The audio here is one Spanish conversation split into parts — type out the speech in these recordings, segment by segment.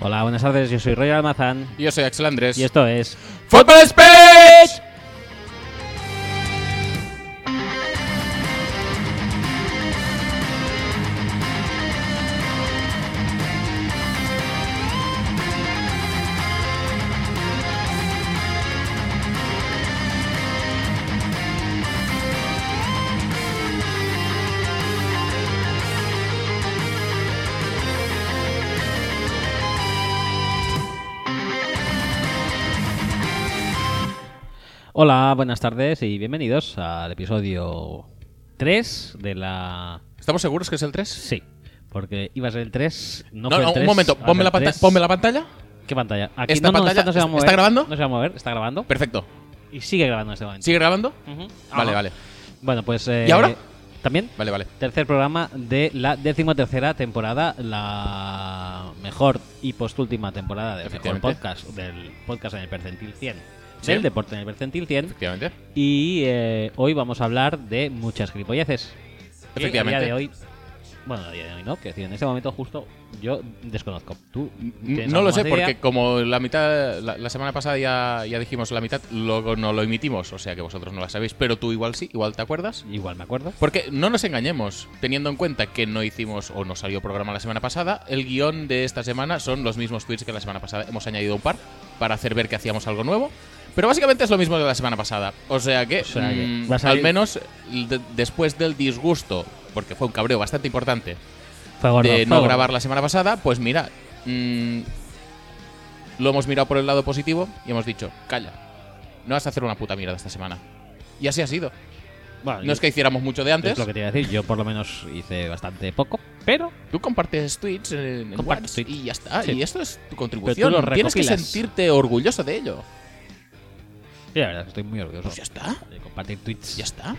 Hola, buenas tardes, yo soy Roy Almazán Y yo soy Axel Andrés. y esto es... ¡Fútbol Speech! Hola, buenas tardes y bienvenidos al episodio 3 de la... ¿Estamos seguros que es el 3? Sí, porque iba a ser el 3, no, fue No, el no, un 3, momento, va a ponme ser la, panta- 3. ponme la pantalla. ¿Qué pantalla? Aquí ¿Esta no, no, pantalla esta no se va a es- mover. está grabando? No se va a mover, está grabando. Perfecto. Ah, Y sigue grabando en este momento. ¿Sigue grabando? Ujú. Vale, Ajá. vale. Bueno, pues... eh, ¿Y ahora? También. Vale, vale. Tercer programa de la decimotercera temporada, la mejor y postúltima temporada del mejor Efectivamente. podcast, del podcast en el percentil 100, Sí. del deporte en el percentil 100. Efectivamente. Y eh, hoy vamos a hablar de muchas gilipolleces. que Efectivamente. A día de hoy, bueno, a día de hoy no, que decir, en este momento justo yo desconozco. ¿Tú N- tienes Mm, No lo alguna sé, idea? porque como la mitad, la, la semana pasada ya, ya dijimos la mitad, luego no lo emitimos, o sea que vosotros no la sabéis, pero tú igual sí, igual te acuerdas. Igual me acuerdo. Porque no nos engañemos, teniendo en cuenta que no hicimos o no salió programa la semana pasada, el guión de esta semana son los mismos tweets que la semana pasada. Hemos añadido un par para hacer ver que hacíamos algo nuevo. Pero básicamente es lo mismo de la semana pasada. O sea que, O sea que mm, va a salir- al menos de- después del disgusto, porque fue un cabreo bastante importante Fue gordo, de fue no gordo. grabar la semana pasada, pues mira, mm, lo hemos mirado por el lado positivo y hemos dicho, calla, no vas a hacer una puta mierda esta semana. Y así ha sido. Bueno, No es que hiciéramos mucho de antes. Es lo que te iba a decir, yo por lo menos hice bastante poco, pero Tú compartes tweets en, en Comparto WhatsApp tweets. y ya está. Sí. Y esto es tu contribución. los Tienes que recopilas. sentirte orgulloso de ello. sí, la verdad, estoy muy orgulloso. Pues ya está. de compartir tweets. Ya está.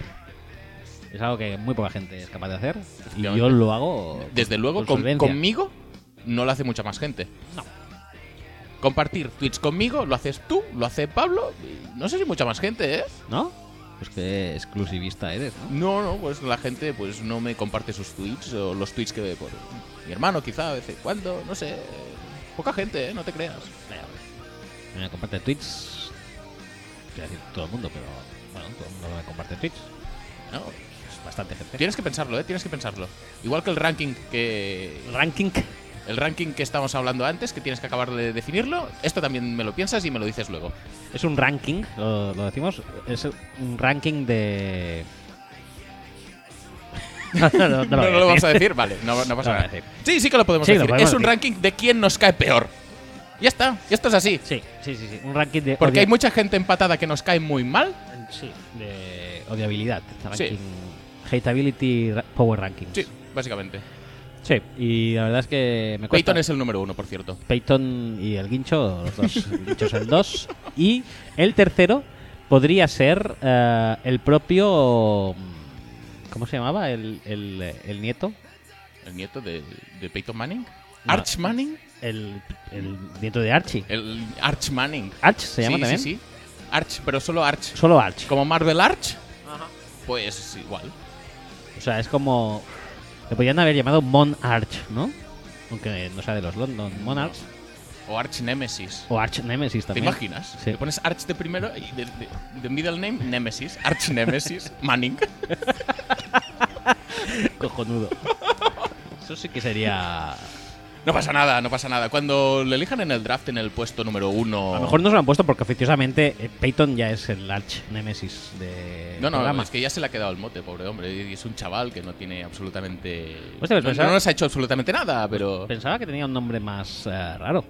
Es algo que muy poca gente es capaz de hacer. Y Efectivamente. yo lo hago. Desde luego, con- solvencia. conmigo no lo hace mucha más gente. No. Compartir tweets conmigo lo haces tú, lo hace Pablo. y no sé si mucha más gente, ¿eh? ¿No? Pues que exclusivista eres, ¿no? No, no, pues la gente pues no me comparte sus tweets o los tweets que ve por mi hermano quizá de vez en cuando, no sé. Poca gente, ¿eh? No te creas. Vaya, Me comparte tweets. Quiero decir, todo el mundo, pero. Bueno, todo el mundo me comparte tweets. No. Es bastante gente. Tienes que pensarlo, ¿eh? Tienes que pensarlo. Igual que el ranking que... Ranking. El ranking que estábamos hablando antes, que tienes que acabar de definirlo, esto también me lo piensas y me lo dices luego. Es un ranking, lo, lo decimos. Es un ranking de. no, no, no, No, voy no lo vamos decir. a decir, vale, no, No lo no pasa voy a nada. decir. Sí, sí que lo podemos Sí, lo decir. podemos es un decir. ranking de quién nos cae peor. Ya está, y esto es así. Sí, sí, sí, sí. Un ranking de. Porque hay odia- mucha gente empatada que nos cae muy mal. Sí, de odiabilidad. Sí. Ranking, Hateability ra- Power Ranking. Sí, básicamente. Sí, y la verdad es que me cuesta. Peyton es el número uno, por cierto. Peyton y el guincho, los dos. El guincho es el dos. Y el tercero podría ser eh, el propio. ¿Cómo se llamaba? El, el, el nieto. ¿El nieto de, de Peyton Manning? No. ¿Arch Manning? El, el nieto de Archie. El Arch Manning. Arch se llama sí, también. sí, sí. Arch, pero solo Arch. Solo Arch. Como Marvel Arch, pues igual. O sea, es como. Le podrían haber llamado Mon Arch, ¿no? Aunque no sea de los London. Mon Arch. O Arch Nemesis. O Arch Nemesis ¿Te también. imaginas? Sí. Le pones Arch de primero y de, de- de middle name, Nemesis. Arch Nemesis, Manning. Cojonudo. Eso sí que sería. No pasa nada, no pasa nada. Cuando le elijan en el draft en el puesto número uno. A lo mejor no se lo han puesto porque oficiosamente eh, Peyton ya es el arch nemesis de No, no, programa. es que ya se le ha quedado el mote, pobre hombre. Y es un chaval que no tiene absolutamente. Hostia, pues no, pensaba- no nos ha hecho absolutamente nada, pero. Pensaba que tenía un nombre más eh, raro.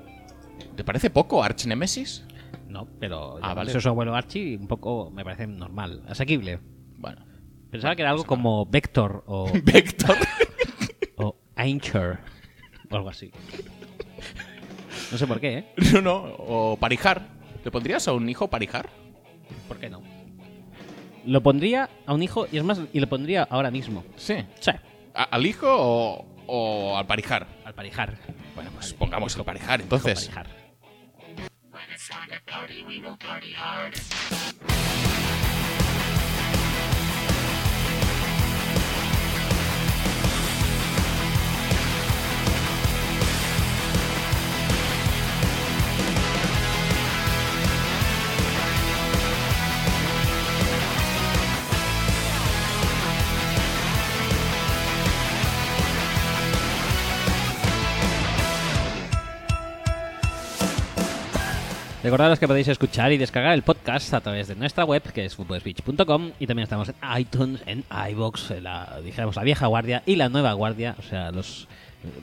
¿Te parece poco Arch Nemesis? No, pero Ah, vale. eso su abuelo Archie un poco me parece normal, asequible. Bueno. Ah, Pensaba que era algo como Vector o, Vector. o Anchor o algo así. No sé por qué, ¿eh? No, no. O Parijar. ¿Le pondrías a un hijo Parijar? ¿Por qué no? Lo pondría a un hijo y es más, y lo pondría ahora mismo. Sí. Sí, ¿Al hijo o, o al Parijar? al parejar. Bueno, pues pongamos al Parijar, entonces. Al parejar. Recordaros que podéis escuchar y descargar el podcast a través de nuestra web, que es footballspeech.com, y también estamos en iTunes, en iBox, en la, dijéramos la vieja guardia y la nueva guardia, o sea, los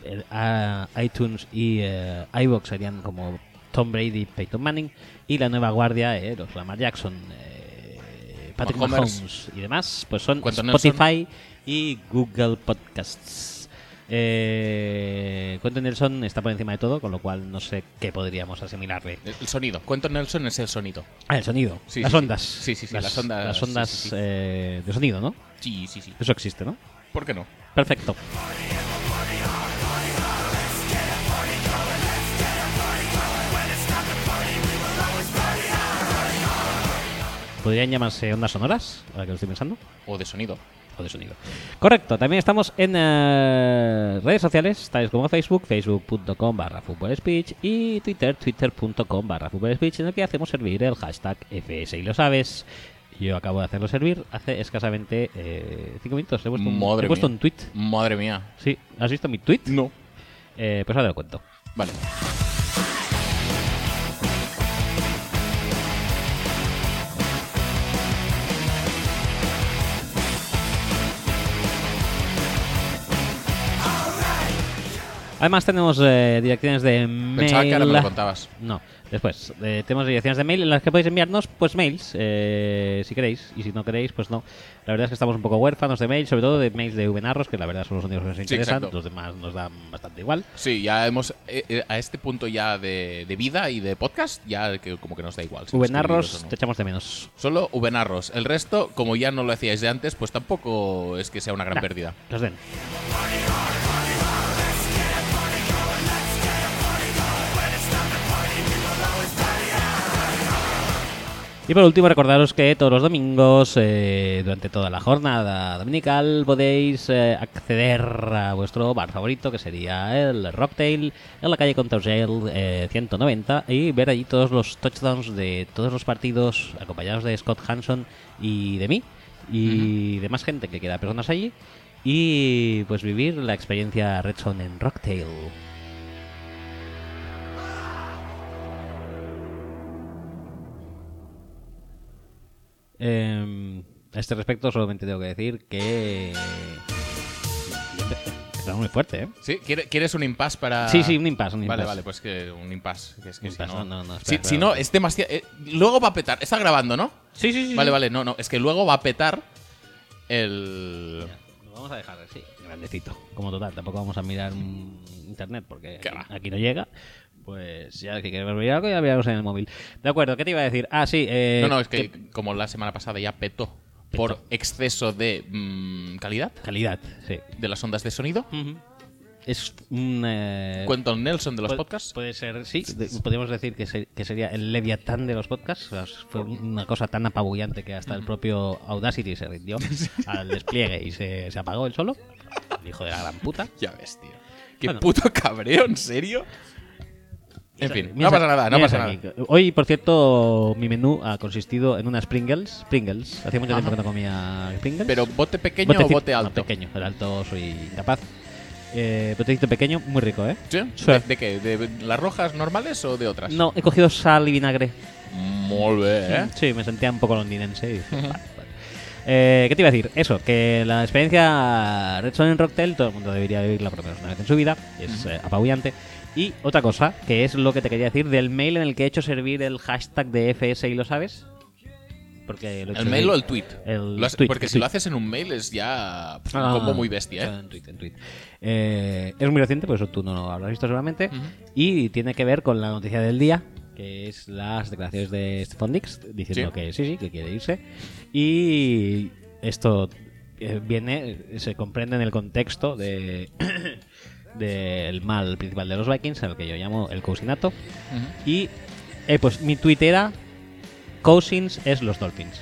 el- a- iTunes y eh, iBox serían como Tom Brady, Peyton Manning, y la nueva guardia, eh, los Lamar Jackson, eh, Patrick Mahomes. Mahomes y demás, pues son Cuanto Nelson. Spotify y Google Podcasts. Eh, Quentin Nelson está por encima de todo, con lo cual no sé qué podríamos asimilarle. El, el sonido. Cuento Nelson es el sonido. Ah, el sonido. Sí, las sí, sí. ondas. Sí, sí, sí, las ondas, Las ondas sí, sí, sí. eh, de sonido, ¿no? Sí, sí, sí. Eso existe, ¿no? ¿Por qué no? Perfecto. ¿Podrían llamarse ondas sonoras? Ahora que lo estoy pensando. O de sonido. O de sonido. Correcto. También estamos en eh, redes sociales, tales como Facebook, facebook.com barra Football speech y Twitter, twitter.com barra Football speech en el que hacemos servir el hashtag FS. Y lo sabes, yo acabo de hacerlo servir hace escasamente 5 minutos. He puesto, un, Madre he puesto mía. un tweet. Madre mía. Sí, ¿has visto mi tweet? No. Eh, pues ahora lo cuento. Vale. Además tenemos eh, direcciones de Pensaba que ahora me lo mail. contabas. No, después. eh, tenemos direcciones de mail en las que podéis enviarnos pues mails, eh, si queréis, y si no queréis, pues no. La verdad es que estamos un poco huérfanos de mails, sobre todo de mails de Venarros, que la verdad son los únicos que nos interesan, exacto. los demás nos dan bastante igual. Sí, ya hemos. eh, eh, a este punto ya de, de vida y de podcast, ya que como que nos da igual. si nos Venarros escribís o te no. echamos de menos. Solo Ubenarros. El resto, como ya no lo hacíais de antes, pues tampoco es que sea una gran Nah. pérdida. Nos den. Y por último, recordaros que todos los domingos, eh, durante toda la jornada dominical, podéis eh, acceder a vuestro bar favorito, que sería el Rocktail, en la calle Contourgel eh, 190, y ver allí todos los touchdowns de todos los partidos, acompañados de Scott Hanson y de mí, y de más gente que queda personas allí, y pues vivir la experiencia Red Zone en Rocktail. Eh, a este respecto solamente tengo que decir que... Está muy fuerte, ¿eh? ¿Sí? ¿Quiere- ¿Quieres un impasse para.? Sí, sí, un impasse, un Vale, impasse. vale, pues que un impasse. Que es que Un si impasse, no, no, no, no, Si- espera, si, espera. no, este más. luego va a petar. Está grabando, ¿no? Sí, sí, sí. Vale, vale, no, no. Es que luego va a petar el. Lo vamos a dejar así, grandecito. Como total, tampoco vamos a mirar mm, internet porque Qué aquí, va. aquí no llega. Pues ya si queremos ver algo, ya miramos en el móvil. De acuerdo, ¿qué te iba a decir? Ah, sí. eh, No, no, es que como la semana pasada ya petó por exceso de mm, calidad Calidad, sí. de las ondas de sonido. Es un. eh, pues, Cuento Nelson de los puede- podcasts. Puede ser, sí. de- podríamos decir que, se- que sería el Leviatán de los podcasts. O sea, fue una cosa tan apabullante que hasta el propio Audacity se rindió al despliegue y se, se apagó el solo. El hijo de la gran puta. Ya ves, tío. Qué Bueno. puto cabreo, ¿en serio? En fin, no Miras- pasa nada, no miras pasa nada. aquí. Hoy, por cierto, mi menú ha consistido en unas Pringles. Pringles. Hacía mucho tiempo que no comía Pringles. Pero bote pequeño o Botecito- bote no, alto. pequeño. El alto soy incapaz. Eh, botecito pequeño, muy rico, ¿eh? ¿Sí? Sí. ¿De, de qué? ¿De las rojas normales o de otras? No, he cogido sal y vinagre. Muy bien, ¿eh? Sí, me sentía un poco londinense. y dije, vale, vale. Eh, ¿Qué te iba a decir? Eso, que la experiencia Red Son en Rocktail, todo el mundo debería vivirla por lo menos una vez en su vida, es eh, apabullante. Y otra cosa, que es lo que te quería decir del mail en el que he hecho servir el hashtag de FS y lo sabes. Porque lo he ¿El hecho mail o el servir- tweet? el Lo has- tweet, porque el si tweet. lo haces en un mail es ya pf, Ah, un combo muy bestia, ¿eh? En tweet, en tweet. Eh, es muy reciente, por eso tú no lo habrás visto seguramente. Y tiene que ver con la noticia del día, que es las declaraciones de Stephon Dix diciendo Sí. que sí, sí, que quiere irse. Y esto eh, viene, se comprende en el contexto de del mal principal de los Vikings, al que yo llamo el cousinato. Y eh, pues mi tuitera, Cousins es los Dolphins.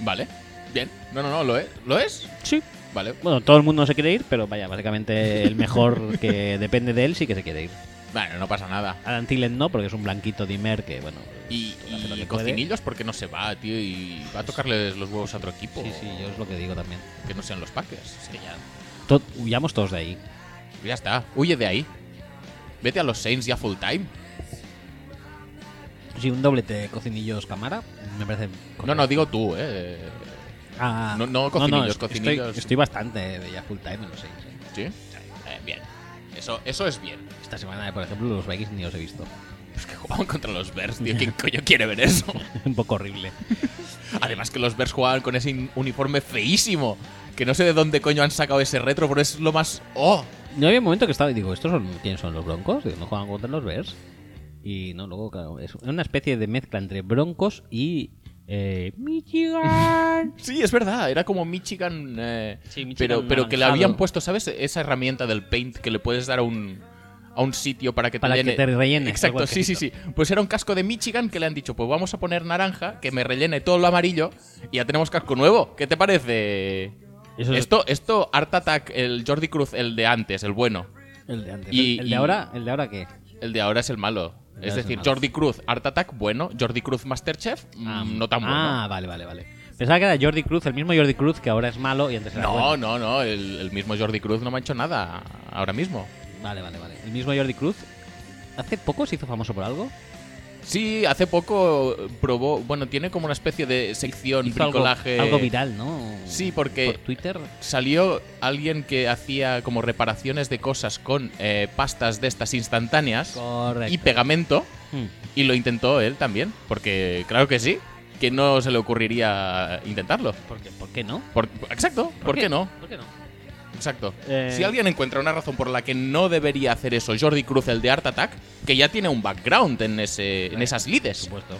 Vale, bien. No, no, no, ¿lo es? ¿Lo es? Sí, Vale. Bueno, todo el mundo se quiere ir, pero vaya, básicamente el mejor que depende de él sí que se quiere ir. Bueno, no pasa nada. Adam Tillen no, porque es un blanquito Dimer que, bueno. Y, hace lo y que puede. cocinillos porque no se va, tío, y va a tocarles los huevos a otro equipo. Sí, sí, yo es lo que digo también. Que no sean los Packers. Es que ya, To- huyamos todos de ahí. ya está, huye de ahí. Vete a los Saints ya full time. Sí, un doblete de cocinillos cámara. Me parece. No, correcto. no, digo tú, eh. Ah, no- no cocinillos, estoy- cocinillos. Estoy, bastante de ya full time en los seis. ¿Sí? Eh, bien. Eso, eso es bien. Esta semana, por ejemplo, los Vikings ni los he visto. Es que jugaban contra los Bears, tío. ¿Quién coño quiere ver eso? un poco horrible. Además que los Bears jugaban con ese in- uniforme feísimo. Que no sé de dónde coño han sacado ese retro, pero es lo más... ¡Oh! No había un momento que estaba y digo, ¿estos son, quiénes son los broncos? Digo, ¿No juegan contra los Bears? Y no, luego, claro, es una especie de mezcla entre broncos y. eh, ¡Michigan! Sí, es verdad. Era como Michigan... eh, Sí, Michigan pero pero que le naranjado. habían puesto, ¿sabes? Esa herramienta del paint que le puedes dar a un... A un sitio para que Para te que llene. te rellene, Exacto, algo sí, sí, sí. Pues era un casco de Michigan que le han dicho: Pues vamos a poner naranja, que me rellene todo lo amarillo y ya tenemos casco nuevo. ¿Qué te parece? Eso es Esto, esto, Art Attack, el Jordi Cruz, el de antes, el bueno. el de antes. y- ¿El, el y- de ahora? ¿El de ahora qué? El de ahora es el malo. Ya Es es el decir, malo. Jordi Cruz, Art Attack, bueno. Jordi Cruz, Masterchef, mm, Ah, no tan Ah, vale, vale, vale. Pensaba que era Jordi Cruz, el mismo Jordi Cruz que ahora es malo y antes era bueno. No, bueno. no, no. El, el mismo Jordi Cruz no me ha hecho nada ahora mismo. Vale, vale, vale. El mismo Jordi Cruz. ¿Hace poco se hizo famoso por algo? Sí, hace poco probó. Bueno, tiene como una especie de sección Hizo algo, bricolaje. algo viral, ¿no? Sí, porque- Por Twitter. Salió alguien que hacía como reparaciones de cosas con eh, pastas de estas instantáneas y Correcto. pegamento. Hmm. Y lo intentó él también, porque claro que sí, que no se le ocurriría intentarlo. ¿Por, qué, por qué no? Por- exacto, ¿por, qué? no? ¿Por qué no? Exacto. Eh, Si alguien encuentra una razón por la que no debería hacer eso, Jordi Cruz, el de Art Attack, que ya tiene un background en, ese, en Vale. esas Por lides. supuesto.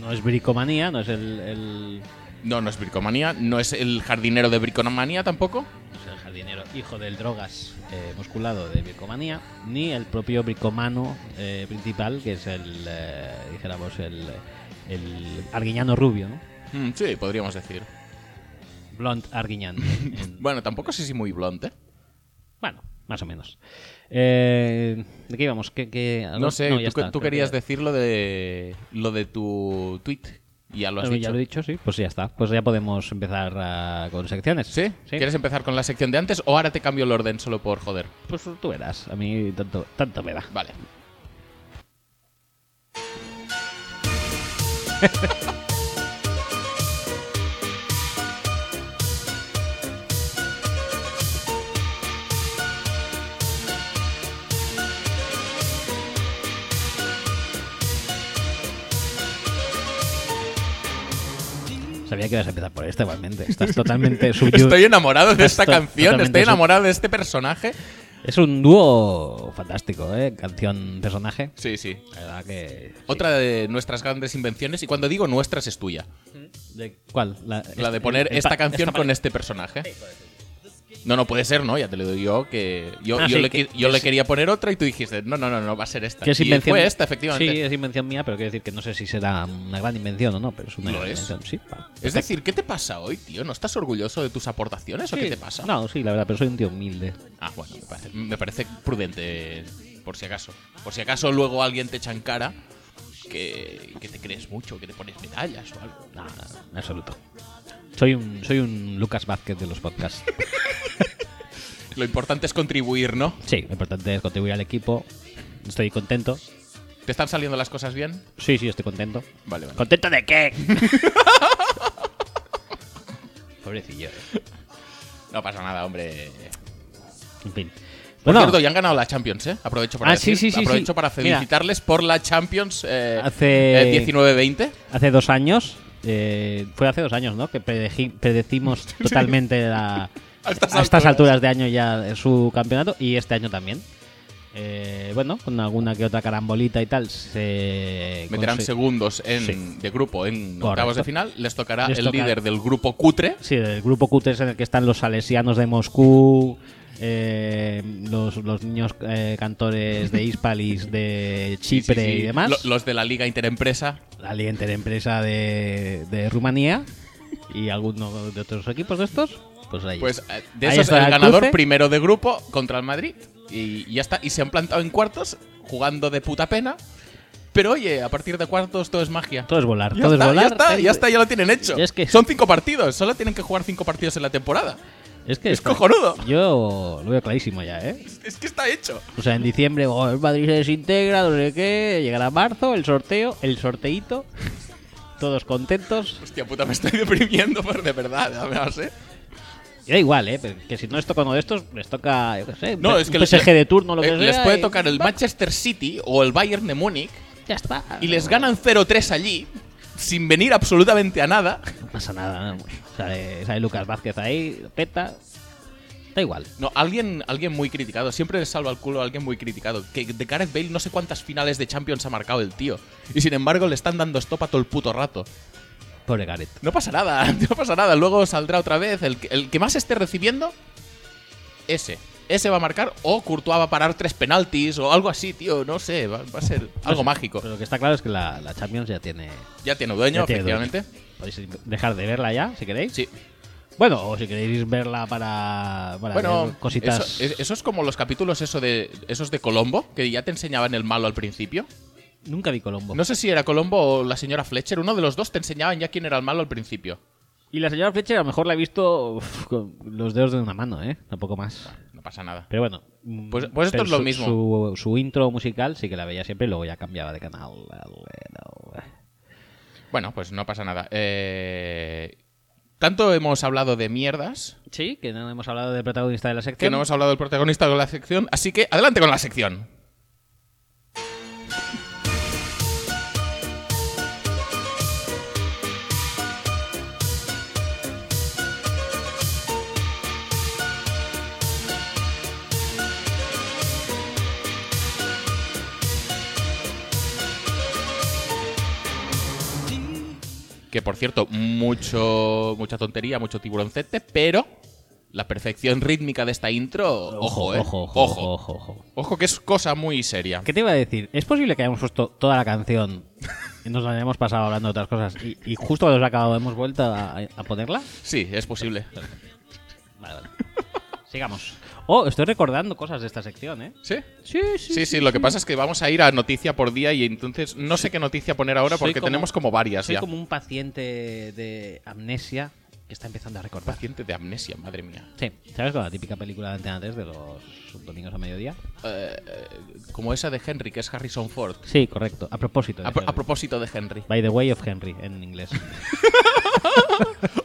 No es bricomanía, no es el, el- No, no es bricomanía, no es el jardinero de bricomanía tampoco. no es el jardinero hijo del drogas eh, musculado de bricomanía, ni el propio bricomano eh, principal, que es el, eh, dijéramos, el, el arguiñano rubio, ¿no? Mm, sí, podríamos decir. Blond arguiñán. en- Bueno, tampoco sé si muy ¿eh? blonde. bueno, más o menos. Eh, ¿De qué íbamos? ¿Qué, qué- algo? No sé, Ah, ya tú, está, creo tú que querías ya- decir lo de, lo de tu tweet. y Ya lo has Eh, dicho. Ya lo he dicho, sí. Pues ya está. Pues ya podemos empezar ah, con secciones. ¿Sí? ¿Quieres em- empezar con la sección de antes o ahora te cambio el orden solo por joder? Pues tú verás. A mí tanto, tanto me da. Vale. Sabía que ibas a empezar por esta igualmente. Estás totalmente subyugado. Estoy enamorado de esta Estoy canción, totalmente estoy enamorado de este personaje. Es un dúo fantástico, ¿eh? Canción, personaje. Sí, sí. La verdad que. sí. Otra de nuestras grandes invenciones, y cuando digo nuestras es tuya. ¿De ¿Cuál? La, La de poner esta canción con este personaje. No, no puede ser, ¿no? Ya te lo digo yo que. Yo, Ah, yo sí, le, que- qui- yo le quería poner otra y tú dijiste, no, no, no, no, va a ser esta. Que es Y invención. fue esta, Sí, efectivamente. es invención mía, pero quiero decir que no sé si será una gran invención o no, pero es una Lo gran es. invención. Sí, va. es decir, ¿qué te pasa hoy, tío? ¿No estás orgulloso de tus aportaciones o Sí. qué te pasa? No, sí, la verdad, pero soy un tío humilde. Ah, bueno, me parece, me parece prudente, por si acaso. Por si acaso luego alguien te echa en cara que, que te crees mucho, que te pones medallas o algo. No, en absoluto. Soy un, soy un Lucas Vázquez de los podcasts. Lo importante es contribuir, ¿no? sí, lo importante es contribuir al equipo. Estoy contento. ¿Te están saliendo las cosas bien? Sí, sí, estoy contento. Vale, vale. ¿Contento de qué? Pobrecillo. eh. No pasa nada, hombre. En fin. Por Bueno, cierto, ya han ganado la Champions, ¿eh? Aprovecho para, Ah, sí, sí, decir- sí, aprovecho sí. para Mira. felicitarles por la Champions eh, Hace- eh, 19-20. hace dos años, eh, fue hace dos años, ¿no? Que predeji- predecimos totalmente la- A estas a estas alturas. alturas de año ya su campeonato y este año también. Eh, bueno, con alguna que otra carambolita y tal, se Meterán consi- segundos en, Sí. de grupo en Correcto. octavos de final. Les tocará Les el toca- líder del grupo cutre. Sí, el grupo cutre es en el que están los salesianos de Moscú, eh, los, los niños eh, cantores de Hispalis, de Sí, sí, Chipre sí. y demás, Lo- los de la Liga Interempresa. la Liga Interempresa de, de Rumanía y alguno de otros equipos de estos. Pues ahí. Pues eh, de Ahí esos, está el el ganador cruce. primero de grupo contra el Madrid. Y ya está. Y se han plantado en cuartos, jugando de puta pena. Pero oye, a partir de cuartos todo es magia. todo es volar, Ya todo está, es volar. ya está, ya está, ya lo tienen hecho. Es que- Son cinco partidos, solo tienen que jugar cinco partidos en la temporada. Es que Es está- cojonudo. Yo lo veo clarísimo ya, ¿eh? Es que está hecho. O sea, en diciembre oh, el Madrid se desintegra, no sé qué, llegará marzo, el sorteo, el sorteíto, todos contentos. Hostia puta, me estoy deprimiendo, pero de verdad, además, ¿eh? Y da igual, ¿eh? Pero Que si no les toca uno de estos, les toca, yo qué sé, No, un es que les- PSG de turno, lo que sea. eh, Les puede y tocar el Manchester City o el Bayern de Múnich Ya está. y les ganan 0-3 allí, sin venir absolutamente a nada. No pasa nada, ¿no? Sale, sale Lucas Vázquez ahí, lo peta. Da igual. No, alguien, alguien muy criticado, siempre le salva el culo a alguien muy criticado. Que de Gareth Bale no sé cuántas finales de Champions ha marcado el tío. Y sin embargo le están dando stop a todo el puto rato. Pobre Gareth. No pasa nada, no pasa nada. Luego saldrá otra vez. El, que- el que más esté recibiendo, ese. Ese va a marcar o Courtois va a parar tres penaltis o algo así, tío. No sé, va, va a ser algo mágico. Pues, Pero lo que está claro es que la, la Champions ya tiene. Ya tiene dueño, ya tiene dueño. efectivamente. Podéis dejar de verla ya, si queréis. Sí. Bueno, o si queréis verla para, para Bueno, ver cositas. eso, es- eso es como los capítulos eso de, esos de Colombo, que ya te enseñaban el malo al principio. Nunca vi Colombo. No sé si era Colombo o la señora Fletcher, uno de los dos te enseñaban ya quién era el malo al principio. Y la señora Fletcher a lo mejor la he visto uf, con los dedos de una mano, ¿eh? Tampoco más. No pasa nada. Pero bueno. mm, Pues- pues pero esto es lo su- mismo. Su, su intro musical sí que la veía siempre y luego ya cambiaba de canal. Bueno. Bueno, pues no pasa nada. Eh, Tanto hemos hablado de mierdas Sí, que no hemos hablado del protagonista de la sección. que no hemos hablado del protagonista de la sección, así que adelante con la sección. Que por cierto, mucho, mucha tontería, mucho tiburoncete, pero la perfección rítmica de esta intro, ojo, eh. ojo, ojo, ojo, ojo, ojo. Ojo, que es cosa muy seria. ¿Qué te iba a decir? ¿Es posible que hayamos puesto toda la canción y nos la hayamos pasado hablando de otras cosas y, y justo cuando se ha acabado hemos vuelto a, a ponerla? Sí, es posible. Vale, vale. Sigamos. Oh, estoy recordando cosas de esta sección, ¿eh? ¿Sí? Sí, Sí, sí, lo que pasa es que vamos a ir a noticia por día y entonces no sé qué noticia poner ahora Soy porque como- tenemos como varias Soy ya. como un paciente de amnesia que está empezando a recordar. Paciente de amnesia, madre mía. Sí, ¿sabes con la típica película de Antena 3 de los domingos a mediodía? Eh, como esa de Henry, que es Harrison Ford. Sí, correcto. A propósito. de A, pro- a Henry. propósito de Henry. By the way of Henry en inglés.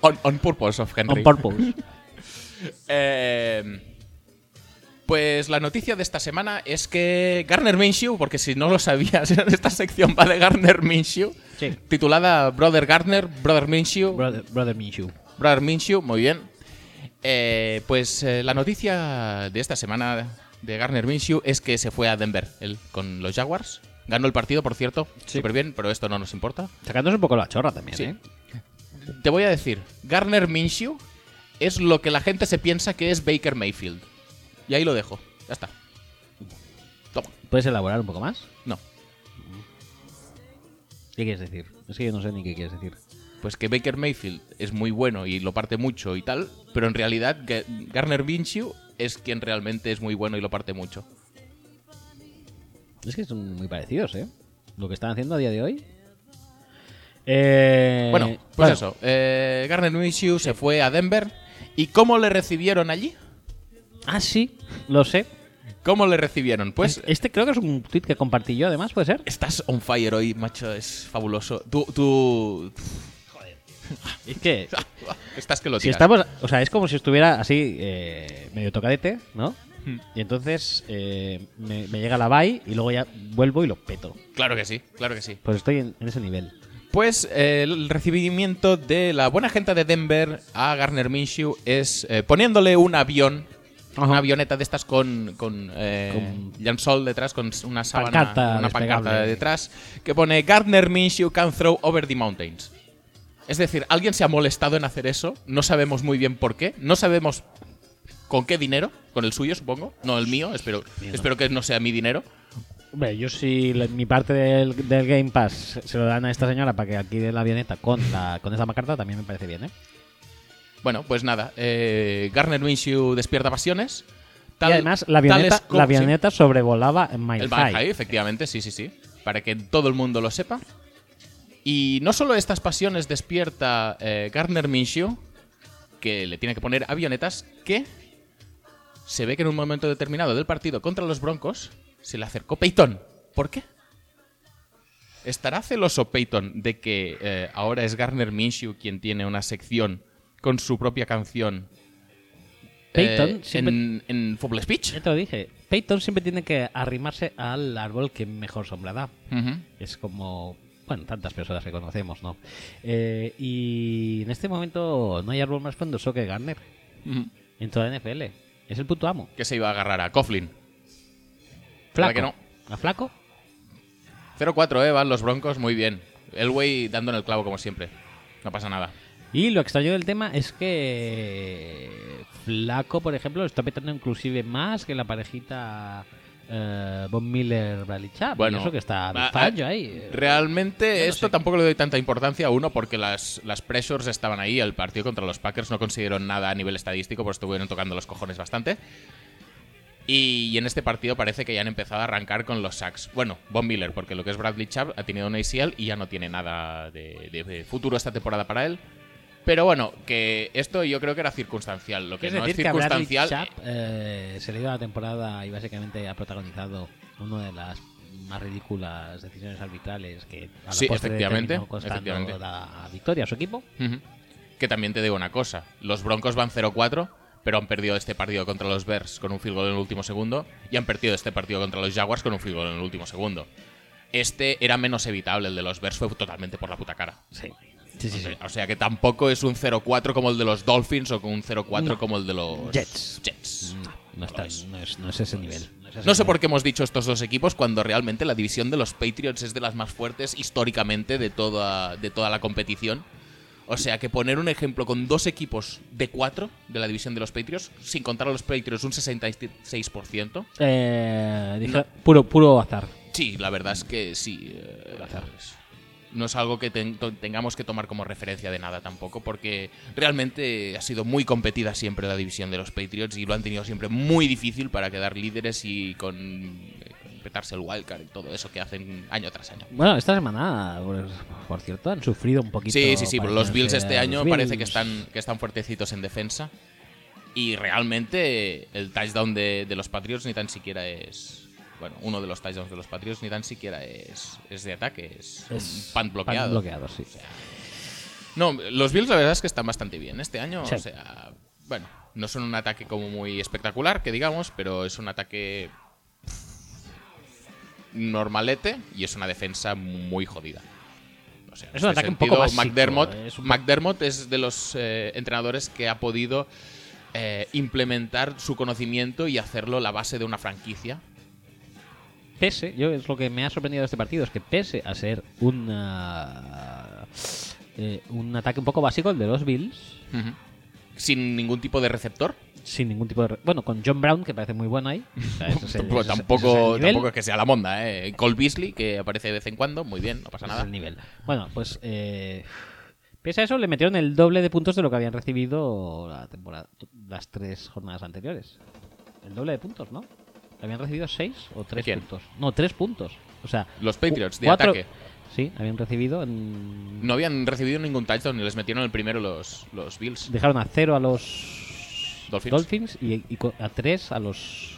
On, on purpose of On Henry. purpose. Eh, pues la noticia de esta semana es que Garner Minshew, porque si no lo sabías, esta sección va de Garner Minshew, Sí. titulada Brother Garner, Brother Minshew, Brother, brother Minshew. Brother Minshew, muy bien. Eh, pues eh, la noticia de esta semana de Garner Minshew es que se fue a Denver él, con los Jaguars. Ganó el partido, por cierto, Sí. súper bien, pero esto no nos importa. Sacándose un poco la chorra también, Sí. ¿eh? Te voy a decir, Garner Minshew es lo que la gente se piensa que es Baker Mayfield. Y ahí lo dejo. Ya está. Toma. ¿Puedes elaborar un poco más? No. ¿Qué quieres decir? Es que yo no sé ni qué quieres decir. Pues que Baker Mayfield es muy bueno y lo parte mucho y tal, pero en realidad Ga- Garner Minshew es quien realmente es muy bueno y lo parte mucho. Es que son muy parecidos, ¿eh? Lo que están haciendo a día de hoy. Eh, bueno, pues eso. eh, Garner Minshew se fue a Denver. ¿Y cómo le recibieron allí? Ah, sí, lo sé. ¿Cómo le recibieron? Pues Este creo que es un tweet que compartí yo, además, ¿puede ser? estás on fire hoy, macho. Es fabuloso. Tú, tú... Es que Estás que lo si tiras. estamos, o sea, es como si estuviera así eh, medio tocadete, ¿no? Hmm. Y entonces eh, me, me llega la bye y luego ya vuelvo y lo peto. Claro que sí, claro que sí. Pues estoy en, en ese nivel. Pues eh, el recibimiento de la buena gente de Denver a Garner Minshew es eh, poniéndole un avión, una avioneta de estas con, con, eh, Con- Jansol detrás, con una sábana, Pancarta una pancarta desplegable. detrás, que pone Garner Minshew can throw over the mountains. Es decir, alguien se ha molestado en hacer eso, no sabemos muy bien por qué, no sabemos con qué dinero, con el suyo supongo, no el mío, espero, Mío no. espero que no sea mi dinero. Hombre, yo si la- mi parte del, del Game Pass se lo dan a esta señora para que alquile la avioneta con, la, con esa macarta, también me parece bien, ¿eh? Bueno, pues nada, eh, Garner Minshew despierta pasiones. y además, la tal avioneta, es como- la avioneta sobrevolaba en sí, Mile el High. Van High, efectivamente, sí, sí, sí. Para que todo el mundo lo sepa. Y no solo estas pasiones despierta eh, Gardner Minshew, que le tiene que poner avionetas que se ve que en un momento determinado del partido contra los Broncos se le acercó Peyton. ¿Por qué? ¿Estará celoso Peyton de que eh, ahora es Garner Minshew quien tiene una sección con su propia canción eh, Peyton siempre- en, en Football Speech? Ya te lo dije. Peyton siempre tiene que arrimarse al árbol que mejor sombra da. Ujú. Es como, bueno, tantas personas que conocemos, ¿no? Eh, y en este momento no hay árbol más frondoso que Garner Ujú. en toda la NFL. Es el puto amo. Que se iba a agarrar a Coughlin. Flaco. que no. ¿A flaco? 0-4, eh, van los Broncos, muy bien. Elway dando en el clavo como siempre. No pasa nada. Y lo extraño del tema es que Flaco, por ejemplo, lo está petando inclusive más que la parejita eh, Von Miller Bradley Chubb. Bueno, Y eso que está a- fallo a- ahí. Realmente no esto sé. tampoco le doy tanta importancia a uno porque las, las pressures estaban ahí. El partido contra los Packers no consiguieron nada a nivel estadístico, pues estuvieron tocando los cojones bastante. Y, y en este partido parece que ya han empezado a arrancar con los sacks. Bueno, Von Miller, porque lo que es Bradley Chubb ha tenido un ACL y ya no tiene nada de, de- de futuro esta temporada para él. Pero bueno, que esto yo creo que era circunstancial. Lo que Es no es decir, que a Bradley circunstancial. Chubb, eh, se le dio la temporada y básicamente ha protagonizado una de las más ridículas decisiones arbitrales que a la Sí, postre efectivamente, terminó costando efectivamente. la victoria a su equipo. Ujú. Que también te digo una cosa, los Broncos van 0-4, pero han perdido este partido contra los Bears con un field goal en el último segundo y han perdido este partido contra los Jaguars con un field goal en el último segundo. Este era menos evitable, el de los Bears fue totalmente por la puta cara. Sí, sí, sí. O sea- O sea que tampoco es un 0-4 como el de los Dolphins o con un 0-4 No. como el de los Jets. Jets. No, no, está- lo es. no es, no es ese nivel. es ese No sé nivel. por qué hemos dicho estos dos equipos cuando realmente la división de los Patriots es de las más fuertes históricamente de toda, de toda la competición. O sea que poner un ejemplo con dos equipos de cuatro de la división de los Patriots, sin contar a los Patriots un 66%, Eh, dije, puro, puro azar. sí, la verdad es que sí. eh, Azar. no es algo que ten- to- tengamos que tomar como referencia de nada tampoco, porque realmente ha sido muy competida siempre la división de los Patriots y lo han tenido siempre muy difícil para quedar líderes y con eh, con petarse el wildcard y todo eso que hacen año tras año. Bueno, esta semana, por, por cierto, han sufrido un poquito. Sí, sí, sí, pero los parece, Bills este a los año parece que Bills. están, que están fuertecitos en defensa y realmente el touchdown de, de los Patriots ni tan siquiera es... Bueno, uno de los touchdowns de los Patriots ni tan siquiera es, es de ataque, es, Es un punt bloqueado. Pan bloqueado, sí. No, los Bills la verdad es que están bastante bien este año. Sí. O sea, bueno, no son un ataque como muy espectacular, que digamos, pero es un ataque normalete y es una defensa muy jodida. O sea, en Es un este ataque un poco básico, McDermott, eh, es un- McDermott es de los eh, entrenadores que ha podido eh, implementar su conocimiento y hacerlo la base de una franquicia. Pese, yo es lo que me ha sorprendido de este partido, es que pese a ser una, eh, un ataque un poco básico, el de los Bills, Sin ningún tipo de receptor. sin ningún tipo de... re- Bueno, con John Brown, que parece muy bueno ahí. O sea, ese es el- ese es- ese Tampoco- es tampoco, el nivel. tampoco es que sea la monda, ¿eh? Cole Beasley, que aparece de vez en cuando, muy bien, no pasa Ese nada. es el nivel. Bueno, pues eh, pese a eso le metieron el doble de puntos de lo que habían recibido la temporada, las tres jornadas anteriores. El doble de puntos, ¿no? Habían recibido seis o tres quién? puntos. No, tres puntos. O sea, Los cu- Patriots, de cuatro- ataque. Sí, habían recibido. en- No habían recibido ningún touchdown y les metieron el primero los, los Bills. Dejaron a cero a los Dolphins. y, y co- a tres a los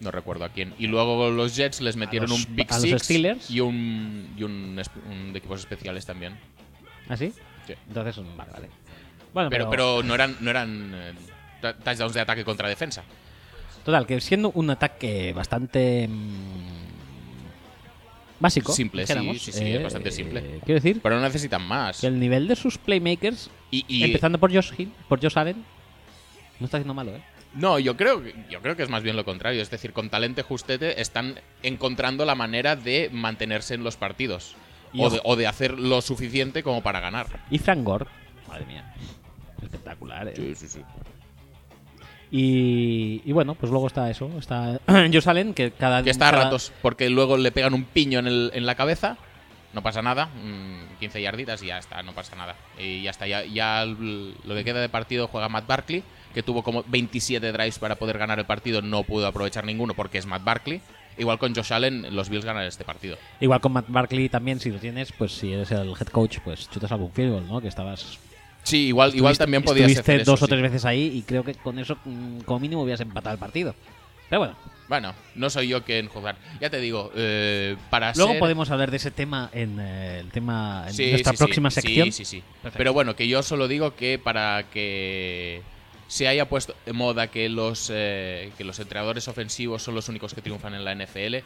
No recuerdo a quién. Y luego los Jets les metieron los- un Big a los Six Steelers. y un, y un, es- un de equipos especiales también. así. Sí. ¿ah, Entonces, mm, vale, vale. Bueno, Pero, pero no eran, no eran eh, ta- touchdowns de ataque contra defensa. Total, que siendo un ataque bastante mm, básico. Simple, sí, dijéramos, eh, sí, sí, es bastante simple. Quiero decir Pero no necesitan más. que el nivel de sus playmakers, Y, y- empezando por Josh Hill, por Josh Allen, no está haciendo malo, ¿eh? No, yo creo, que- yo creo que es más bien lo contrario. Es decir, con talento justete están encontrando la manera de mantenerse en los partidos. Y O ojo. de, o de hacer lo suficiente como para ganar. Y Frank Gore, madre mía, espectacular, ¿eh? Sí, sí, sí. Y, y bueno, pues luego está eso, está Josh Allen, que cada... Que está a cada- ratos, porque luego le pegan un piño en, el- en la cabeza. No pasa nada. mm, 15 yarditas y ya está, no pasa nada. Y ya está, ya, ya l- lo que queda de partido juega Matt Barkley, que tuvo como 27 drives para poder ganar el partido. No pudo aprovechar ninguno porque es Matt Barkley. Igual con Josh Allen, los Bills ganan este partido. Igual con Matt Barkley también, si lo tienes, pues si eres el head coach, pues chutas algún field goal, ¿no? Que estabas Sí, igual, igual Estuviste- también podías Estuviste hacer eso, dos o sí. tres veces ahí y creo que con eso, mm, como mínimo, hubieras empatado el partido. Pero bueno, Bueno, no soy yo quien juzgar. Ya te digo, eh, para luego ser- podemos hablar de ese tema en eh, el tema en Sí, nuestra sí, sí. próxima Sí, sección. Sí, sí, Perfecto. Pero bueno, que yo solo digo que para que se haya puesto de moda que los, eh, que los entrenadores ofensivos son los únicos que triunfan en la NFL,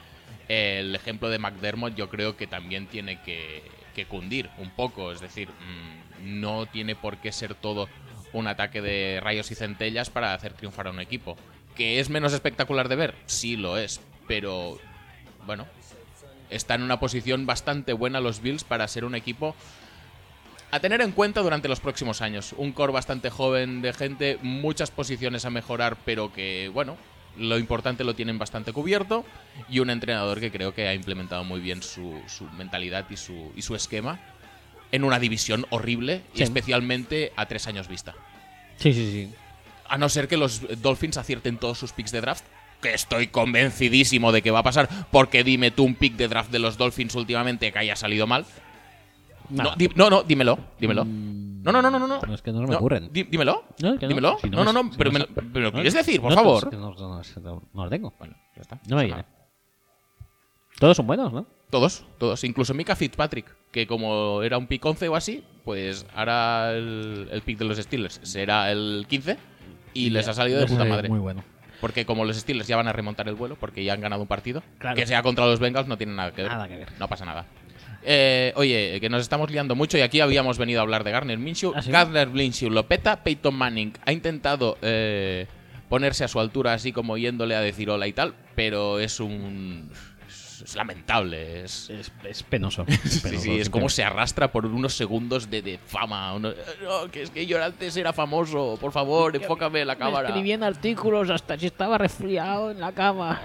el ejemplo de McDermott yo creo que también tiene que, que cundir un poco. Es decir, mm, no tiene por qué ser todo un ataque de rayos y centellas para hacer triunfar a un equipo. ¿Que es menos espectacular de ver? Sí lo es, pero bueno, está en una posición bastante buena los Bills para ser un equipo a tener en cuenta durante los próximos años. Un core bastante joven de gente, muchas posiciones a mejorar, pero que, bueno, lo importante lo tienen bastante cubierto. Y un entrenador que creo que ha implementado muy bien su, su mentalidad y su, y su esquema en una división horrible, y Sí. especialmente a tres años vista. Sí, sí, sí. A no ser que los Dolphins acierten todos sus picks de draft, que estoy convencidísimo de que va a pasar, porque dime tú un pick de draft de los Dolphins últimamente que haya salido mal. No, Nada. di- no, no, dímelo, dímelo. Mm, No, no, no, no, no. no, es que no se me ocurren. di- dímelo. No, es que no. dímelo. Si no no, no, es- no, si pero, no me, es- lo- pero lo No, quieres decir, por no, favor. es que no, no, es que no- no lo tengo. Bueno, ya está. No me Pues nada. viene. Todos son buenos, ¿no? Todos, todos. Incluso Mika Fitzpatrick, que como era un pick 11 o así, pues ahora el, el pick de los Steelers será el 15 y les ha salido de Ese puta es madre. Muy bueno. Porque como los Steelers ya van a remontar el vuelo, porque ya han ganado un partido, Claro. que sea contra los Bengals no tiene nada que ver. Nada que ver. No pasa nada. Eh, oye, que nos estamos liando mucho y aquí habíamos venido a hablar de Garner Minshew. ¿Ah, sí? Gardner Minshew lo peta, Peyton Manning ha intentado eh, ponerse a su altura así como yéndole a decir hola y tal, pero es un... es es lamentable, es... Es, es penoso. Sí, sí, es como se arrastra por unos segundos de, de fama. uno- "No, que es que yo antes era famoso. Por favor, enfócame en la cámara. artículos hasta si estaba resfriado en la cama.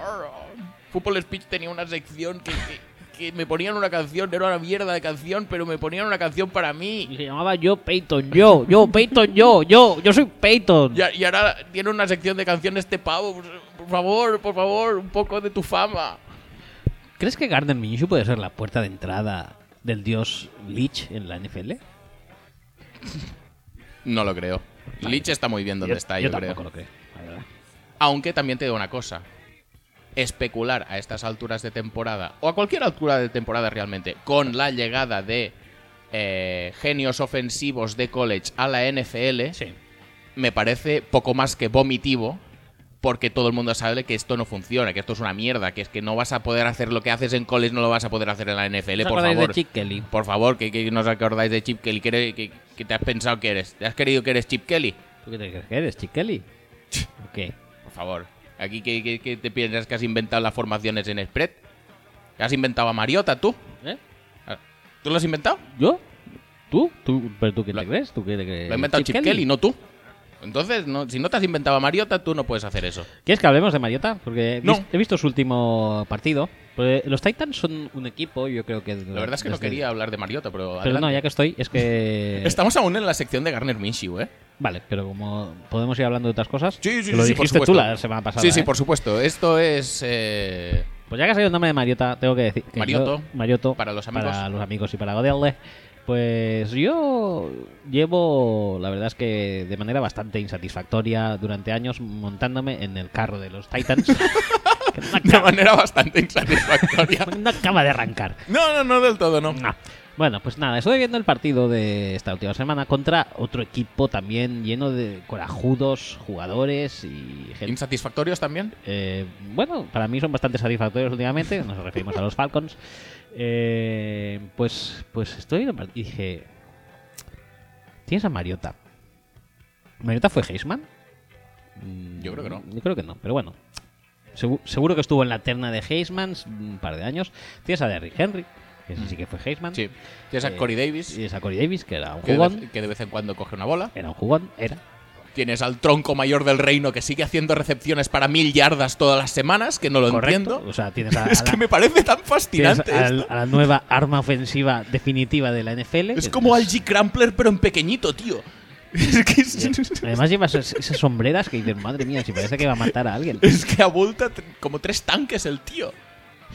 Football Speech tenía una sección que, que- que me ponían una canción, era una mierda de canción, pero me ponían una canción para mí. se llamaba Yo Peyton, yo, yo Peyton, yo, yo, yo soy Peyton. Y, a- y ahora tiene una sección de canciones este pavo. Por, por favor, por favor, un poco de tu fama. ¿Crees que Garden Minshew puede ser la puerta de entrada del dios Leech en la NFL? No lo creo. Lich está muy bien donde está, yo, creo. tampoco lo creo, la verdad. Aunque también te digo una cosa. Especular a estas alturas de temporada, o a cualquier altura de temporada realmente, con la llegada de eh, genios ofensivos de college a la NFL, Sí. me parece poco más que vomitivo porque todo el mundo sabe que esto no funciona, que esto es una mierda, que es que no vas a poder hacer lo que haces en college, no lo vas a poder hacer en la NFL, ¿Os por acordáis favor. de Chick Kelly? Por favor, que, que no os acordáis de Chip Kelly, que, eres- que- que te has pensado que eres. ¿Te has querido que eres Chip Kelly? ¿Tú qué te crees que eres, Chick Kelly? ¿O qué? Por favor. Aquí que, que- que te piensas que has inventado las formaciones en spread. ¿Que has inventado a Mariota tú? ¿Eh? ¿Tú lo has inventado? ¿Yo? ¿Tú? ¿Tú? ¿Pero tú qué Lo- te crees? ¿Tú qué te crees? Lo ha inventado Chip, Kelly, no tú. Entonces, no, si no te has inventado a Mariota, tú no puedes hacer eso. ¿Quieres que hablemos de Mariota? Porque he, No. vis- he visto su último partido. Pues, eh, los Titans son un equipo, yo creo que... La verdad es que no quería hablar de Mariota, pero... Pero no, adelante. ya que estoy, es que... Estamos aún en la sección de Garner Minshew, ¿eh? Vale, pero como podemos ir hablando de otras cosas... Sí, sí, que lo sí, sí, por dijiste tú supuesto. la semana pasada. sí, sí, ¿eh? por supuesto. Esto es. eh, Pues ya que ha salido el nombre de Mariota, tengo que decir... que Mariotto, yo- Mariotto, para los amigos. Para los amigos y para Godelle. Pues yo llevo, la verdad es que de manera bastante insatisfactoria durante años montándome en el carro de los Titans. que no de acaba- manera bastante insatisfactoria. no acaba de arrancar. No, no, no, del todo, no. No. Bueno, pues nada, estoy viendo el partido de esta última semana contra otro equipo también lleno de corajudos, jugadores y gente. ¿Insatisfactorios también? Eh, bueno, para mí son bastante satisfactorios últimamente, nos referimos a los Falcons. Eh, pues, pues estoy viendo el partido y dije, tienes a Mariota. ¿Mariota fue Heisman? Mm, Yo creo que no. Yo creo que no, pero bueno. Segu- seguro que estuvo en la terna de Heisman un par de años. Tienes a Derrick Henry, que ese sí que fue Heisman. Sí. Tienes a Eh, Corey Davis, Y es a Corey Davis, que era un que de, jugón. vez, que de vez en cuando coge una bola. Era un jugón, era. Tienes al tronco mayor del reino que sigue haciendo recepciones para mil yardas todas las semanas, que no lo correcto. entiendo. O sea, tienes a, a Es la, que me parece tan tienes fascinante. al- esto. a la nueva arma ofensiva definitiva de la NFL. Es como al G. Crampler, pero en pequeñito, tío. Es que, es- Además llevas es- esas sombreras que dices, madre mía, si parece que va a matar a alguien. es que abulta tre- como tres tanques el tío.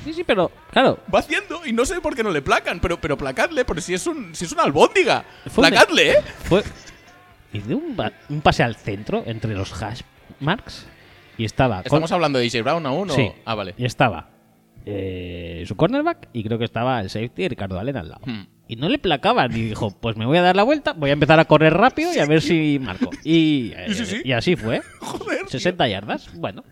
Sí, sí, pero claro, va haciendo y no sé por qué no le placan, pero, pero placadle, pero si es un si es una albóndiga. Fue un- Placadle, ¿eh? fue, y dio un, ba- un pase al centro entre los hash marks y estaba. con- ¿Estamos hablando de AJ Brown aún? o- Sí. Ah, vale. Y estaba eh, su cornerback y creo que estaba el safety y Ricardo Allen al lado. Hmm. Y no le placaban y dijo, pues me voy a dar la vuelta, voy a empezar a correr rápido y a ver si marco. Y, eh, sí, sí. y así fue. Joder. 60 yardas. Bueno,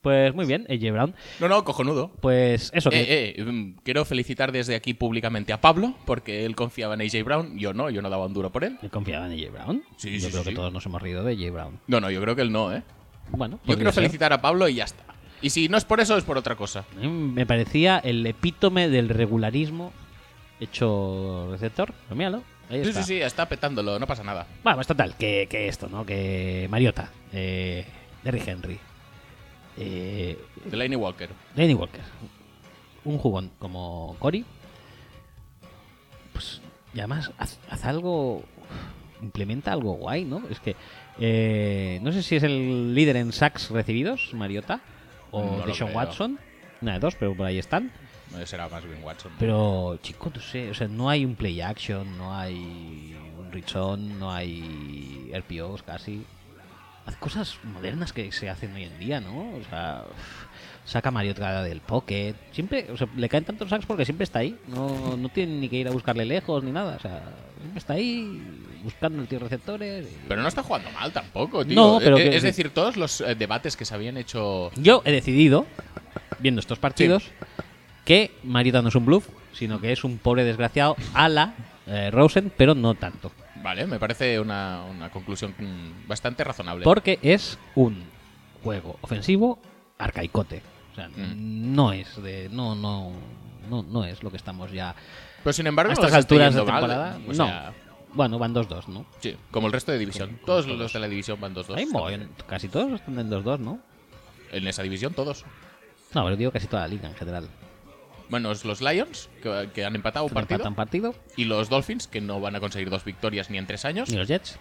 pues muy bien, AJ Brown. No, no, cojonudo. Pues eso que... Eh, eh, mm, quiero felicitar desde aquí públicamente a Pablo, porque él confiaba en AJ Brown. Yo no, yo no daba un duro por él. Yo confiaba en AJ Brown. eh. Sí, Yo sí, creo sí, que sí. todos nos hemos reído de AJ Brown. No, no, yo creo que él no, ¿eh? Bueno, Yo quiero podría ser. felicitar a Pablo y ya está. Y si no es por eso, es por otra cosa. A mí Me parecía el epítome del regularismo hecho receptor. Pero míralo. Ahí Sí, está. sí, sí, está petándolo, no pasa nada. Bueno, pues total, que, que esto, ¿no? Que Mariota, eh, Derry Henry, eh, Delaney Walker. Lenny Walker, un jugón como Cory, pues, y además, haz, haz algo, implementa algo guay, ¿no? Es que, eh, no sé si es el líder en sacks recibidos, Mariota, o No lo Deshaun creo. Watson, una de dos, pero por ahí están. No, Eh, Será más bien Watson. Pero, chico, no sé, o sea, no hay un play action, no hay un return, no hay RPOs casi. Haz cosas modernas que se hacen hoy en día, ¿no? O sea, uf, saca a Mariota del pocket. Siempre, o sea, le caen tantos sacks porque siempre está ahí. No, no tiene ni que ir a buscarle lejos ni nada. O sea, siempre está ahí buscando el tío receptores. Pero no está jugando mal tampoco, tío. No, pero Eh, que- es decir, todos los eh, debates que se habían hecho. Yo he decidido, viendo estos partidos, que Mariota no es un bluff, sino que es un pobre desgraciado a la eh, Rosen, pero no tanto. Vale, me parece una, una conclusión mm, bastante razonable. Porque es un juego ofensivo arcaicote. O sea, Mm. no es de. No, no. No, no es lo que estamos ya. Pero sin A embargo, no estas les está alturas de yendo mal, temporada. o no. sea, Bueno, van 2-2, ¿no? sí, como el resto de división. Como- como todos los todos. de la división van 2-2. Hay un mogollón. Casi todos están en 2-2, ¿no? En esa división, todos. No, pero digo casi toda la liga en general. Menos los Lions, que, que han empatado un partido. Empatan partido. Y los Dolphins, que no van a conseguir dos victorias ni en tres años. ¿Y los Jets?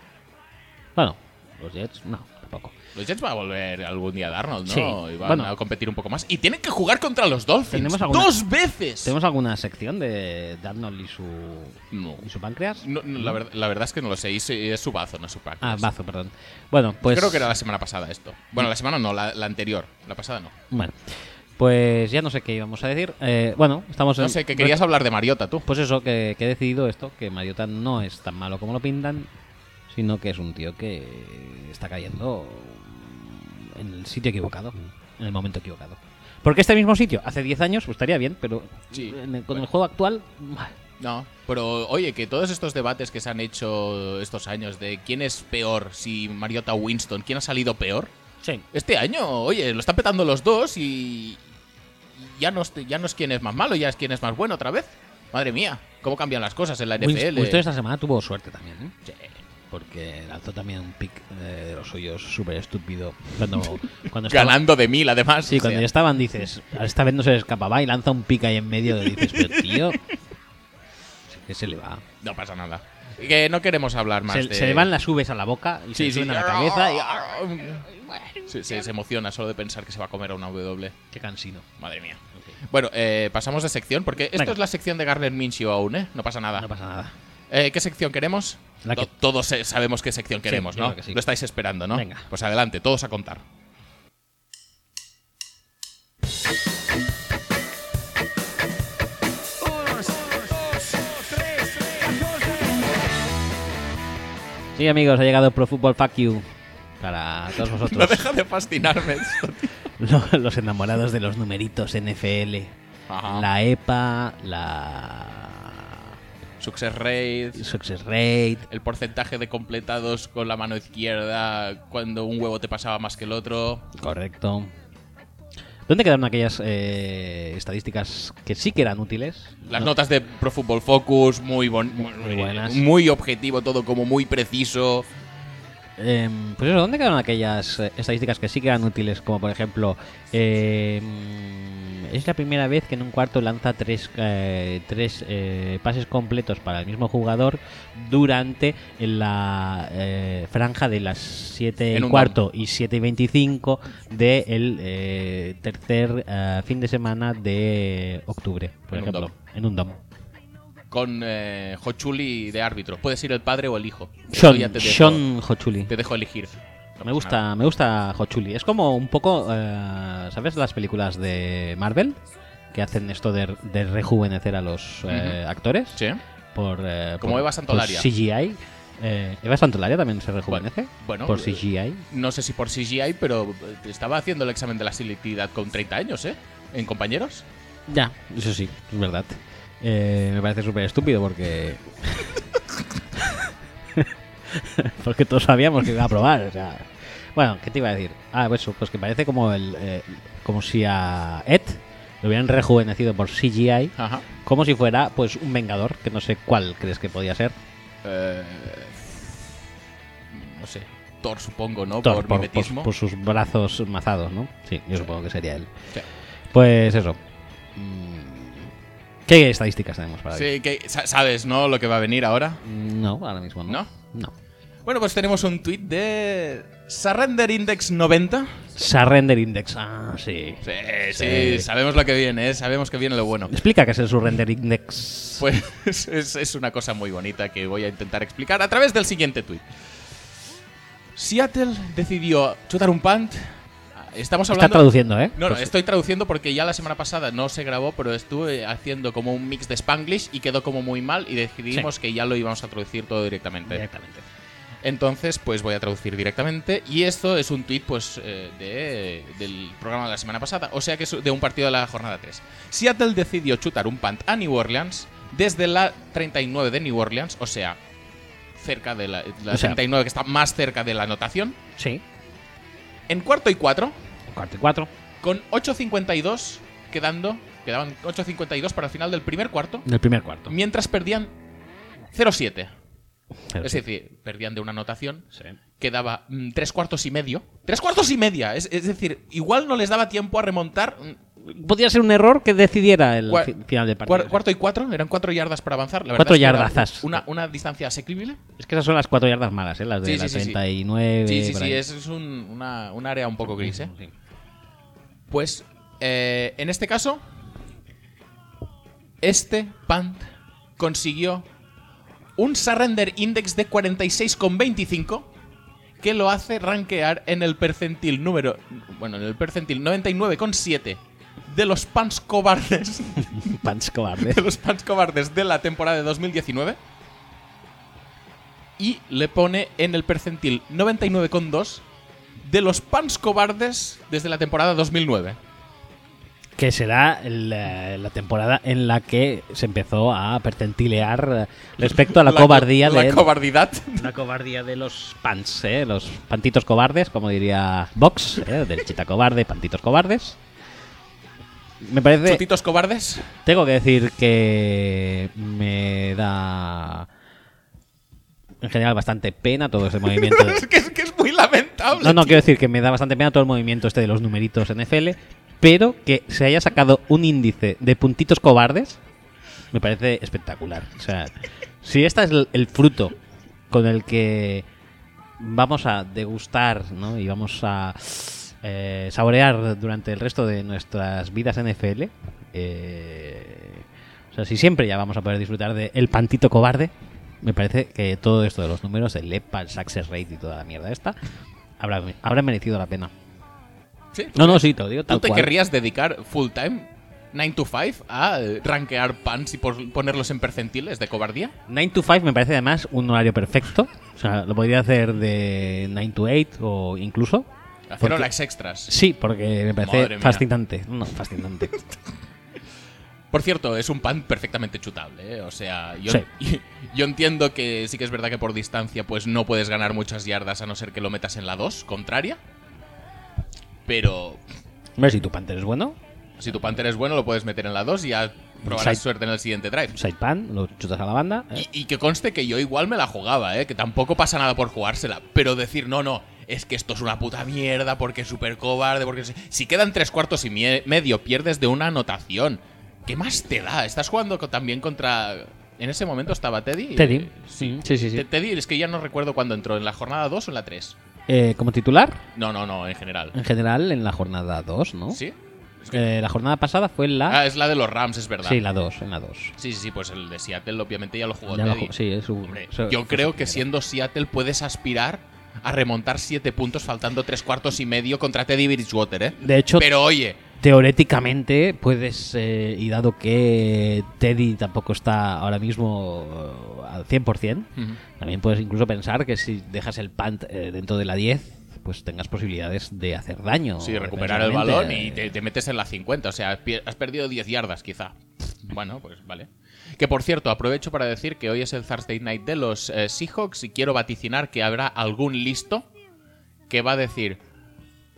Bueno, los Jets, no, tampoco. Los Jets va a volver algún día a darnos, ¿no? Sí, Y van bueno. a competir un poco más. Y tienen que jugar contra los Dolphins. Tenemos alguna- ¡Dos veces! ¿Tenemos alguna sección de Darnold y su, No. y su páncreas? No, no, la, ver- la verdad es que no lo sé. Y se- es su bazo, no su pack. Ah, bazo, perdón. Bueno, pues. Creo que era la semana pasada esto. Bueno, la semana no, la, la anterior. La pasada no. Bueno, pues ya no sé qué íbamos a decir. Eh, bueno, estamos en. No sé, que querías hablar de Mariota, tú. Pues eso, que, que he decidido esto: que Mariota no es tan malo como lo pintan, sino que es un tío que está cayendo en el sitio equivocado, en el momento equivocado. Porque este mismo sitio, hace 10 años, pues estaría bien, pero Sí, en el- con bueno. el juego actual. bah, No, pero oye, que todos estos debates que se han hecho estos años de quién es peor, si Mariota o Winston, quién ha salido peor, Sí. este año, oye, lo están petando los dos y y ya no, es- ya no es quién es más malo, ya es quién es más bueno otra vez. Madre mía, cómo cambian las cosas en la NFL. Winst- Winston esta semana tuvo suerte también, ¿eh? Porque lanzó también un pick eh, de los suyos súper estúpido cuando, cuando estaba- Ganando de mil, además. Sí, o cuando sea, ya estaban dices, esta vez no se le escapaba y lanza un pica ahí en medio y dices, pero tío, se- que se le va. No pasa nada. Y Que no queremos hablar más Se, de... se le van las ubes a la boca y Sí, se sí. le suben a la cabeza y ¡ah! Sí, sí, se emociona solo de pensar que se va a comer a una W. qué cansino. Madre mía. Ok. Bueno, eh, pasamos de sección, porque esto Venga. es la sección de Garner Minchio aún, ¿eh? No pasa nada. No pasa nada. Eh, ¿Qué sección queremos? La que- To- Todos eh, sabemos qué sección queremos, yo ¿no? creo que sí. Lo estáis esperando, ¿no? Venga. Pues adelante, todos a contar. Sí, amigos, ha llegado Pro Football Fuck You para todos No vosotros, deja de fascinarme esto, tío. lo- los enamorados de los numeritos NFL, Ajá. la EPA, la Success rate, Success Rate, el porcentaje de completados con la mano izquierda cuando un huevo te pasaba más que el otro. Correcto. ¿Dónde quedaron aquellas eh, estadísticas que sí que eran útiles? Las No- notas de Pro Football Focus, muy, bon- muy buenas. Muy objetivo todo, como muy preciso. Em, pues eso, ¿dónde quedaron aquellas eh, estadísticas que sí que eran útiles? Como por ejemplo, em, es la primera vez que en un cuarto lanza tres, eh, tres eh, pases completos para el mismo jugador durante la eh, franja de las 7 En y un cuarto y 7 y 25 del eh, tercer eh, fin de semana de octubre, por En un ejemplo, dom. en un DOM. con eh, Hochuli de árbitro. Puedes ir el padre o el hijo. Eso Sean, ya te dejo, Sean Hochuli. te dejo elegir. No Me pasa nada. gusta, me gusta Hochuli. Es como un poco, eh, ¿sabes? Las películas de Marvel que hacen esto de, de rejuvenecer a los eh, actores Sí. por eh, Como por- Eva por Santolaria. CGI. Eh, Eva Santolaria también se rejuvenece Bueno, por eh, CGI. No sé si por CGI, pero eh, estaba haciendo el examen de la selectividad con 30 años, ¿eh? En compañeros. Ya, eso sí, es verdad. Eh, me parece súper estúpido porque. porque todos sabíamos que iba a probar. o sea. Bueno, ¿qué te iba a decir? Ah, pues, eso, pues que parece como el eh, como si a Ed lo hubieran rejuvenecido por CGI, Ajá. como si fuera pues un vengador, que no sé cuál crees que podía ser. Eh, no sé. Thor, supongo, ¿no? Thor, por, mimetismo. por sus brazos mazados, ¿no? Sí, yo supongo que sería él. Sí. Pues eso. Mm. ¿Qué estadísticas tenemos para hoy? Sí, que sa- sabes, ¿no? Lo que va a venir ahora. No, ahora mismo no. ¿No? No. Bueno, pues tenemos un tweet de Surrender Index 90. Surrender Index. Ah, sí. Sí, sí, Sí. sabemos lo que viene, ¿eh? sabemos que viene lo bueno. Explica qué es el Surrender Index. Pues es, es una cosa muy bonita que voy a intentar explicar a través del siguiente tweet. Seattle decidió chutar un punt. Estamos Está hablando. traduciendo, ¿eh? No, no, Pues- estoy traduciendo porque ya la semana pasada no se grabó, pero estuve haciendo como un mix de Spanglish y quedó como muy mal y decidimos que ya lo íbamos a traducir todo directamente. Directamente. Entonces, pues voy a traducir directamente. Y esto es un tweet, pues, eh, de- del programa de la semana pasada. O sea que es de un partido de la jornada 3. Seattle decidió chutar un punt a New Orleans desde la 39 de New Orleans, o sea, cerca de la, la O sea- 39 que está más cerca de la anotación. Sí. En cuarto y cuatro, Cuarto y cuatro. con 8.52 quedando, quedaban 8.52 para el final del primer cuarto, Del primer cuarto. mientras perdían 0.7. Pero Es sí. decir, perdían de una anotación Sí. quedaba mm, tres cuartos y medio. Tres cuartos y media. Es, es decir, igual no les daba tiempo a remontar. Mm, Podría ser un error que decidiera el cua- fi- final del Mm, partido. cuar- cuarto y cuatro, eran cuatro yardas para avanzar. La verdad Cuatro es que era yardazas. Una, una distancia asequible. Es que esas son las cuatro yardas malas, ¿eh? Las de Sí, la sí, sí, sí. 39. Sí, sí, por sí, ahí. es, es un, una- un área un poco gris. ¿eh? Sí. Pues eh, en este caso, este punt consiguió un surrender index de 46,25 que lo hace rankear en el percentil número, bueno, en el percentil 99,7 de los punts cobardes, Punch cobarde. de los punts cobardes de la temporada de 2019 y le pone en el percentil 99,2 de los punts cobardes desde la temporada 2009. que será eh, la, la temporada en la que se empezó a percentilear eh, respecto a la, co- cobardía la de cobardidad. La cobardía de los pants, ¿eh? Los pantitos cobardes, como diría Vox, ¿eh? Derechita cobarde, pantitos cobardes. Me parece... Chutitos cobardes. Tengo que decir que me da... En general, bastante pena todo este movimiento. de- es, que, es que es muy lamentable. No, no, tío. quiero decir que me da bastante pena todo el movimiento este de los numeritos NFL, pero que se haya sacado un índice de puntitos cobardes me parece espectacular. O sea, si este es el, el fruto con el que vamos a degustar ¿no? y vamos a eh, saborear durante el resto de nuestras vidas NFL, eh, o sea, si siempre ya vamos a poder disfrutar de El Pantito Cobarde, me parece que todo esto de los números, el EPA, el success rate y toda la mierda esta, habrá, habrá merecido la pena. Sí, No, no, sí, te lo digo ¿Tú tal te cual. querrías dedicar full time, 9 to 5, a eh, rankear pants y por- ponerlos en percentiles de cobardía? 9 to 5 me parece además un horario perfecto. O sea, lo podría hacer de 9 to 8 o incluso. Hacer Porque- horas extras. Sí, porque me Madre parece mía. fascinante. No, fascinante. Por cierto, es un punt perfectamente chutable. ¿eh? O sea, yo, Sí. yo entiendo que sí que es verdad que por distancia pues no puedes ganar muchas yardas a no ser que lo metas en la 2, contraria. Pero Hombre, si tu Panther es bueno, si tu punter es bueno, lo puedes meter en la 2 y ya probarás Side- suerte en el siguiente drive. side pan, lo chutas a la banda. ¿eh? Y, y que conste que yo igual me la jugaba, ¿eh? que tampoco pasa nada por jugársela. Pero decir, no, no, es que esto es una puta mierda porque es súper cobarde, porque si- si quedan tres cuartos y mie- medio pierdes de una anotación. ¿Qué más te da? Estás jugando co- también contra... En ese momento estaba Teddy. Teddy. Sí. Sí, sí, sí. Te- Teddy, es que ya no recuerdo cuándo entró, en la jornada 2 o en la 3. Eh, como titular, No, no, no, en general. en general, en la jornada 2, ¿no? ¿Sí? Eh, la jornada pasada fue en la. Ah, es la de los Rams, es verdad. sí, la 2, en la 2. Sí, sí, sí, pues el de Seattle obviamente ya lo jugó Ya la Teddy. ju- sí, es un- Hombre, so- yo so- creo que siendo Seattle puedes aspirar a remontar siete puntos faltando tres cuartos y medio contra Teddy Bridgewater, ¿eh? De hecho, Pero oye, teóricamente puedes, eh, y dado que Teddy tampoco está ahora mismo eh, al 100%, Ujú. también puedes incluso pensar que si dejas el punt eh, dentro de la 10, pues tengas posibilidades de hacer daño. sí, recuperar el defensivamente. balón y te, te metes en la 50. O sea, pier- has perdido 10 yardas quizá. Bueno, pues vale. Que por cierto, aprovecho para decir que hoy es el Thursday Night de los eh, Seahawks y quiero vaticinar que habrá algún listo que va a decir...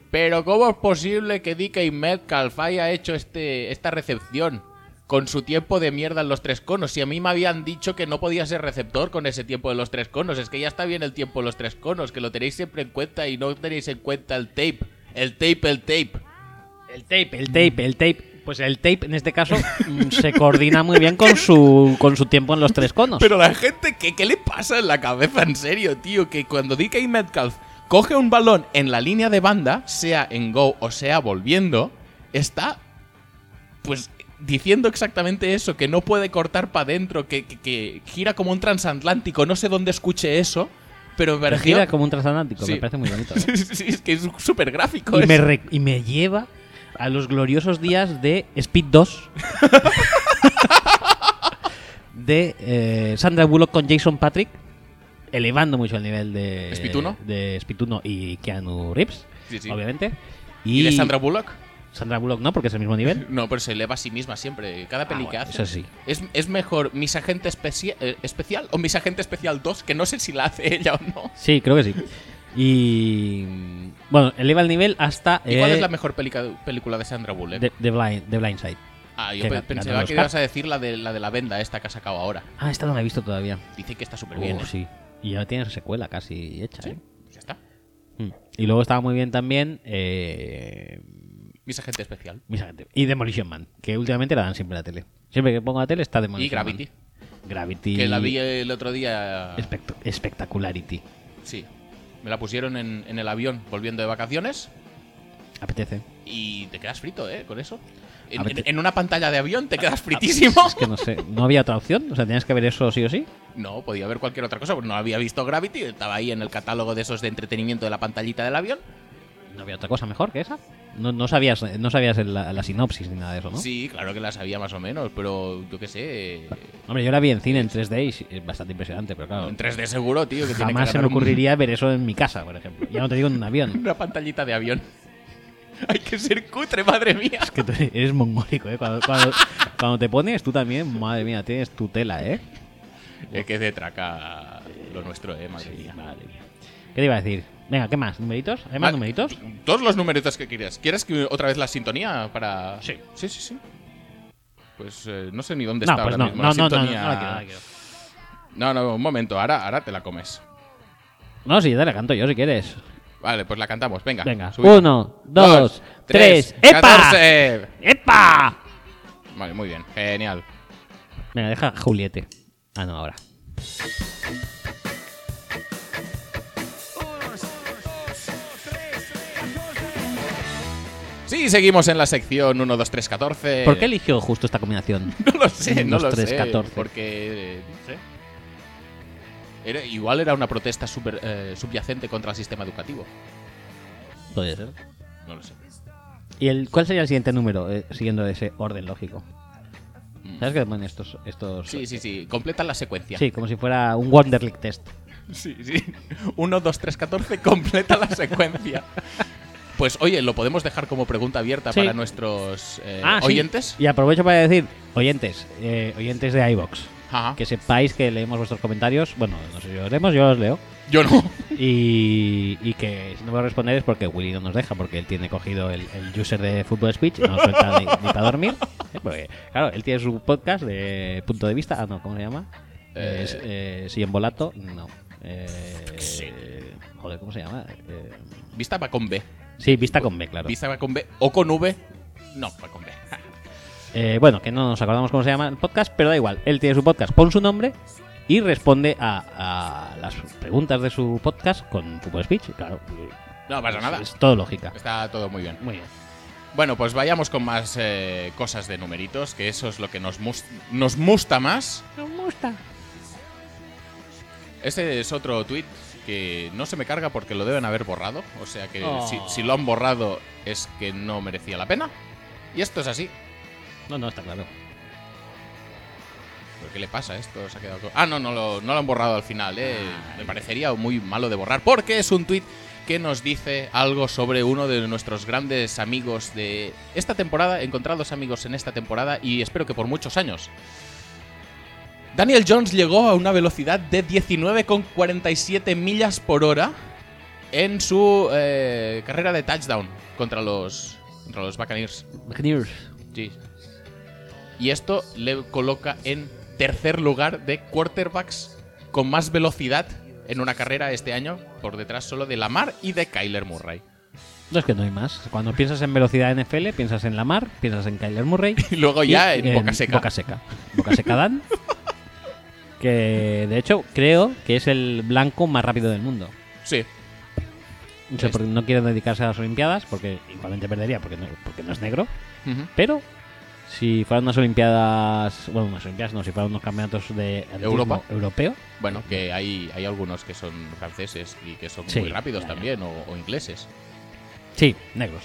Pero ¿cómo es posible que DK Metcalf haya hecho este, esta recepción con su tiempo de mierda en los tres conos? Si a mí me habían dicho que no podía ser receptor con ese tiempo de los tres conos, es que ya está bien el tiempo de los tres conos, que lo tenéis siempre en cuenta y no tenéis en cuenta el tape, el tape, el tape. El tape, el tape, el tape. Pues el tape, en este caso, mm, se coordina muy bien con su, con su tiempo en los tres conos. Pero la gente, ¿qué, qué le pasa en la cabeza? En serio, tío, que cuando DK Metcalf coge un balón en la línea de banda, sea en go o sea volviendo, está pues diciendo exactamente eso, que no puede cortar para adentro, que, que- que gira como un transatlántico, no sé dónde escuché eso, pero me Pero pareció... gira como un transatlántico, Sí. me parece muy bonito. Sí, sí, sí, es que es súper gráfico. y, me re- y me lleva a los gloriosos días de Speed 2. de eh, Sandra Bullock con Jason Patrick, elevando mucho el nivel de ¿Speed 1? de Speed 1 y Keanu Reeves, Sí, sí. obviamente. ¿Y Y, de Sandra Bullock? Sandra Bullock no, porque es el mismo nivel. No, pero se eleva a sí misma siempre. Cada peli Ah, bueno, que hace. eso sí. Es, es mejor Mis Agente Especi- eh, Especial o Mis Agente Especial 2, que no sé si la hace ella o no. Sí, creo que sí. Y mm, bueno, eleva el nivel hasta ¿Y cuál eh, es la mejor pelica- película de Sandra Bullock? The, The blind, The Blind Side. ah, yo que pe- ga- ganó pensaba el que Oscar. ibas a decir la de, la de la venda esta que ha sacado ahora. Ah, esta no la he visto todavía. Dice que está súper Oh, bien. ¿eh? sí. Y ya tiene secuela casi hecha. Sí, ¿eh? pues ya está. Mm. Y luego estaba muy bien también eh, Mis Agente Especial. mis agentes. y Demolition Man, que últimamente la dan siempre en la tele. Siempre que pongo la tele está Demolition y Gravity, Man. Gravity. que la vi el otro día. espect- Spectacularity. Sí, me la pusieron en, en el avión volviendo de vacaciones Apetece. y te quedas frito, ¿eh? Con eso. En, A ver, en- te- en una pantalla de avión te quedas fritísimo. Es que no sé, no había otra opción. O sea, tenías que ver eso sí o sí. No, podía haber cualquier otra cosa, porque no había visto Gravity, estaba ahí en el catálogo de esos de entretenimiento de la pantallita del avión. No había otra cosa mejor que esa. No, no sabías, eh, no sabías el- la, la sinopsis ni nada de eso, ¿no? Sí, claro que la sabía más o menos, pero yo qué sé. Hombre, yo la vi en cine en 3D y sí, es bastante impresionante, pero claro. En 3D seguro, tío. Que tiene que Jamás se me ganar un- ocurriría ver eso en mi casa, por ejemplo. Ya no te digo en un avión. una pantallita de avión. Hay que ser cutre, madre mía. Es que tú eres mongólico, ¿eh? Cuando, cuando- cuando te pones tú también, madre mía, tienes tu tela, ¿eh? Es que es de traca lo nuestro, eh, madre Sí, mía. Ah, madre mía. ¿Qué te iba a decir? Venga, ¿qué más? ¿Numeritos? ¿Hay más Ma- numeritos? Todos los numeritos que quieras. ¿Quieres que otra vez la sintonía para.? Sí. Sí, sí, sí. Pues eh, no sé ni dónde No, está pues ahora no, mismo no, la no, no, no, sintonía. no la quiero, no la quiero. no, no, un momento, ahora, ahora te la comes. No, sí, ya te la canto yo si quieres. Vale, pues la cantamos, venga. Venga, subid. uno, dos, tres, ¡epa! 14. ¡Epa! Vale, muy bien, genial. Venga, deja Juliete. Ah, no, ahora. Sí, seguimos en la sección 1, 2, 3, 14. ¿Por qué eligió justo esta combinación? No lo sé, no Unos lo tres, sé. 14. Porque. eh, no sé. Era- igual era una protesta super, eh, subyacente contra el sistema educativo. Puede ser. No lo sé. ¿eh? ¿Y el, cuál sería el siguiente número, eh, siguiendo ese orden lógico? ¿Sabes qué ponen estos, estos Sí, sí, sí. Completa la secuencia. Sí, como si fuera un Wonderlic test. sí. sí. 1, 2, 3, 14. Completa la secuencia. Pues oye, lo podemos dejar como pregunta abierta Sí. para nuestros eh, Ah, sí. oyentes. Y aprovecho para decir, oyentes, eh, oyentes de iBox, Ajá. que sepáis que leemos vuestros comentarios. Bueno, no sé si los leemos, yo los leo. Yo no. Y, y que si no voy a responder es porque Willy no nos deja, porque él tiene cogido el, el user de Football Speech y no nos suelta ni, para dormir. Eh, porque, claro, él tiene su podcast de punto de vista. Ah, no, ¿cómo se llama? Eh, Es, eh, si en volato, no. Eh, Sí. Joder, ¿cómo se llama? Eh, Vista va con B. sí, vista con B, claro. Vista va con B. O con V. No, va con B. Eh, bueno, que no nos acordamos cómo se llama el podcast, pero da igual. Él tiene su podcast con su nombre y responde a, a las preguntas de su podcast con Football Speech. Claro, No pasa nada. es, es todo lógica. Está todo muy bien. Muy bien. Bueno, pues vayamos con más eh, cosas de numeritos, que eso es lo que nos, mus- nos gusta más. Nos gusta. Este es otro tweet que no se me carga porque lo deben haber borrado. O sea que Oh. si, si lo han borrado es que no merecía la pena. Y esto es así. No, no, está claro. ¿Pero qué le pasa a esto? Se ha quedado co- Ah, no, no lo, no lo han borrado al final. eh. Me parecería muy malo de borrar porque es un tweet que nos dice algo sobre uno de nuestros grandes amigos de esta temporada. He encontrado dos amigos en esta temporada y espero que por muchos años. Daniel Jones llegó a una velocidad de 19,47 millas por hora en su eh, carrera de touchdown contra los, contra los Buccaneers. Buccaneers. Sí. Y esto le coloca en tercer lugar de quarterbacks con más velocidad en una carrera este año, por detrás solo de Lamar y de Kyler Murray. No es que no hay más. Cuando piensas en velocidad NFL, piensas en Lamar, piensas en Kyler Murray. Y luego Oh, ya y en boca seca. Boca seca. Boca seca Dan. que de hecho creo que es el blanco más rápido del mundo. Sí. No sé por qué no quiere dedicarse a las Olimpiadas porque igualmente perdería porque no, porque no es negro. Ujú. Pero si fueran unas Olimpiadas, bueno, unas Olimpiadas no, si fueran unos campeonatos de atletismo Europa. europeo, Bueno, que hay, hay algunos que son franceses y que son Sí, muy rápidos ya, ya. también, o, o ingleses. sí, negros.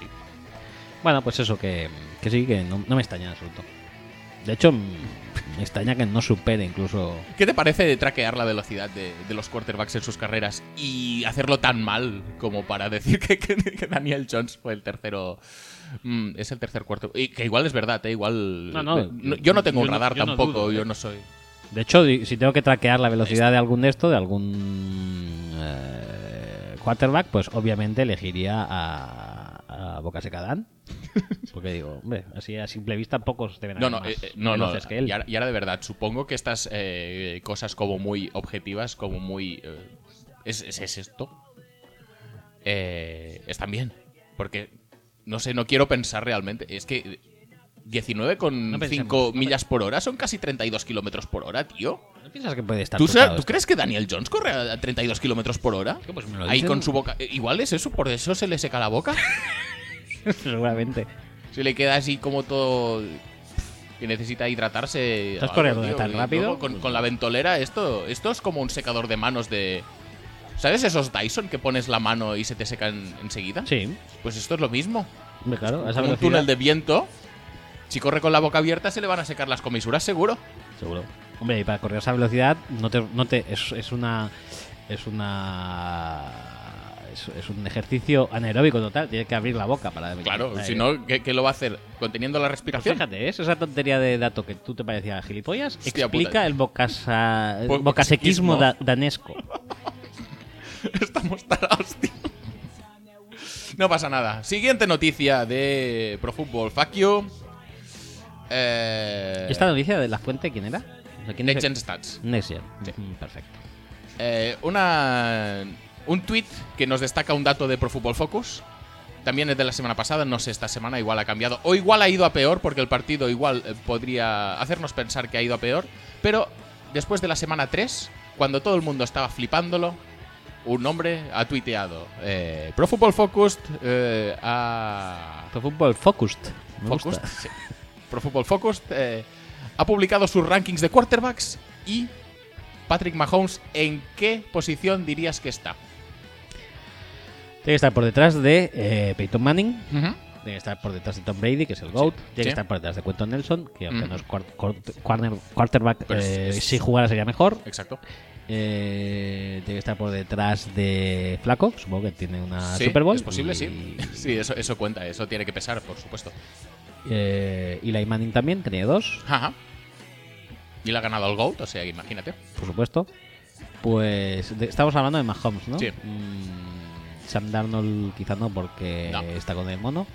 Sí. Bueno, pues eso, que, que sí, que no, no me extraña en absoluto. De hecho, mm, me extraña que no supere incluso. ¿Qué te parece de traquear la velocidad de, de los quarterbacks en sus carreras y hacerlo tan mal como para decir que, que- que Daniel Jones fue el tercero? mm, es el tercer cuarto. Y que igual es verdad, ¿eh? igual. No, no, yo no tengo un yo no- radar yo no tampoco, dudo, ¿eh? yo no soy. De hecho, di- si tengo que traquear la velocidad de algún de esto, de algún eh, quarterback, pues obviamente elegiría a, a Boca Seca Dan. Porque digo, hombre, así a simple vista pocos te ven No, no, más eh, eh, no, no. veloces que él. Y ahora, y ahora de verdad, supongo que estas eh, cosas como muy objetivas, como muy. eh, ¿es, es- es esto? Eh, están bien. Porque, no sé, no quiero pensar realmente. Es que No 19,5 pensemos, no millas por hora son casi 32 kilómetros por hora, tío. ¿No piensas que puede estar ¿Tú, sa- tocado tú esto? crees que Daniel Jones corre a 32 kilómetros por hora? que pues me lo Ahí dicen. con su boca. eh, Igual es eso, por eso se le seca la boca. Seguramente. Se le queda así como todo. Que necesita hidratarse. ¿Estás o algo, corriendo tío. tan Y rápido? luego Con, con la ventolera, esto, esto es como un secador de manos de. ¿Sabes esos Dyson que pones la mano y se te secan enseguida? Sí, Pues esto es lo mismo. hombre, claro, a esa Como un velocidad. túnel de viento. Si corre con la boca abierta, se le van a secar las comisuras, seguro. Seguro. Hombre, y para correr a esa velocidad, no te, no te, es, es una. Es una. Es, es un ejercicio anaeróbico total. Tienes que abrir la boca para. Claro, para- si no, ¿qué, qué lo va a hacer? ¿Conteniendo la Pues respiración? fíjate, ¿eh? esa tontería de dato que tú te parecía gilipollas Hostia explica puta. el bocasa, Bo- bocasequismo bocasequismo. da- danesco. Estamos tarados, tío. No pasa nada. Siguiente noticia de Pro Football Fuck You. Eh, ¿Esta noticia de la fuente quién era? O sea, ¿quién Next es el- Gen Stats. Next Gen. Sí. Mm, Perfecto. Eh, una, un tweet que nos destaca un dato de Pro Football Focus. También es de la semana pasada, no sé, esta semana igual ha cambiado. O igual ha ido a peor, porque el partido igual eh, podría hacernos pensar que ha ido a peor. Pero después de la semana 3, cuando todo el mundo estaba flipándolo, un hombre ha tuiteado. eh, Pro Football Focus eh, ha, Pro Football Focused. Me Focused, gusta. sí. Pro Football Focused eh, ha publicado sus rankings de quarterbacks y Patrick Mahomes, ¿en qué posición dirías que está? Tiene que estar por detrás de eh, Peyton Manning. Tiene que estar por detrás de Tom Brady, que es el GOAT. Tiene Sí. que estar por detrás de Quentin Nelson, que aunque Mm. no es cuar- cuar- cuarner- quarterback, Pero es- eh, es- si jugara sería mejor. Exacto. Eh, tiene que estar por detrás de Flaco, supongo que tiene una Sí, Super Bowl. es posible, y, sí. Sí, eso, eso cuenta, eso tiene que pesar, por supuesto. Eh, Eli Manning también tenía dos, Ajá. Y le ha ganado al GOAT, o sea, imagínate. por supuesto. Pues de- estamos hablando de Mahomes, ¿no? Sí. Mm, Sam Darnold quizá no porque No. está con el mono.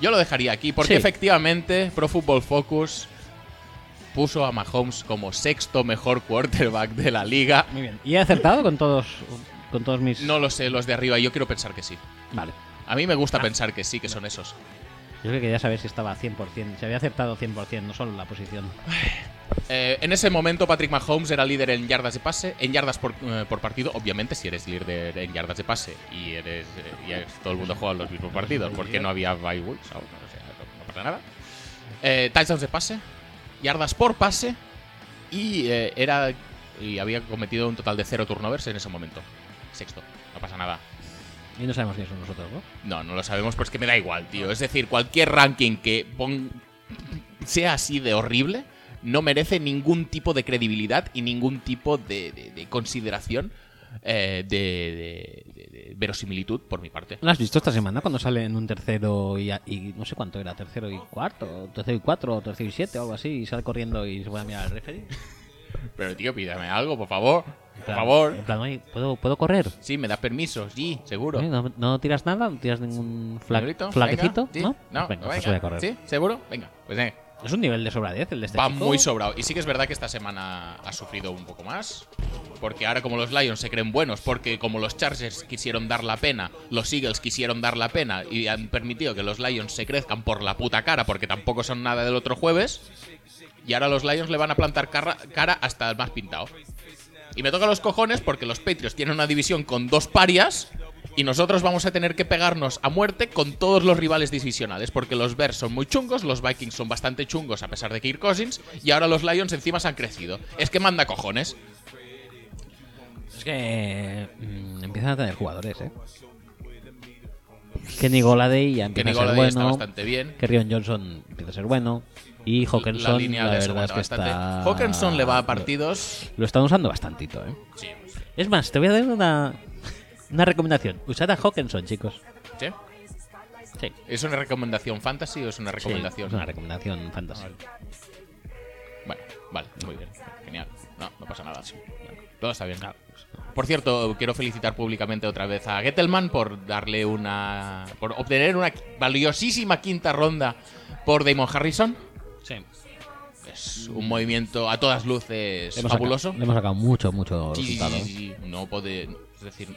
Yo lo dejaría aquí, porque Sí. efectivamente Pro Football Focus puso a Mahomes como sexto mejor quarterback de la liga. Muy bien. ¿Y he acertado con todos con todos mis...? No lo sé, los de arriba, yo quiero pensar que sí. Vale. A mí me Ah. gusta pensar que sí, que son esos. Yo creo que quería saber si estaba 100%, si había acertado 100%, no solo la posición. Eh, en ese momento Patrick Mahomes era líder en yardas de pase, en yardas por, eh, por partido, obviamente si eres líder en yardas de pase y eres eh, y eres- todo el mundo juega los mismos partidos, porque no había bye weeks aún, o sea, no, no pasa nada. Eh, touchdowns de pase, yardas por pase y eh, era y había cometido un total de cero turnovers en ese momento. Sexto, no pasa nada. Y no sabemos quiénes son nosotros, ¿no? No, no lo sabemos, pero es que me da igual, tío. Es decir, cualquier ranking que pon- sea así de horrible no merece ningún tipo de credibilidad y ningún tipo de, de- de consideración eh, de, de- de- de verosimilitud por mi parte. ¿Lo has visto esta semana cuando sale en un tercero y, a- y no sé cuánto era? ¿Tercero y cuarto? ¿Tercero y cuatro? o ¿Tercero y siete? O algo así. Y sale corriendo y se puede mirar al referee. Pero, tío, pídame algo, por favor. Por Claro, favor. En plan, "Oye, ¿puedo, ¿puedo correr? Sí, me das permiso, sí, seguro. ¿Eh? ¿No, no tiras nada? ¿No tiras ningún fla- Señorito, flaquecito? venga, sí, ¿No? no, venga, pues venga, voy a correr. ¿Sí? ¿Seguro? Venga, pues venga. Es un nivel de sobradez el de este Va chico. muy sobrado. Y sí que es verdad que esta semana ha sufrido un poco más. Porque ahora como los Lions se creen buenos, porque como los Chargers quisieron dar la pena, los Eagles quisieron dar la pena y han permitido que los Lions se crezcan por la puta cara, porque tampoco son nada del otro jueves, y ahora los Lions le van a plantar cara, cara hasta el más pintado. Y me toca los cojones porque los Patriots tienen una división con dos parias y nosotros vamos a tener que pegarnos a muerte con todos los rivales divisionales porque los Bears son muy chungos, los Vikings son bastante chungos a pesar de que ir Cousins y ahora los Lions encima se han crecido. Es que manda cojones. Es que mm, empiezan a tener jugadores, ¿eh? Kenny Goladay ya Que empieza a ser Nicola bueno. está bastante bien. que Rion Johnson empieza a ser bueno y Hawkinson la, la línea les verdad es aguanta que bastante. está Hawkinson le va a partidos. lo están usando bastantito ¿eh? Sí, es más te voy a dar una una recomendación usad a Hawkinson chicos sí. sí ¿Es una recomendación fantasy o es una recomendación? es una recomendación fantasy Bueno, vale, muy bien. Genial. No, no pasa nada. Todo está bien. Por cierto, quiero felicitar públicamente otra vez a Gettelman por darle una. por obtener una valiosísima quinta ronda por Damon Harrison. sí Es un movimiento a todas luces fabuloso. le hemos sacado mucho mucho Sí, sí, resultado sí, sí, sí. No puede. Es decir,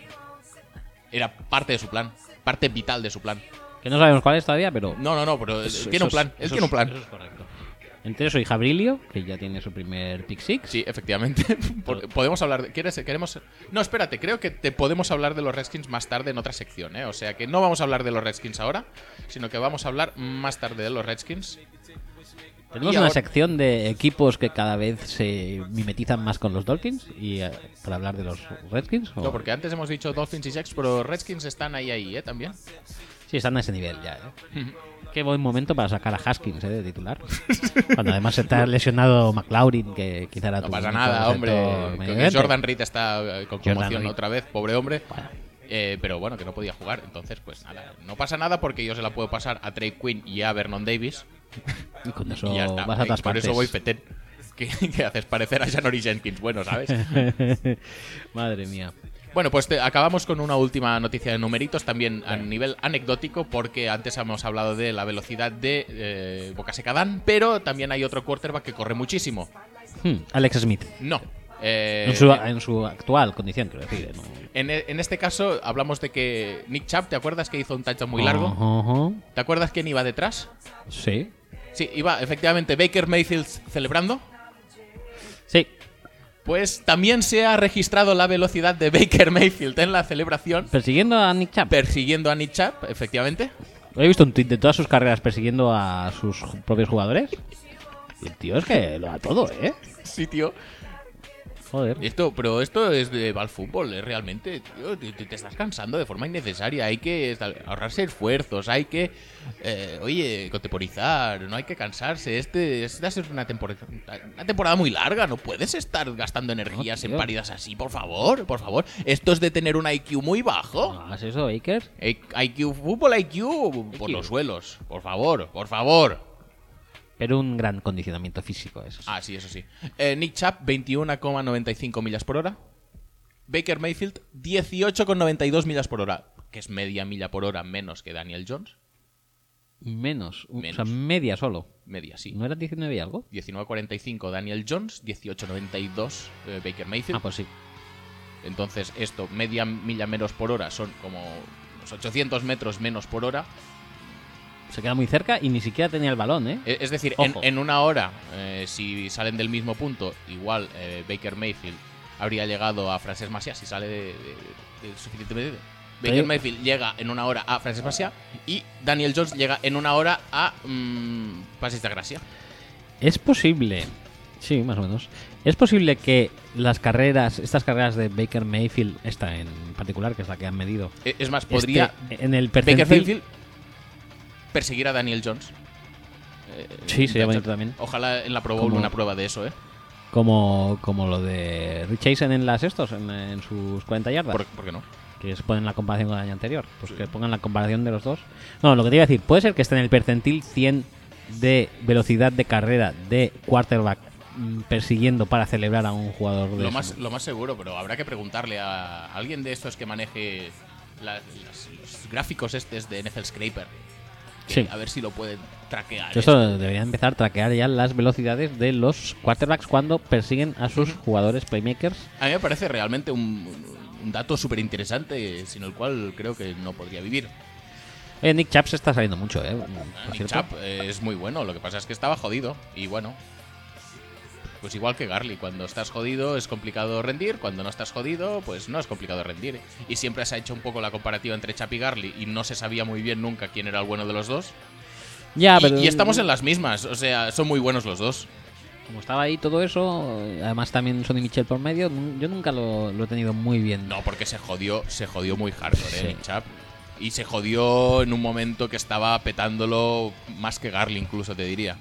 era parte de su plan. Parte vital de su plan. que no sabemos cuál es todavía pero No, no, no, pero eso- tiene un eso plan. es- Él eso tiene un es- plan. eso es correcto entre eso y Jabrilio que ya tiene su primer pick six Sí, efectivamente. Por- podemos hablar de. ¿quieres, queremos. No, espérate, creo que te podemos hablar de los Redskins más tarde en otra sección, ¿eh? O sea que no vamos a hablar de los Redskins ahora, sino que vamos a hablar más tarde de los Redskins. Tenemos Y una ahora- sección de equipos que cada vez se mimetizan más con los Dolphins y eh, para hablar de los Redskins. ¿o? No, porque antes hemos dicho Dolphins y Jacks, pero Redskins están ahí ahí, ¿eh? También. Sí, están a ese nivel ya. ¿eh? Qué buen momento para sacar a Haskins ¿eh? de titular. Cuando además se está lesionado McLaurin, que quizá era No tu pasa único nada, hombre. receptor medio Creo que evento. Jordan Reed está eh, con Jordan conmoción Reed. otra vez, pobre hombre. Bueno. Eh, pero bueno, que no podía jugar, entonces pues nada, no pasa nada porque yo se la puedo pasar a Trey Quinn y a Vernon Davis. Y con eso Y ya está. vas a Eh, todas Por partes. eso voy petén. Que, que haces parecer a Janori Jenkins. Bueno, ¿sabes? Madre mía. bueno, pues te- acabamos con una última noticia de numeritos, también a nivel anecdótico, porque antes hemos hablado de la velocidad de eh, Boca Secadán, pero también hay otro quarterback que corre muchísimo. Hmm, Alex Smith. No. eh, en, su, en su actual condición, quiero decir. ¿no? en, en este caso hablamos de que Nick Chubb, ¿te acuerdas que hizo un touchdown muy Oh. largo? Ajá, ¿Te acuerdas quién iba detrás? ajá. Sí. Sí, iba efectivamente Baker Mayfield celebrando. Sí. Pues también se ha registrado la velocidad de Baker Mayfield en la celebración, Persiguiendo a Nick Chubb. persiguiendo a Nick Chubb, efectivamente. He visto un tweet de todas sus carreras persiguiendo a sus ju- propios jugadores. Y el tío es que lo da todo, ¿eh? Sí, tío. Joder. Esto, pero esto es de va al fútbol, ¿eh? realmente. tío, te, te- te estás cansando de forma innecesaria. Hay que esta- ahorrarse esfuerzos, hay que, eh, oye, contemporizar, no hay que cansarse. Este, esta es una temporada, una temporada muy larga. No puedes estar gastando energías en tío. paridas así, por favor, por favor. Esto es de tener un IQ muy bajo. ¿No hagas eso, Baker? Eh, IQ, fútbol IQ, por los suelos, por favor, por favor. Pero un gran condicionamiento físico, eso. sí. Ah, sí, eso sí. Eh, Nick Chubb, 21,95 millas por hora. Baker Mayfield, 18,92 millas por hora, que es media milla por hora menos que Daniel Jones. Menos, un- Menos. O sea, media solo. Media, sí. ¿No era 19 y algo? 19,45 Daniel Jones, 18,92 eh, Baker Mayfield. Ah, pues sí. Entonces, esto, media milla menos por hora, son como unos 800 metros menos por hora. Se queda muy cerca y ni siquiera tenía el balón, ¿eh? E- Es decir, en, Ojo. en una hora, eh, si salen del mismo punto, igual eh, Baker Mayfield habría llegado a Francesc Maciá si sale de, de- de suficientemente. Baker Pero- Mayfield llega en una hora a Francesc Maciá y Daniel Jones llega en una hora a mm, Pasis de Gracia. Es posible. Sí, más o menos. Es posible que las carreras, estas carreras de Baker Mayfield, esta en particular, que es la que han medido, E- Es más, podría esté en el Baker percentil. Mayfield perseguir a Daniel Jones. Eh, Sí, sería Daniel bonito Jones. también. Ojalá en la Pro Bowl Como- una prueba de eso, ¿eh? Como, como lo de Rich Eisen en las estos, en, en sus 40 yardas, ¿Por, por qué no? que se ponen la comparación con el año anterior. Pues Sí. que pongan la comparación de los dos. No, lo que te iba a decir, puede ser que esté en el percentil 100 de velocidad de carrera de quarterback mm, persiguiendo para celebrar a un jugador de Lo su- más, lo más seguro, pero habrá que preguntarle a alguien de estos que maneje la- las- los gráficos estos de NFL Scraper. que Sí. A ver si lo pueden traquear. ¿eh? Yo Eso debería empezar a traquear ya las velocidades de los quarterbacks cuando persiguen a sus jugadores playmakers. A mí me parece realmente un, un dato súper interesante, sin el cual creo que no podría vivir. Oye, Eh, Nick Chaps está saliendo mucho, ¿eh? Por Nick cierto. Chubb, eh, es muy bueno, lo que pasa es que estaba jodido. Y bueno, pues igual que Garly, cuando estás jodido es complicado rendir, cuando no estás jodido, pues no es complicado rendir. Y siempre se ha hecho un poco la comparativa entre Chap y Garly, y no se sabía muy bien nunca quién era el bueno de los dos. Ya, y, pero- y estamos en las mismas, o sea, son muy buenos los dos. Como estaba ahí todo eso, eh, además también Sonny Michel por medio, nu- yo nunca lo, lo he tenido muy bien. No, porque se jodió, se jodió muy hardcore, eh, Sí. Nick Chubb. Y se jodió en un momento que estaba petándolo más que Garly, incluso te diría.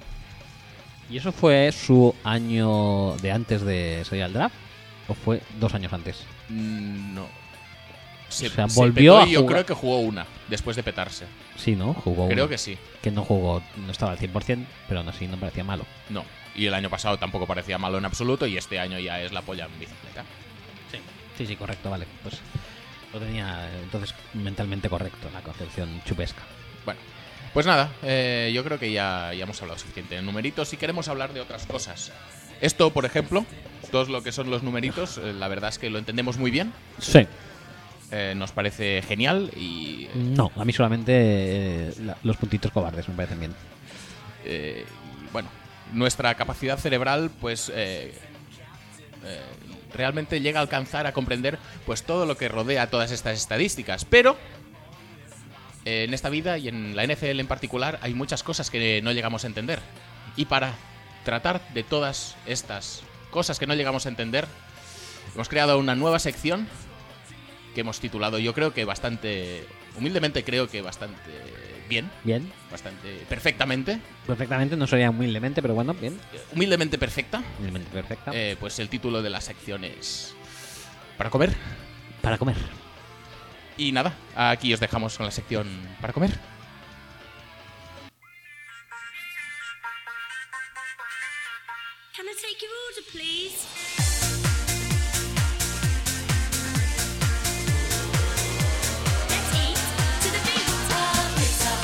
¿Y eso fue su año de antes de salir al draft? ¿O fue dos años antes? Mm, No. Se, O sea, se volvió petó a y yo jugar. creo que jugó una, después de petarse. Sí, ¿no? Jugó. Creo uno. que sí. Que no jugó, no estaba al 100%, pero aún así no parecía malo. No. Y el año pasado tampoco parecía malo en absoluto y este año ya es la polla en bicicleta. Sí, sí, correcto, vale. Pues lo tenía eh, entonces mentalmente correcto, la concepción chupesca. Bueno, pues nada, eh, yo creo que ya, ya hemos hablado suficiente de numeritos y queremos hablar de otras cosas. Esto, por ejemplo, todo lo que son los numeritos, eh, la verdad es que lo entendemos muy bien, Sí. eh, nos parece genial y No, a mí solamente eh, la- los puntitos cobardes me parecen bien. eh, y, bueno, nuestra capacidad cerebral, pues eh, eh, realmente llega a alcanzar a comprender pues todo lo que rodea todas estas estadísticas. Pero eh, en esta vida y en la NFL en particular hay muchas cosas que no llegamos a entender. Y para tratar de todas estas cosas que no llegamos a entender, hemos creado una nueva sección que hemos titulado, yo creo que bastante, humildemente creo que bastante bien, Bien, bastante perfectamente, perfectamente, no sería muy humildemente, pero bueno, bien. humildemente perfecta, Humildemente perfecta. eh, pues el título de la sección es Para comer. Para comer. Y nada, aquí os dejamos con la sección Para comer. Can I take your order, please? Let's eat to the beat.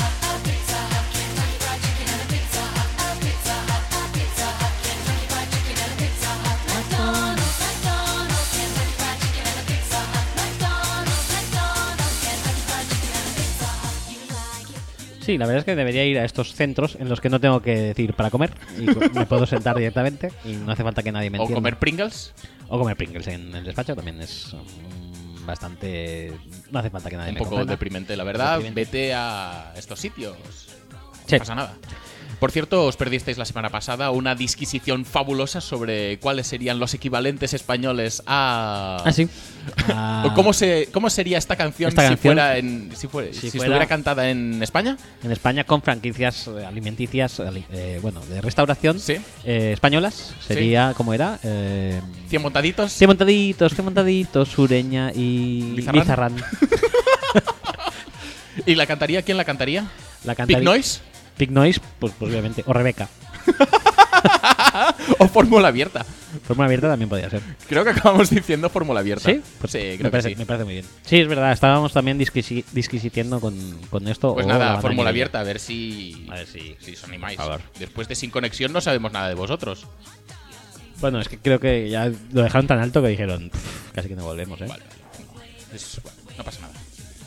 Sí, la verdad es que debería ir a estos centros en los que no tengo que decir para comer y co- me puedo sentar directamente y no hace falta que nadie me O entienda. comer Pringles. O comer Pringles en el despacho también es mm, bastante... No hace falta que nadie Un me poco comprenda. deprimente, la verdad. Deprimente. Vete a estos sitios. Sí. No pasa nada. Por cierto, os perdisteis la semana pasada una disquisición fabulosa sobre cuáles serían los equivalentes españoles a... Ah, sí. Ah, ¿O ¿Cómo, se, ¿Cómo sería esta canción, Esta si, canción, fuera en, si, fuera- si si fuera- estuviera cantada en España? Ah, En España con franquicias eh, alimenticias, ali- eh, bueno, de restauración Sí. eh, españolas. Sería, ¿cómo era? Eh, 100 montaditos. Cien montaditos, cien montaditos, Sureña y Bizarrán. Bizarrán. ¿Y la cantaría? ¿Quién la cantaría? La canta ¿Big Noise? Big Noise, pues, pues obviamente. O Rebeca. ¿O Fórmula Abierta? Forma abierta también podría ser. Creo que acabamos diciendo fórmula abierta. ¿Sí? Pues sí, me creo que parece, sí. me parece muy bien. Sí, es verdad. Estábamos también disquisi- disquisitiendo con, con esto. Pues o la nada, banda fórmula Nivel. abierta, a ver si. A ver si- si os animáis. por favor. Después de Sin Conexión no sabemos nada de vosotros. Bueno, es que creo que ya lo dejaron tan alto que dijeron, "Pff, casi que no volvemos, ¿eh? Vale. Es- bueno, no pasa nada.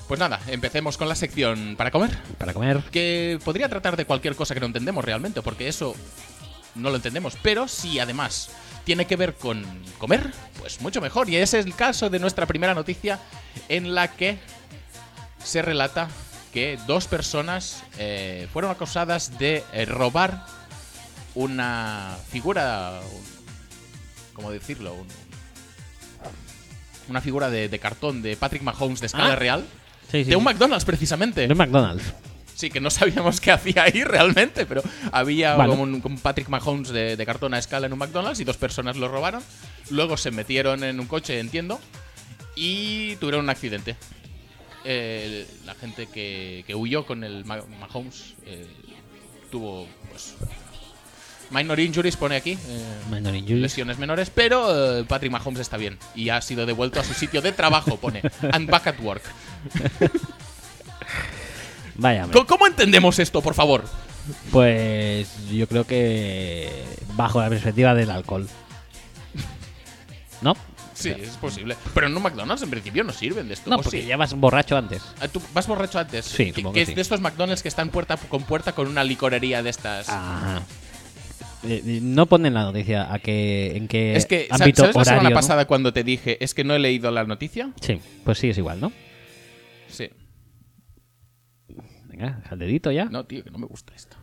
Pues nada, empecemos con la sección para comer, Para comer. que podría tratar de cualquier cosa que no entendemos realmente, porque eso no lo entendemos. Pero si además tiene que ver con comer, pues mucho mejor. Y ese es el caso de nuestra primera noticia en la que se relata que dos personas eh, fueron acusadas de eh, robar una figura, un- ¿cómo decirlo? Un- una figura de, de cartón de Patrick Mahomes de escala Ah. real. Sí, sí. De un McDonald's, precisamente. De un McDonald's. Sí, que no sabíamos qué hacía ahí realmente, pero había Vale. como un, un Patrick Mahomes de, de cartón a escala en un McDonald's y dos personas lo robaron. Luego se metieron en un coche, entiendo, y tuvieron un accidente. Eh, la gente que, que huyó con el Ma- Mahomes eh, tuvo, pues. Minor injuries pone aquí. eh, Minor injuries. lesiones menores, pero eh, Patrick Mahomes está bien y ha sido devuelto a su sitio de trabajo, pone. And back at work. Vaya, hombre. Co- ¿Cómo entendemos esto, por favor? Pues yo creo que bajo la perspectiva del alcohol. ¿No? Sí, es posible. Pero en un McDonald's en principio no sirven de esto. No, ¿o porque Pues sí? ya vas borracho antes. Ah, ¿Tú vas borracho antes? Sí, Que- supongo que que es sí. de estos McDonald's que están puerta con puerta con una licorería de estas. Ajá. Ah, Eh, eh, no ponen la noticia a que, en qué es que, sa- eh, ámbito ¿sabes la horario. semana ¿no? pasada cuando te dije, es que no he leído la noticia? Sí, pues sí, es igual, ¿no? Sí. Venga, al dedito ya. No, tío, que no me gusta esto.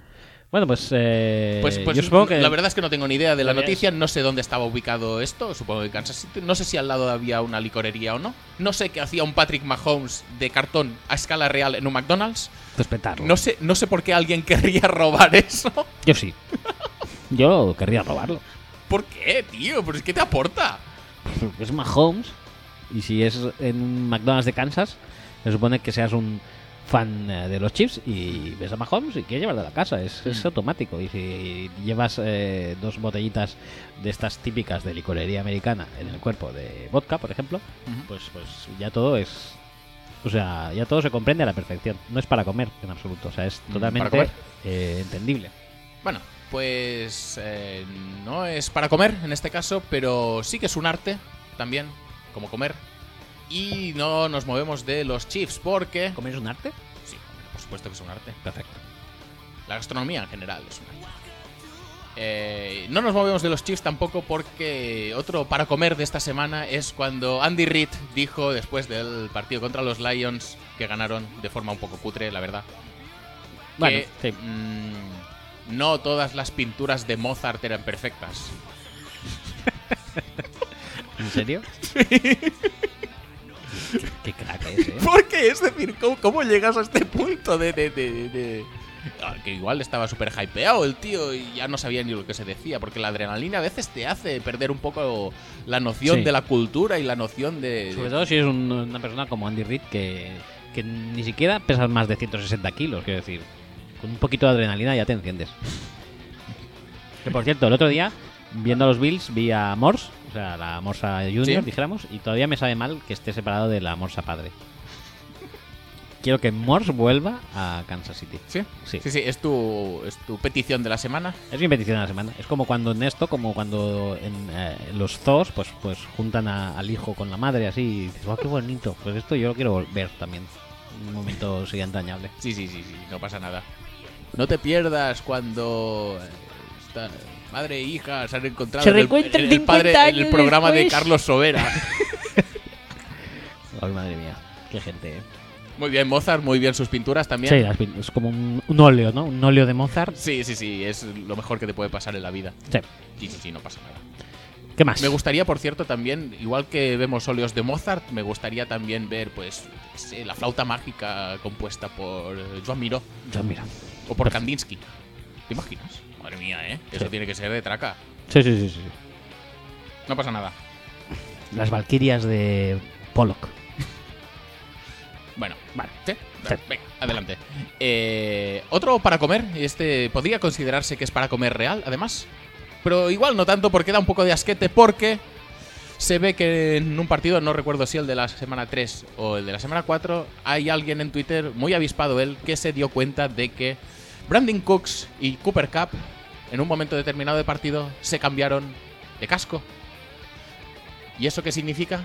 Bueno, pues, eh, Pues, pues, yo supongo que... la verdad es que no tengo ni idea de la Lo veas. noticia, no sé dónde estaba ubicado esto, supongo que en Kansas City, no sé si al lado había una licorería o no, no sé qué hacía un Patrick Mahomes de cartón a escala real en un McDonald's, Respetarlo. no sé, no sé por qué alguien querría robar eso, Yo sí. Yo querría robarlo. ¿por qué, tío? ¿Pero qué te aporta? Porque Es Mahomes. Y si es en un McDonald's de Kansas, se supone que seas un fan eh, de los chips y ves a Mahomes y quieres llevarlo a la casa. Es, es Mm. automático. Y si llevas eh, dos botellitas de estas típicas de licorería americana en el cuerpo de vodka, por ejemplo, Ujú. pues, pues ya todo es... O sea, ya todo se comprende a la perfección. No es para comer en absoluto. O sea, es Mm, para totalmente comer. eh, entendible. Bueno, pues eh, no es para comer en este caso, pero sí que es un arte también, como comer. Y no nos movemos de los chips porque... ¿Comer es un arte? Sí, por supuesto que es un arte. Perfecto. La gastronomía en general es un arte. Eh, no nos movemos de los chips tampoco porque otro para comer de esta semana es cuando Andy Reid dijo después del partido contra los Lions que ganaron de forma un poco cutre, la verdad. Bueno, que, sí. mm, no todas las pinturas de Mozart eran perfectas. ¿eh? ¿En serio? Qué- Qué crack es, ¿eh? ¿Por qué? Es decir, ¿cómo, cómo llegas a este punto de... de- de- de- de- Ah, Que igual estaba súper hypeado el tío y ya no sabía ni lo que se decía, porque la adrenalina a veces te hace perder un poco la noción Sí. de la cultura y la noción de... Sobre todo si es un- una persona como Andy Reid que, que ni siquiera pesas más de 160 kilos, quiero decir. Con un poquito de adrenalina ya te enciendes. Que por cierto, el otro día, viendo a los Bills, vi a Morse, o sea, la Morsa Junior, Sí. dijéramos, y todavía me sabe mal que esté separado de la Morsa Padre. Quiero que Morse vuelva a Kansas City. ¿Sí? Sí. sí, es tu, es tu petición de la semana. Es mi petición de la semana. Es como cuando en esto, como cuando en eh, los zoos, pues, pues juntan a- al hijo con la madre así. Y dices, "Guau, qué bonito! Pues esto yo lo quiero ver también. Un momento sería entrañable. Sí, sí, sí, sí, no pasa nada. No te pierdas cuando eh, esta madre e hija se han encontrado Se en el- reencuentran en el, padre- 50 en el años programa de después. Carlos Sobera. Ay, madre mía. Qué gente, ¿eh? Muy bien, Mozart, muy bien sus pinturas también. Sí, las pin- es como un, un óleo, ¿no? Un óleo de Mozart. Sí, sí, sí, es lo mejor que te puede pasar en la vida. Sí. Sí, sí, sí, no pasa nada. ¿Qué más? Me gustaría, por cierto, también, igual que vemos óleos de Mozart, me gustaría también ver, pues, yo qué sé, la flauta mágica compuesta por eh, Joan Miró Yo, mira. o por Perfecto. Kandinsky. ¿Te imaginas? Madre mía, ¿eh? Eso Sí. tiene que ser de traca. Sí, sí, sí, sí. No pasa nada. Las valquirias de Pollock. Bueno, Vale. ¿sí? Sí. Venga, adelante. Eh, Otro para comer, este podría considerarse que es para comer real, además. Pero igual no tanto porque da un poco de asquete, porque se ve que en un partido, no recuerdo si el de la semana 3 o el de la semana 4, hay alguien en Twitter, muy avispado él, que se dio cuenta de que Brandon Cooks y Cooper Cup, en un momento determinado de partido, se cambiaron de casco. ¿Y eso qué significa?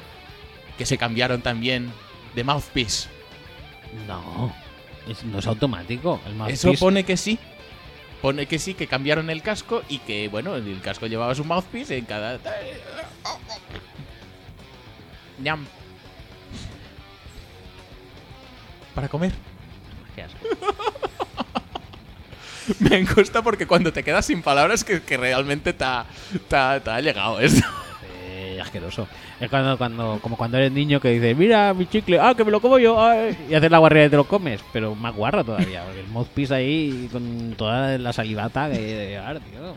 Que se cambiaron también de mouthpiece. No, es- no es automático. El Eso mouthpiece- pone que sí. Pone que sí, que cambiaron el casco y que, bueno, el casco llevaba su mouthpiece en cada. Ñam. Para comer. Qué asco. Me gusta porque cuando te quedas sin palabras que, que realmente te ha, te ha- te ha llegado esto. Eh, asqueroso. Es cuando, cuando, como cuando eres niño que dices, mira mi chicle, ah, que me lo como yo, ay", y haces la guarrera y te lo comes, pero más guarro todavía, porque el mouthpiece ahí con toda la salivata que de llevar, tío.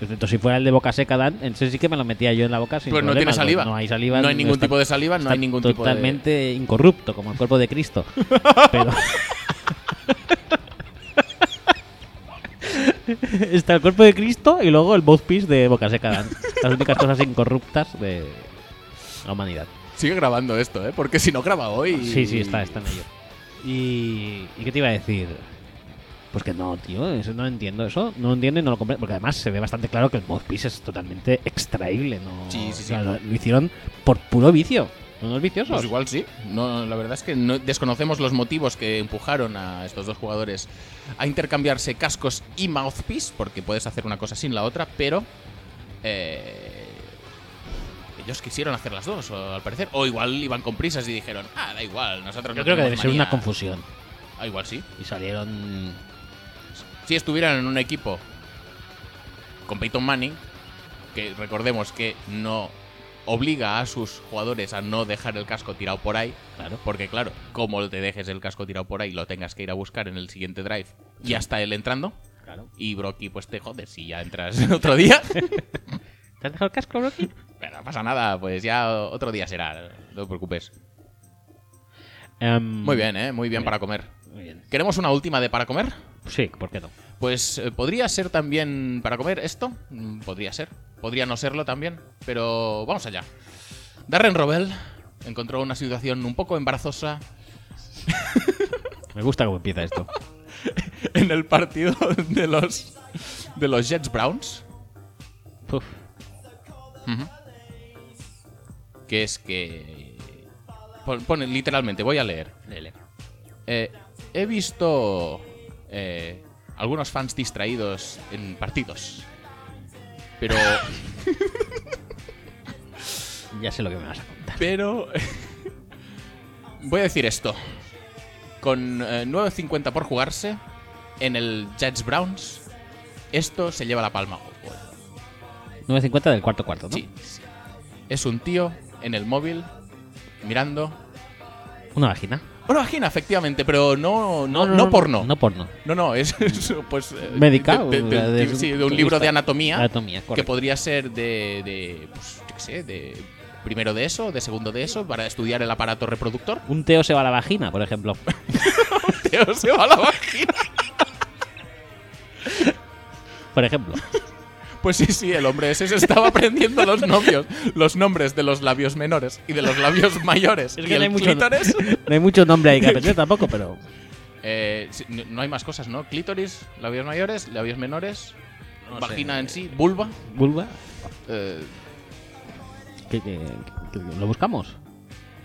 Entonces, si fuera el de boca seca, Dan, entonces sí que me lo metía yo en la boca sin Pues no tiene problemas, saliva. No hay saliva. No hay ningún está- tipo de saliva, no está hay ningún tipo de. Totalmente incorrupto, como el cuerpo de Cristo. Pero. Está el cuerpo de Cristo y luego el mouthpiece de Boca Seca Dan. Las únicas cosas incorruptas de la humanidad. Sigue grabando esto, ¿eh? Porque si no graba hoy. Sí, sí, está, está en ello. Y, ¿y qué te iba a decir? Pues que no, tío, eso no entiendo eso. No entiendo y no lo comprendo. Porque además se ve bastante claro que el mouthpiece es totalmente extraíble. No, Sí, sí, sí. o sea, lo, lo hicieron por puro vicio. Unos viciosos. Pues igual sí. No, la verdad es que no- desconocemos los motivos que empujaron a estos dos jugadores a intercambiarse cascos y mouthpiece, porque puedes hacer una cosa sin la otra, pero eh, ellos quisieron hacer las dos, o- al parecer. O igual iban con prisas y dijeron, ah, da igual, nosotros Yo no creo que debe tenemos ser manía". una confusión. Ah, igual sí. Y salieron. Si estuvieran en un equipo con Peyton Manning, que recordemos que no obliga a sus jugadores a no dejar el casco tirado por ahí, Claro. Porque claro, como te dejes el casco tirado por ahí, lo tengas que ir a buscar en el siguiente drive y hasta él entrando. claro. Y Brocky, pues te jodes si ya entras otro día. ¿Te has dejado el casco, Rocky? Pero no pasa nada, pues ya otro día será, no te preocupes. Em, Muy bien, ¿eh? Muy bien para comer. Muy bien. ¿Queremos una última de para comer? Sí, ¿por qué no? Pues eh, podría ser también para comer esto. Mm, Podría ser. Podría no serlo también. Pero vamos allá. Darren Robel encontró una situación un poco embarazosa Me gusta cómo empieza esto. en el partido de los, de los Jets Browns. Puf. que es que pon- pone literalmente, voy a leer. Eh, he visto eh, algunos fans distraídos en partidos, pero, Ya sé lo que me vas a contar. pero voy a decir esto. Con eh, 9.50 por jugarse en el Jets Browns, esto se lleva la palma. 9.50 del cuarto cuarto, ¿no? Sí, sí. Es un tío en el móvil mirando Una vagina. Una vagina, efectivamente, pero no, no, no, porno. No porno. No, no, es, es, pues. eh, Médica, De, de- de un- de- sí, de de un un libro de lista- anatomía. Anatomía, que correcto. podría ser de. de pues, yo qué sé, de primero de eso, de segundo de eso, para estudiar el aparato reproductor. Un teo se va a la vagina, por ejemplo. Teo, se va la vagina. Por ejemplo. Pues sí, sí, el hombre ese se estaba aprendiendo los novios, los nombres de los labios menores y de los labios mayores. y el clítoris. no hay mucho nombre ahí que aprender tampoco, pero. Eh, sí, no no hay más cosas, ¿no? Clítoris, labios mayores, labios menores, No vagina sé. en sí, vulva. Vulva. eh, ¿qué- qué- qué- qué- lo buscamos.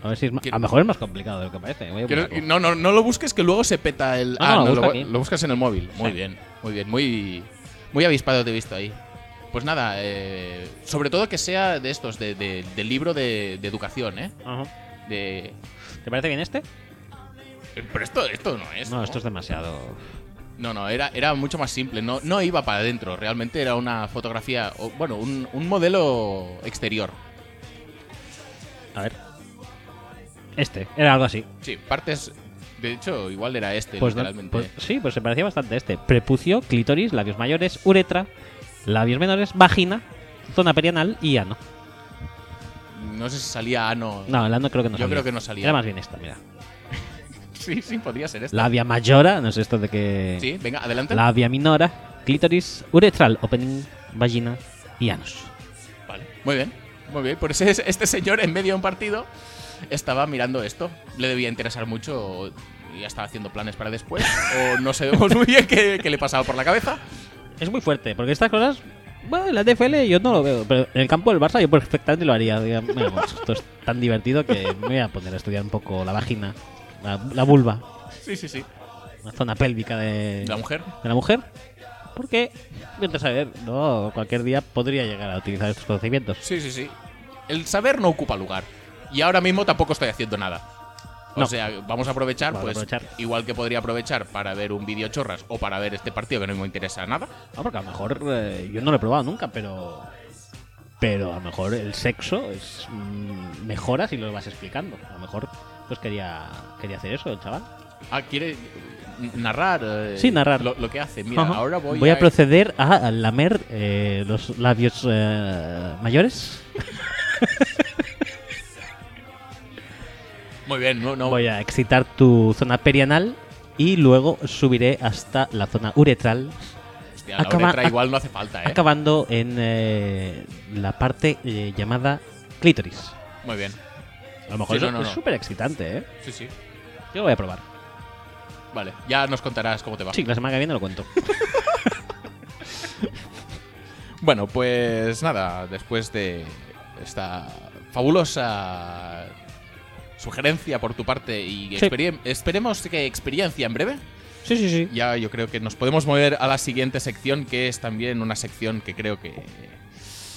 A ver si es ma- ¿Qué- A lo mejor es más complicado de lo que parece. Voy a Quiero- buscarlo. no, no, no lo busques que luego se peta el. Ah, no, lo busco bu- aquí. Ah. lo buscas en el móvil. Muy Sí. bien, muy bien, muy, muy avispado te he visto ahí. Pues nada, eh, sobre todo que sea de estos, de, de- del libro de, de educación, ¿eh? Ajá. De, ¿Te parece bien este? pero esto, esto no es. No, esto es demasiado. No, no, era, era mucho más simple. No, no iba para adentro. Realmente era una fotografía, o, bueno, un, un modelo exterior. A ver. Este, era algo así. Sí, partes. De hecho, igual era este, Pues, no- literalmente. pues- sí, pues se parecía bastante a este. Prepucio, clítoris, labios mayores, uretra, labios menores, vagina, zona perianal y ano. no sé si salía ano. No, el ano creo que no Yo salía. creo que no salía. Era más bien esta, mira. Sí, sí, podría ser este. Labia mayora, no sé esto de que... Sí, venga, adelante. Labia minora, clítoris, uretral, opening, vagina y anos. Vale. Muy bien, muy bien. Por eso es- este señor en medio de un partido estaba mirando esto. Le debía interesar mucho o ya estaba haciendo planes para después. o no sabemos muy bien qué, qué le pasaba por la cabeza. Es muy fuerte, porque estas cosas... Bueno, en la TFL yo no lo veo, pero en el campo del Barça yo perfectamente lo haría. Diría, "Mira, pues, esto es tan divertido que me voy a poner a estudiar un poco la vagina, la, la vulva. Sí, sí, sí. Una zona pélvica de, ¿De la mujer? de la mujer. Porque, mientras a ver, no, cualquier día podría llegar a utilizar estos conocimientos. Sí, sí, sí. El saber no ocupa lugar. Y ahora mismo tampoco estoy haciendo nada. O No. sea, vamos a aprovechar, Vamos a pues, aprovechar. igual que podría aprovechar para ver un vídeo chorras o para ver este partido que no me interesa nada. Ah, porque a lo mejor eh, yo no lo he probado nunca, pero. Pero a lo mejor el sexo es mm, mejora si lo vas explicando. A lo mejor pues quería quería hacer eso el chaval. Ah, quiere n- narrar. eh, Sí, narrar. Lo, lo que hace. Mira, Ajá. ahora voy, a proceder a lamer eh, los labios eh, mayores. Muy bien, no, no. Voy a excitar tu zona perianal y luego subiré hasta la zona uretral, Hostia, la acaba- uretra ac- igual no hace falta, ¿eh? acabando en eh, la parte eh, llamada clítoris. Muy bien. A lo mejor Sí, no, eso no, es no. súper excitante, ¿eh? Sí, sí. Yo lo voy a probar. Vale, ya nos contarás cómo te va. Sí, la semana que viene lo cuento. Bueno, pues nada, después de esta fabulosa sugerencia por tu parte y Sí. experie- esperemos que experiencia en breve, Sí, sí, sí. ya yo creo que nos podemos mover a la siguiente sección, que es también una sección que creo que,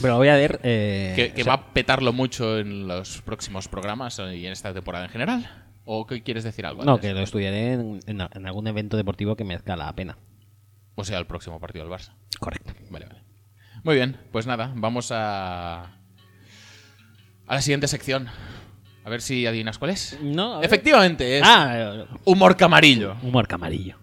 Pero voy a ver. eh, que, que o sea, va a petarlo mucho en los próximos programas eh, y en esta temporada en general. ¿O qué quieres decir algo? No, antes? que lo estudiaré en, en a- en algún evento deportivo que merezca la pena. O sea, el próximo partido del Barça. Correcto. Vale, vale. Muy bien, pues nada, vamos a. a la siguiente sección. A ver si adivinas cuál es. No, a ver. Efectivamente, es Ah, humor camarillo. humor camarillo.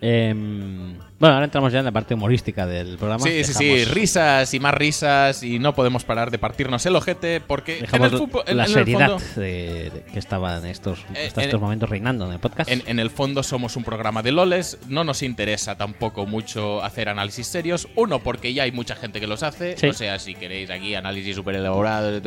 Em, bueno, ahora entramos ya en la parte humorística del programa. Sí, sí, sí, Dejamos- risas y más risas y no podemos parar de partirnos el ojete porque en Dejamos el fútbol- en- la en el seriedad fondo- de- de- que estaba en estos, Eh, hasta en- estos momentos reinando en el podcast. En, en el fondo somos un programa de loles, no nos interesa tampoco mucho hacer análisis serios. Uno, porque ya hay mucha gente que los hace. Sí. O sea, si queréis aquí análisis súper elaborado,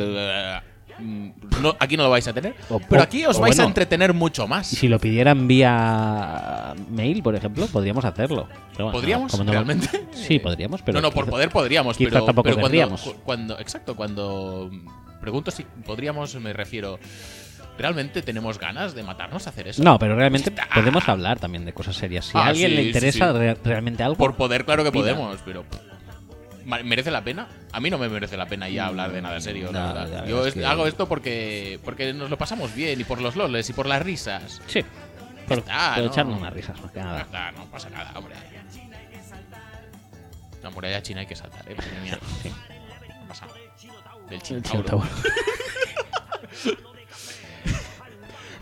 mm, no, aquí no lo vais a tener. O- pero o- aquí os o vais a bueno. entretener mucho más. y si lo pidieran vía mail, por ejemplo, podríamos hacerlo. Pero bueno, ¿Podríamos? como no- ¿Realmente? Sí, podríamos, pero. no, no, por quizá- poder podríamos, quizá pero, tampoco pero cuando, querríamos. cu- cuando. Exacto, cuando pregunto si podríamos, me refiero. ¿Realmente tenemos ganas de matarnos a hacer eso? No, pero realmente podemos hablar también de cosas serias. Si Ah, a alguien sí, le sí, interesa sí. re- realmente algo, Por poder, claro que Pida. podemos, pero. pff, ma- ¿Merece la pena? A mí no me merece la pena Mm, ya hablar de nada serio, la No, verdad. la verdad Yo es es- que- hago esto porque porque nos lo pasamos bien y por los loles y por las risas. sí. Por, está, por Ah, ¿no? Ah, echarnos unas risas, más que Ya nada. está, no pasa nada, hombre. La muralla china hay que saltar, ¿eh? Madre mía. Sí. No pasa nada. Del Sí, Chinotauro. está bueno.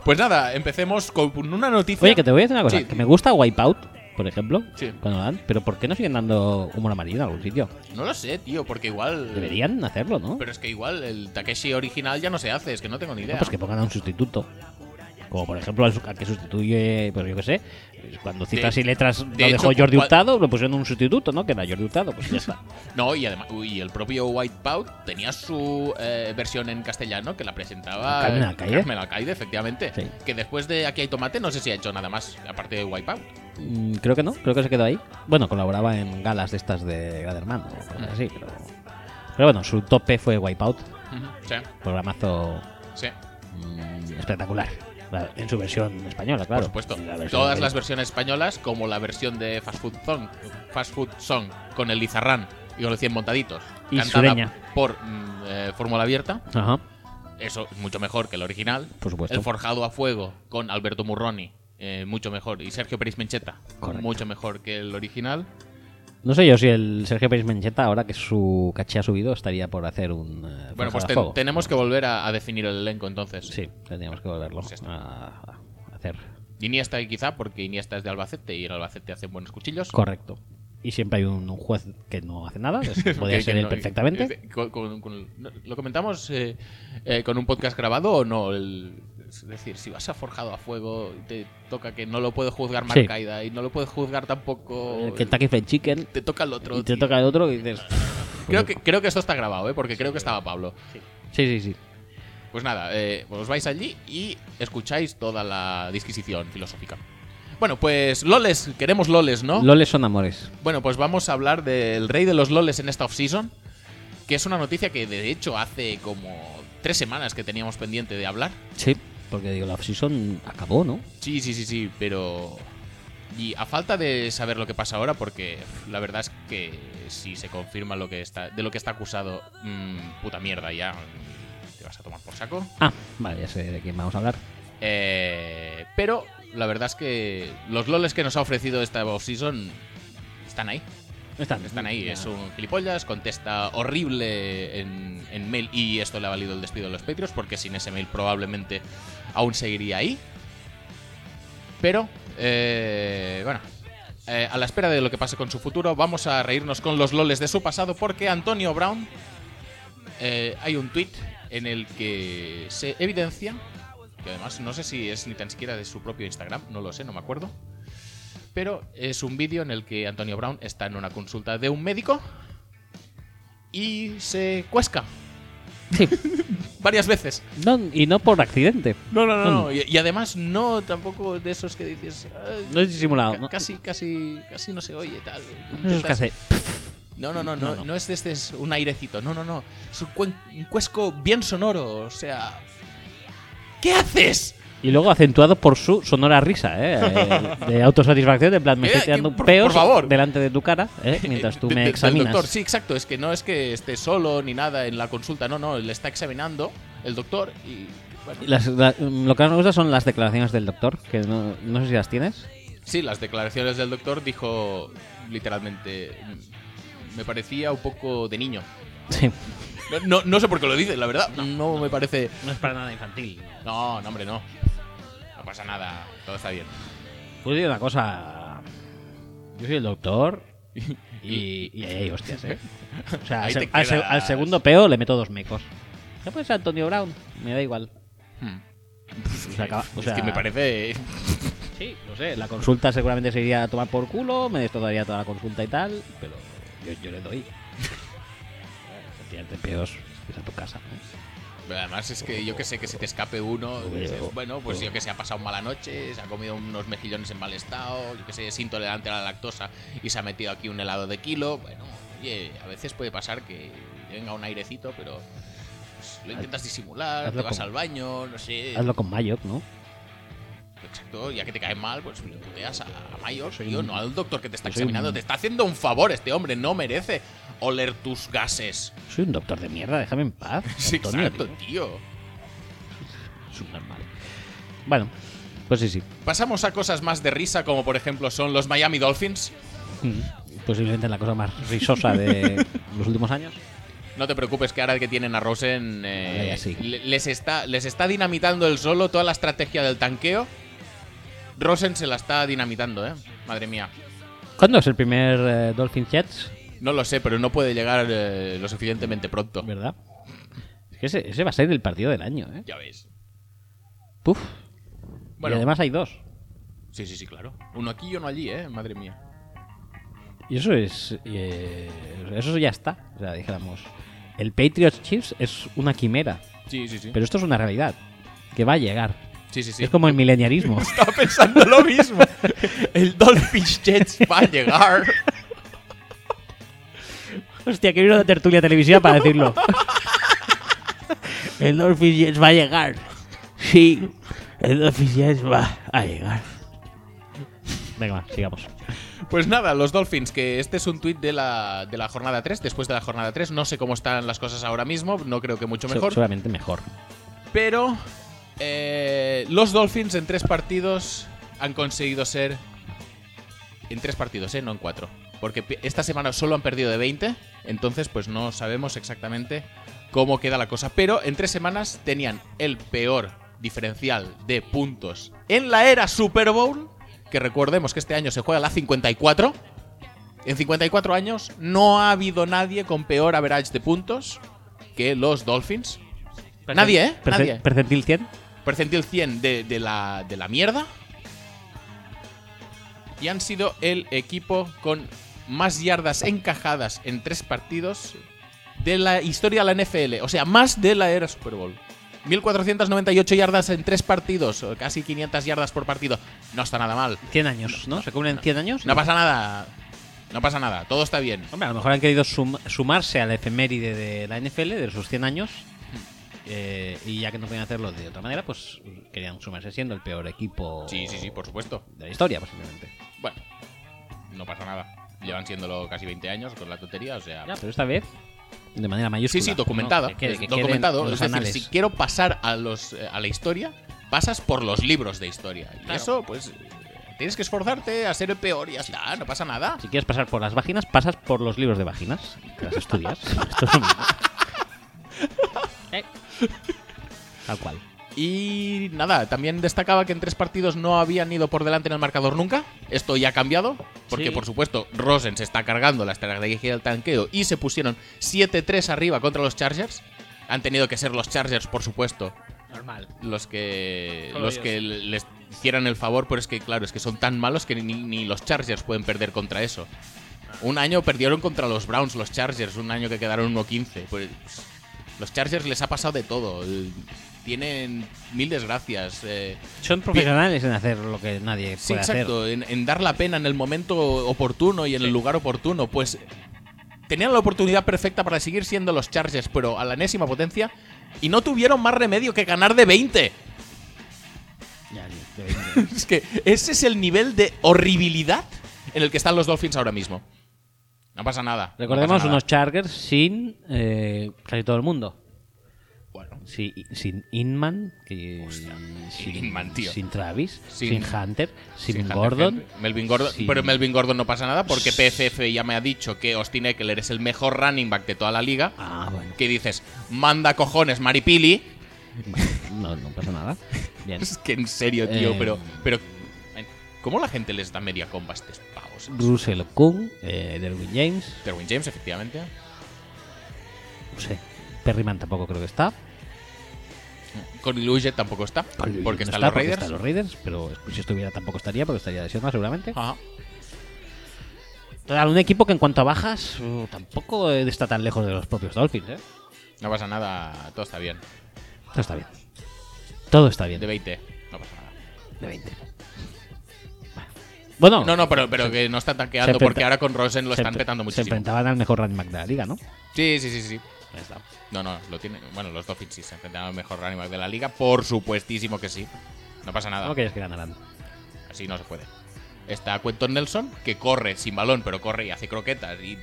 Pues nada, empecemos con una noticia. Oye, que te voy a decir una cosa. Sí. Que me gusta Wipeout, por ejemplo, Sí. cuando lo dan. Pero ¿por qué no siguen dando humor amarillo en algún sitio? No lo sé, tío, porque igual. Deberían hacerlo, ¿no? Pero es que igual el Takeshi original ya no se hace, es que no tengo ni idea. No, pues que pongan a un sustituto. Como por ejemplo al, su- al que sustituye, pues yo qué sé, cuando cifras De- y letras lo de dejó hecho, Jordi cua- Hurtado, lo pusieron un sustituto, ¿no? Que era Jordi Hurtado, pues ya está. No, y además, y el propio White Pout tenía su eh, versión en castellano que la presentaba Carmen eh, Alcaide. Carmen Alcaide, efectivamente. Sí. Que después de Aquí hay tomate no sé si ha hecho nada más, aparte de White Pout. Mm, creo que no, creo que se quedó ahí. Bueno, colaboraba en galas de estas de Gran Hermano, o cosas así, pero. Pero bueno, su tope fue Wipeout, Sí, programazo sí, mm, espectacular. Claro, En su versión española, por claro. supuesto. Y la versión Todas que- las versiones españolas, como la versión de Fast Food Song, Fast Food Song con el Lizarrán y con los 100 montaditos, Y cantada sureña. por mm, eh, Fórmula Abierta, Ajá, eso es mucho mejor que el original. por supuesto. El Forjado a Fuego con Alberto Murroni, eh, mucho mejor. Y Sergio Pérez Mencheta, Correcto. mucho mejor que el original. No sé yo si el Sergio Pérez Mencheta, ahora que su caché ha subido, estaría por hacer un. eh, Forja Bueno, pues de ten- Fuego. tenemos que volver a, a definir el elenco entonces. Sí, tendríamos que volverlo Pues ya está. a a hacer. Iniesta quizá, porque Iniesta es de Albacete y en Albacete hacen buenos cuchillos. Correcto. Y siempre hay un, un juez que no hace nada, pues, Que- podría que ser él no- perfectamente. eh, con- con- con- ¿Lo comentamos eh, eh, con un podcast grabado o no? El, Es decir, si vas a Forjado a Fuego, te toca que no lo puede juzgar Sí. Marcaida y no lo puede juzgar tampoco. El Kentucky Fried Chicken. "Oh, Te toca el otro. Y te tío. toca el otro y dices. Creo, que, creo que esto está grabado, ¿eh? porque creo que estaba Pablo. Sí, sí, sí. Pues nada, eh, os vais allí y escucháis toda la disquisición filosófica. Bueno, pues loles, queremos loles, ¿no? Loles son amores. Bueno, pues vamos a hablar del rey de los loles en esta off-season, que es una noticia que de hecho hace como tres semanas que teníamos pendiente de hablar. Sí. Porque digo, la off-season acabó, ¿no? Sí, sí, sí, sí, pero... Y a falta de saber lo que pasa ahora, porque pff, la verdad es que si se confirma lo que está, de lo que está acusado, mm, puta mierda, ya mm, te vas a tomar por saco. Ah, vale, ya sé de quién vamos a hablar. Eh, pero la verdad es que los loles que nos ha ofrecido esta offseason están ahí. Están, Están ahí. Ya. Es un gilipollas, contesta horrible en, en mail y esto le ha valido el despido de los Patriots porque sin ese mail probablemente aún seguiría ahí. Pero, eh, bueno, eh, a la espera de lo que pase con su futuro, vamos a reírnos con los loles de su pasado porque Antonio Brown, eh, hay un tweet en el que se evidencia, que además no sé si es ni tan siquiera de su propio Instagram, no lo sé, no me acuerdo, pero es un vídeo en el que Antonio Brown está en una consulta de un médico y se cuesca Sí. varias veces. No, y no por accidente. No, no, no, Y, y además no tampoco de esos que dices... "Ay, No es disimulado. ca- ¿no? Casi, casi, casi no se oye tal. Eso es Intentas- casi. no, no, no, No, no, no. no es de este es un airecito, no, no, no. Es un, cuen- un cuesco bien sonoro, o sea... ¿Qué haces? Y luego acentuado por su sonora risa, ¿eh? Eh, De autosatisfacción, de plan, me Eh, estoy que- tirando por- peos por favor. delante de tu cara, ¿eh? Mientras tú De- de- me del examinas. doctor, sí, exacto. Es que no es que esté solo ni nada en la consulta, no, no. Le está examinando el doctor y. bueno, Las- la- mm, lo que más me gusta son las declaraciones del doctor, que no, no sé si las tienes. sí, las declaraciones del doctor dijo literalmente. "Mm, Me parecía un poco de niño. Sí. No, no, no sé por qué lo dice, la verdad. No, me parece. No es para nada infantil. No, no, hombre, no. No pasa nada, todo está bien. Pues digo una cosa. Yo soy el doctor. Y, y ahí hay hostias, ¿eh? O sea, al, Ahí se- te al se- quedas. al segundo peo le meto dos mecos. Ya puede ser Antonio Brown, me da igual. Hmm. Se acaba- o es sea- que me parece. Sí, lo sé. La consulta seguramente se iría a tomar por culo, me destrozaría toda la consulta y tal, pero yo, yo le doy. Tirarte peos, es a tu casa. ¿no? Además, es que yo que sé que se te escape uno. Uy, dices, uy, bueno, pues yo que sé, ha pasado mala noche, se ha comido unos mejillones en mal estado, yo que sé, es intolerante a la lactosa y se ha metido aquí un helado de kilo. Bueno, oye, a veces puede pasar que venga un airecito, pero pues, lo intentas disimular, hazlo te vas como- al baño, no sé. Hazlo con Mayok, ¿no? Exacto, ya que te cae mal, pues le puteas a, a Mayor, Soy tío, un- no al doctor que te está yo soy un- examinando. Te está haciendo un favor este hombre, no merece oler tus gases. Soy un doctor de mierda, déjame en paz. Sí, Antonio, exacto, tío. tío. Es un normal. Bueno, pues sí, sí. Pasamos a cosas más de risa, como por ejemplo son los Miami Dolphins. Mm. Posiblemente la cosa más risosa de los últimos años. No te preocupes que ahora que tienen a Rosen eh, Vale, sí. le- les, está, les está dinamitando el solo toda la estrategia del tanqueo. Rosen se la está dinamitando, eh. Madre mía. ¿Cuándo es el primer eh, Dolphin Jets? No lo sé, pero no puede llegar eh, lo suficientemente pronto. ¿Verdad? Es que ese, ese va a ser el partido del año, ¿eh? Ya ves. Puf. Bueno. Y además hay dos. Sí, sí, sí, claro. Uno aquí y uno allí, eh. Madre mía. Y eso es. eh, eso ya está. O sea, dijéramos. El Patriots Chiefs es una quimera. Sí, sí, sí. Pero esto es una realidad. Que va a llegar. Sí, sí, sí. Es como el mileniarismo. Estaba pensando lo mismo. El Dolphin Jets va a llegar. Hostia, que vino la tertulia televisiva para decirlo. el Dolphin Jets va a llegar. Sí, el Dolphin Jets va a llegar. Venga, va, sigamos. Pues nada, los Dolphins, que este es un tuit de la, de la jornada 3, después de la jornada 3. No sé cómo están las cosas ahora mismo, no creo que mucho mejor. Seguramente mejor. Pero eh, los Dolphins en tres partidos han conseguido ser. En tres partidos, ¿eh? No en cuatro. Porque pi- esta semana solo han perdido de 20. Entonces, pues no sabemos exactamente cómo queda la cosa. Pero en tres semanas tenían el peor diferencial de puntos en la era Super Bowl. Que recordemos que este año se juega la 54. En 54 años no ha habido nadie con peor average de puntos que los Dolphins. Nadie, ¿eh? Perce- Nadie. Percentil 100. percentil 100 de, de la, de la mierda. Y han sido el equipo con más yardas encajadas en tres partidos de la historia de la NFL. O sea, más de la era Super Bowl. 1498 yardas en tres partidos, o casi 500 yardas por partido. No está nada mal. 100 años, ¿no? ¿Se cumplen 100 años? No pasa nada. No pasa nada. Todo está bien. Hombre, a lo mejor han querido sum- sumarse a la efeméride de la NFL, de sus 100 años. eh, y ya que no podían hacerlo de otra manera, pues querían sumarse siendo el peor equipo Sí, sí, sí, por supuesto. de la historia, posiblemente. Bueno, no pasa nada. Llevan siéndolo casi 20 años con la tontería, o sea. Ya, pero esta vez de manera mayúscula. Sí, sí, documentada. ¿no? Que quede- Es que quede en documentado. los Es decir, anales. si quiero pasar a, los, eh, a la historia, pasas por los libros de historia. Y Claro. eso, pues, eh, tienes que esforzarte a ser el peor y ya está, no pasa nada. Si quieres pasar por las vaginas, pasas por los libros de vaginas. que Las estudias. Esto es lo mismo. Eh. Tal cual. Y nada, también destacaba que en tres partidos no habían ido por delante en el marcador nunca. Esto ya ha cambiado, porque Sí. por supuesto Rosen se está cargando la estrategia del tanqueo y se pusieron 7-3 arriba contra los Chargers. Han tenido que ser los Chargers, por supuesto, Normal. los que Solo los ellos. que les hicieran el favor, pero es que claro, es que son tan malos que ni, ni los Chargers pueden perder contra eso. Ah. Un año perdieron contra los Browns, los Chargers, un año que quedaron 1-15. Pues, los Chargers les ha pasado de todo. eh, Tienen mil desgracias. eh, Son profesionales en hacer lo que nadie sí, puede hacer. exacto. En, en dar la pena en el momento oportuno y en el lugar oportuno. Pues tenían la oportunidad perfecta para seguir siendo los Chargers, pero a la enésima potencia. Y no tuvieron más remedio que ganar de 20. Ya, tío, de veinte. Es que ese es el nivel de horribilidad en el que están los Dolphins ahora mismo. No pasa nada. no Recordemos pasa nada. unos Chargers sin eh, casi todo el mundo. Bueno, Sí, y- sin Inman, que, sin, Inman, tío. sin Travis, Sin- sin, Hunter, sin, sin Hunter Gordon. Henry. Melvin Gordon. sin- Pero Melvin Gordon no pasa nada porque PFF ya me ha dicho que Austin Eckler es el mejor running back de toda la liga. Ah, bueno. Que dices, manda cojones, Maripili. No, no pasa nada. Bien. Es que en serio, tío, Eh. pero. pero ¿Cómo la gente les da media comba a estos pavos? Russell Kuhn, eh, Derwin James, Derwin James, efectivamente. no sé. Perryman tampoco creo que está. Con Luget tampoco está. Colin Porque no están los porque Raiders. están los Raiders, pero eh, pues si estuviera tampoco estaría porque estaría lesionado seguramente. Ajá. Total, un equipo que en cuanto a bajas uh, tampoco eh, está tan lejos de los propios Dolphins, ¿eh? No pasa nada, todo está bien. Todo está bien. Todo está bien. De 20, no pasa nada. De 20. Bueno, No, no, pero, pero que no están tanqueando se enfrenta- porque ahora con Rosen lo se están enfre- petando Se muchísimo. enfrentaban al mejor running back de la liga, ¿no? Sí, sí, sí, sí. Ya está. No, no, lo tienen. Bueno, los Dolphins sí se enfrentan al mejor running back de la liga, por supuestísimo que sí. No pasa nada, No querías que ganaran. así no se puede. Está Quentin Nelson, que corre sin balón, pero corre y hace croquetas y, y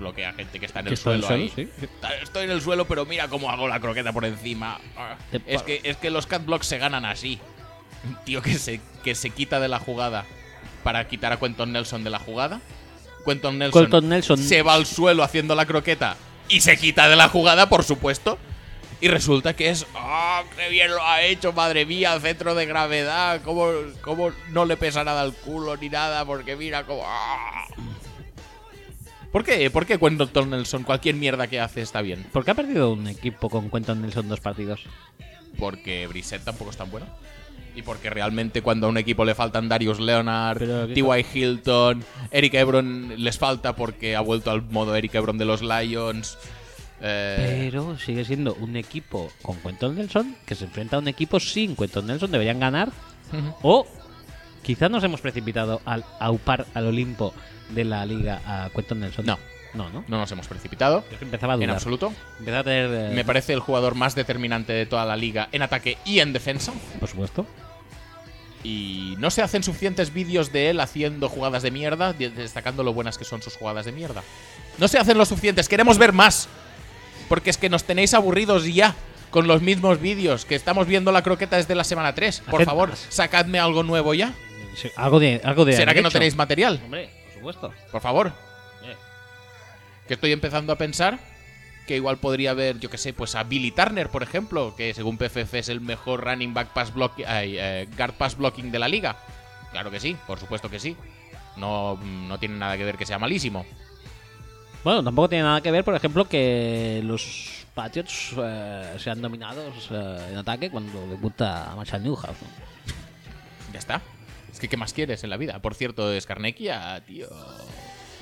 bloquea gente que está en Que el está en el suelo. ahí. suelo, sí. Está- Estoy en el suelo, pero mira cómo hago la croqueta por encima. Ah, Te Es paro. que, es que los cat blocks se ganan así. Un tío que se, que se quita de la jugada para quitar a Quentin Nelson de la jugada. Quentin Nelson, Quentin Nelson. se va al suelo haciendo la croqueta y se quita de la jugada, por supuesto. Y resulta que es. ¡Ah, qué bien lo ha hecho! ¡Madre mía! Centro de gravedad. ¿Cómo, cómo no le pesa nada al culo ni nada? Porque mira cómo. ¡ah! ¿Por qué? ¿Por qué Quentin Nelson cualquier mierda que hace está bien? ¿Por qué ha perdido un equipo con Quentin Nelson dos partidos? porque Brissett tampoco es tan bueno. Y porque realmente cuando a un equipo le faltan Darius Pero Leonard, qué T.Y. Hilton, Eric Ebron les falta porque ha vuelto al modo Eric Ebron de los Lions. Eh, Pero sigue siendo un equipo con Quentin Nelson que se enfrenta a un equipo sin Quentin Nelson. Deberían ganar. O quizás nos hemos precipitado al aupar al Olimpo de la liga a Quentin Nelson. No. No, no. no nos hemos precipitado Yo es que empezaba a en dudar. absoluto. Empezaba a tener. eh, Me parece el jugador más determinante de toda la liga en ataque y en defensa. por supuesto. Y no se hacen suficientes vídeos de él haciendo jugadas de mierda, de- destacando lo buenas que son sus jugadas de mierda. No se hacen los suficientes, queremos ver más. Porque es que nos tenéis aburridos ya con los mismos vídeos, que estamos viendo la croqueta desde la semana 3. Por Haced favor, más. sacadme algo nuevo ya. Sí, Algo de. Algo de ¿Será que no derecho. tenéis material? Hombre, por supuesto. Por favor. Eh. Que estoy empezando a pensar que igual podría haber, yo que sé, pues a Billy Turner, por ejemplo, que según PFF es el mejor running back pass block, ay, eh, guard pass blocking de la liga. Claro que sí, por supuesto que sí. No, no tiene nada que ver que sea malísimo. Bueno, tampoco tiene nada que ver, por ejemplo, que los Patriots eh, sean dominados eh, en ataque cuando debuta Marshall Newhouse. ¿no? Ya está. Es que, ¿qué más quieres en la vida? Por cierto, Skarnekia, tío.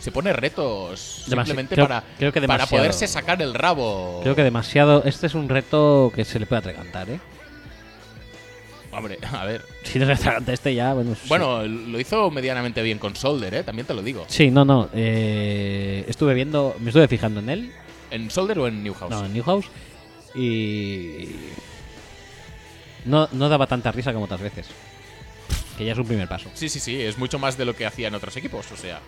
Se pone retos Demasi- simplemente creo- para, creo que para demasiado. poderse sacar el rabo. Creo que demasiado. Este es un reto que se le puede atragantar, ¿eh? Hombre, a ver. Si no se atraganta este ya, bueno. sí. Bueno, lo hizo medianamente bien con Solder, ¿eh? También te lo digo. Sí, no, no. eh, estuve viendo, me estuve fijando en él, ¿En Solder o en Newhouse? no, en Newhouse, y. No, no daba tanta risa como otras veces. Que ya es un primer paso. Sí, sí, sí, es mucho más de lo que hacía en otros equipos, o sea,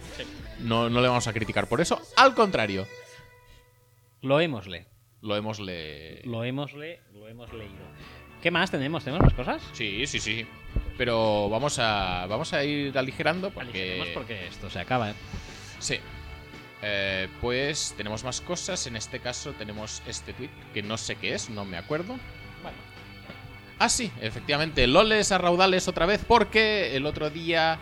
no, no le vamos a criticar por eso, al contrario, Lo hemosle. lo hemos le... Lo hemosle, lo hemos leído. ¿Qué más tenemos? ¿Tenemos más cosas? Sí, sí, sí, pero vamos a, vamos a ir aligerando porque... Aligeremos porque esto se acaba. ¿eh? Sí. Eh, pues tenemos más cosas, en este caso tenemos este tweet que no sé qué es, no me acuerdo. Bueno. Ah, sí, efectivamente, loles a raudales otra vez porque el otro día...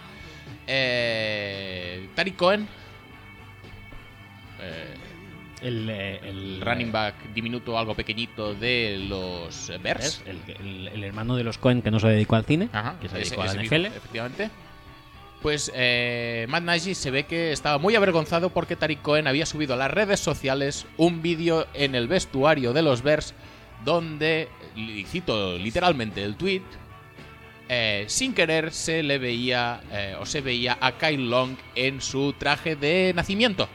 Eh, Tariq Cohen... Eh, El, eh, el running back diminuto, algo pequeñito de los eh, Bears. ¿ves? El, el- el hermano de los Cohen que no se dedicó al cine, Ajá, que se ese- dedicó a la ese NFL. mismo, efectivamente. Pues eh, Matt Nagy se ve que estaba muy avergonzado porque Tariq Cohen había subido a las redes sociales un vídeo en el vestuario de los Bears donde, y cito literalmente el tweet, eh, sin querer se le veía eh, o se veía a Kyle Long en su traje de nacimiento. eh.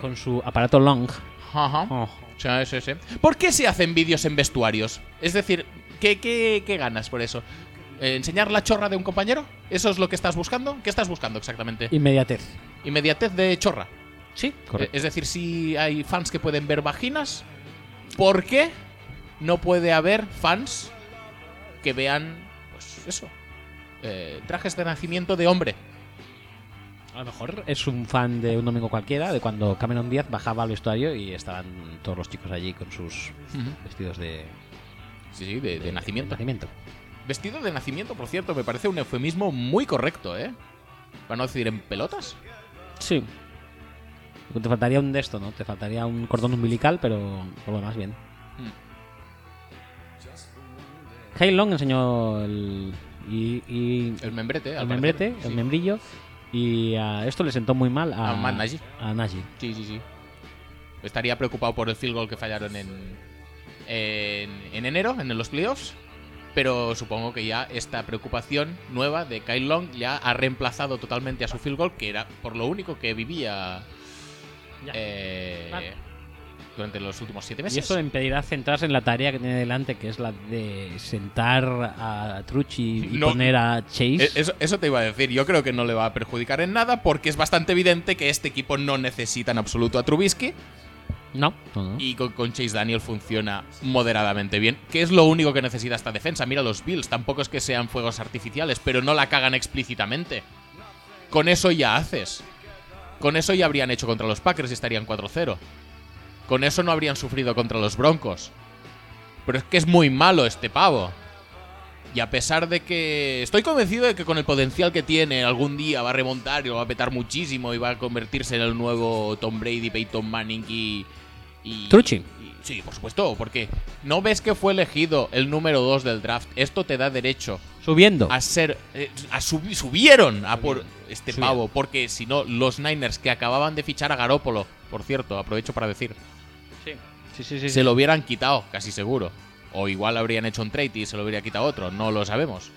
Con su aparato long. Ajá. Sí, sí, sí. ¿Por qué se hacen vídeos en vestuarios? Es decir, ¿qué, qué, qué ganas por eso? Eh, ¿Enseñar la chorra de un compañero? ¿Eso es lo que estás buscando? ¿Qué estás buscando exactamente? Inmediatez. Inmediatez de chorra. Sí, Eh, Es decir, si hay fans que pueden ver vaginas, ¿por qué no puede haber fans que vean, pues eso, eh, trajes de nacimiento de hombre? A lo eh. mejor es un fan de un domingo cualquiera, de cuando Cameron Díaz bajaba al vestuario y estaban todos los chicos allí con sus vestidos de, Sí, sí, de, de nacimiento. nacimiento. Vestido de nacimiento, por cierto, me parece un eufemismo muy correcto, ¿eh? Para no decir en pelotas. Sí. Te faltaría un de esto, ¿no? Te faltaría un cordón umbilical, pero por lo demás bien. Mm. Kyle Long enseñó el, y, y- El membrete, al el membrete, parecer, el sí. membrillo, y a esto le sentó muy mal a, A Matt Nagy. a Nagy. Sí, sí, sí. Estaría preocupado por el field goal que fallaron en, en, en enero, en los playoffs. Pero supongo que ya esta preocupación nueva de Kyle Long ya ha reemplazado totalmente a su field goal, que era por lo único que vivía eh, Vale. durante los últimos siete meses. Y eso le impedirá centrarse en la tarea que tiene delante, que es la de sentar a Trucci y No. poner a Chase. Eh, Eso, eso te iba a decir. Yo creo que no le va a perjudicar en nada porque es bastante evidente que este equipo no necesita en absoluto a Trubisky No, no, no. y con, con Chase Daniel funciona moderadamente bien, que es lo único que necesita esta defensa. Mira los Bills, tampoco es que sean fuegos artificiales, pero no la cagan explícitamente. Con eso ya haces. Con eso ya habrían hecho contra los Packers y estarían 4-0. Con eso no habrían sufrido contra los Broncos. Pero es que es muy malo este pavo. Y a pesar de que estoy convencido de que con el potencial que tiene algún día va a remontar y lo va a petar muchísimo y va a convertirse en el nuevo Tom Brady, Peyton Manning y... y Trucci. y- sí, por supuesto, porque no ves que fue elegido el número 2 del draft. Esto te da derecho Subiendo. a ser. eh, a subi- subieron a por este Subieron. pavo, porque si no, los Niners que acababan de fichar a Garópolo, por cierto, aprovecho para decir, Sí, sí, sí. se lo hubieran quitado, casi seguro. O igual habrían hecho un trade y se lo hubiera quitado otro, no lo sabemos.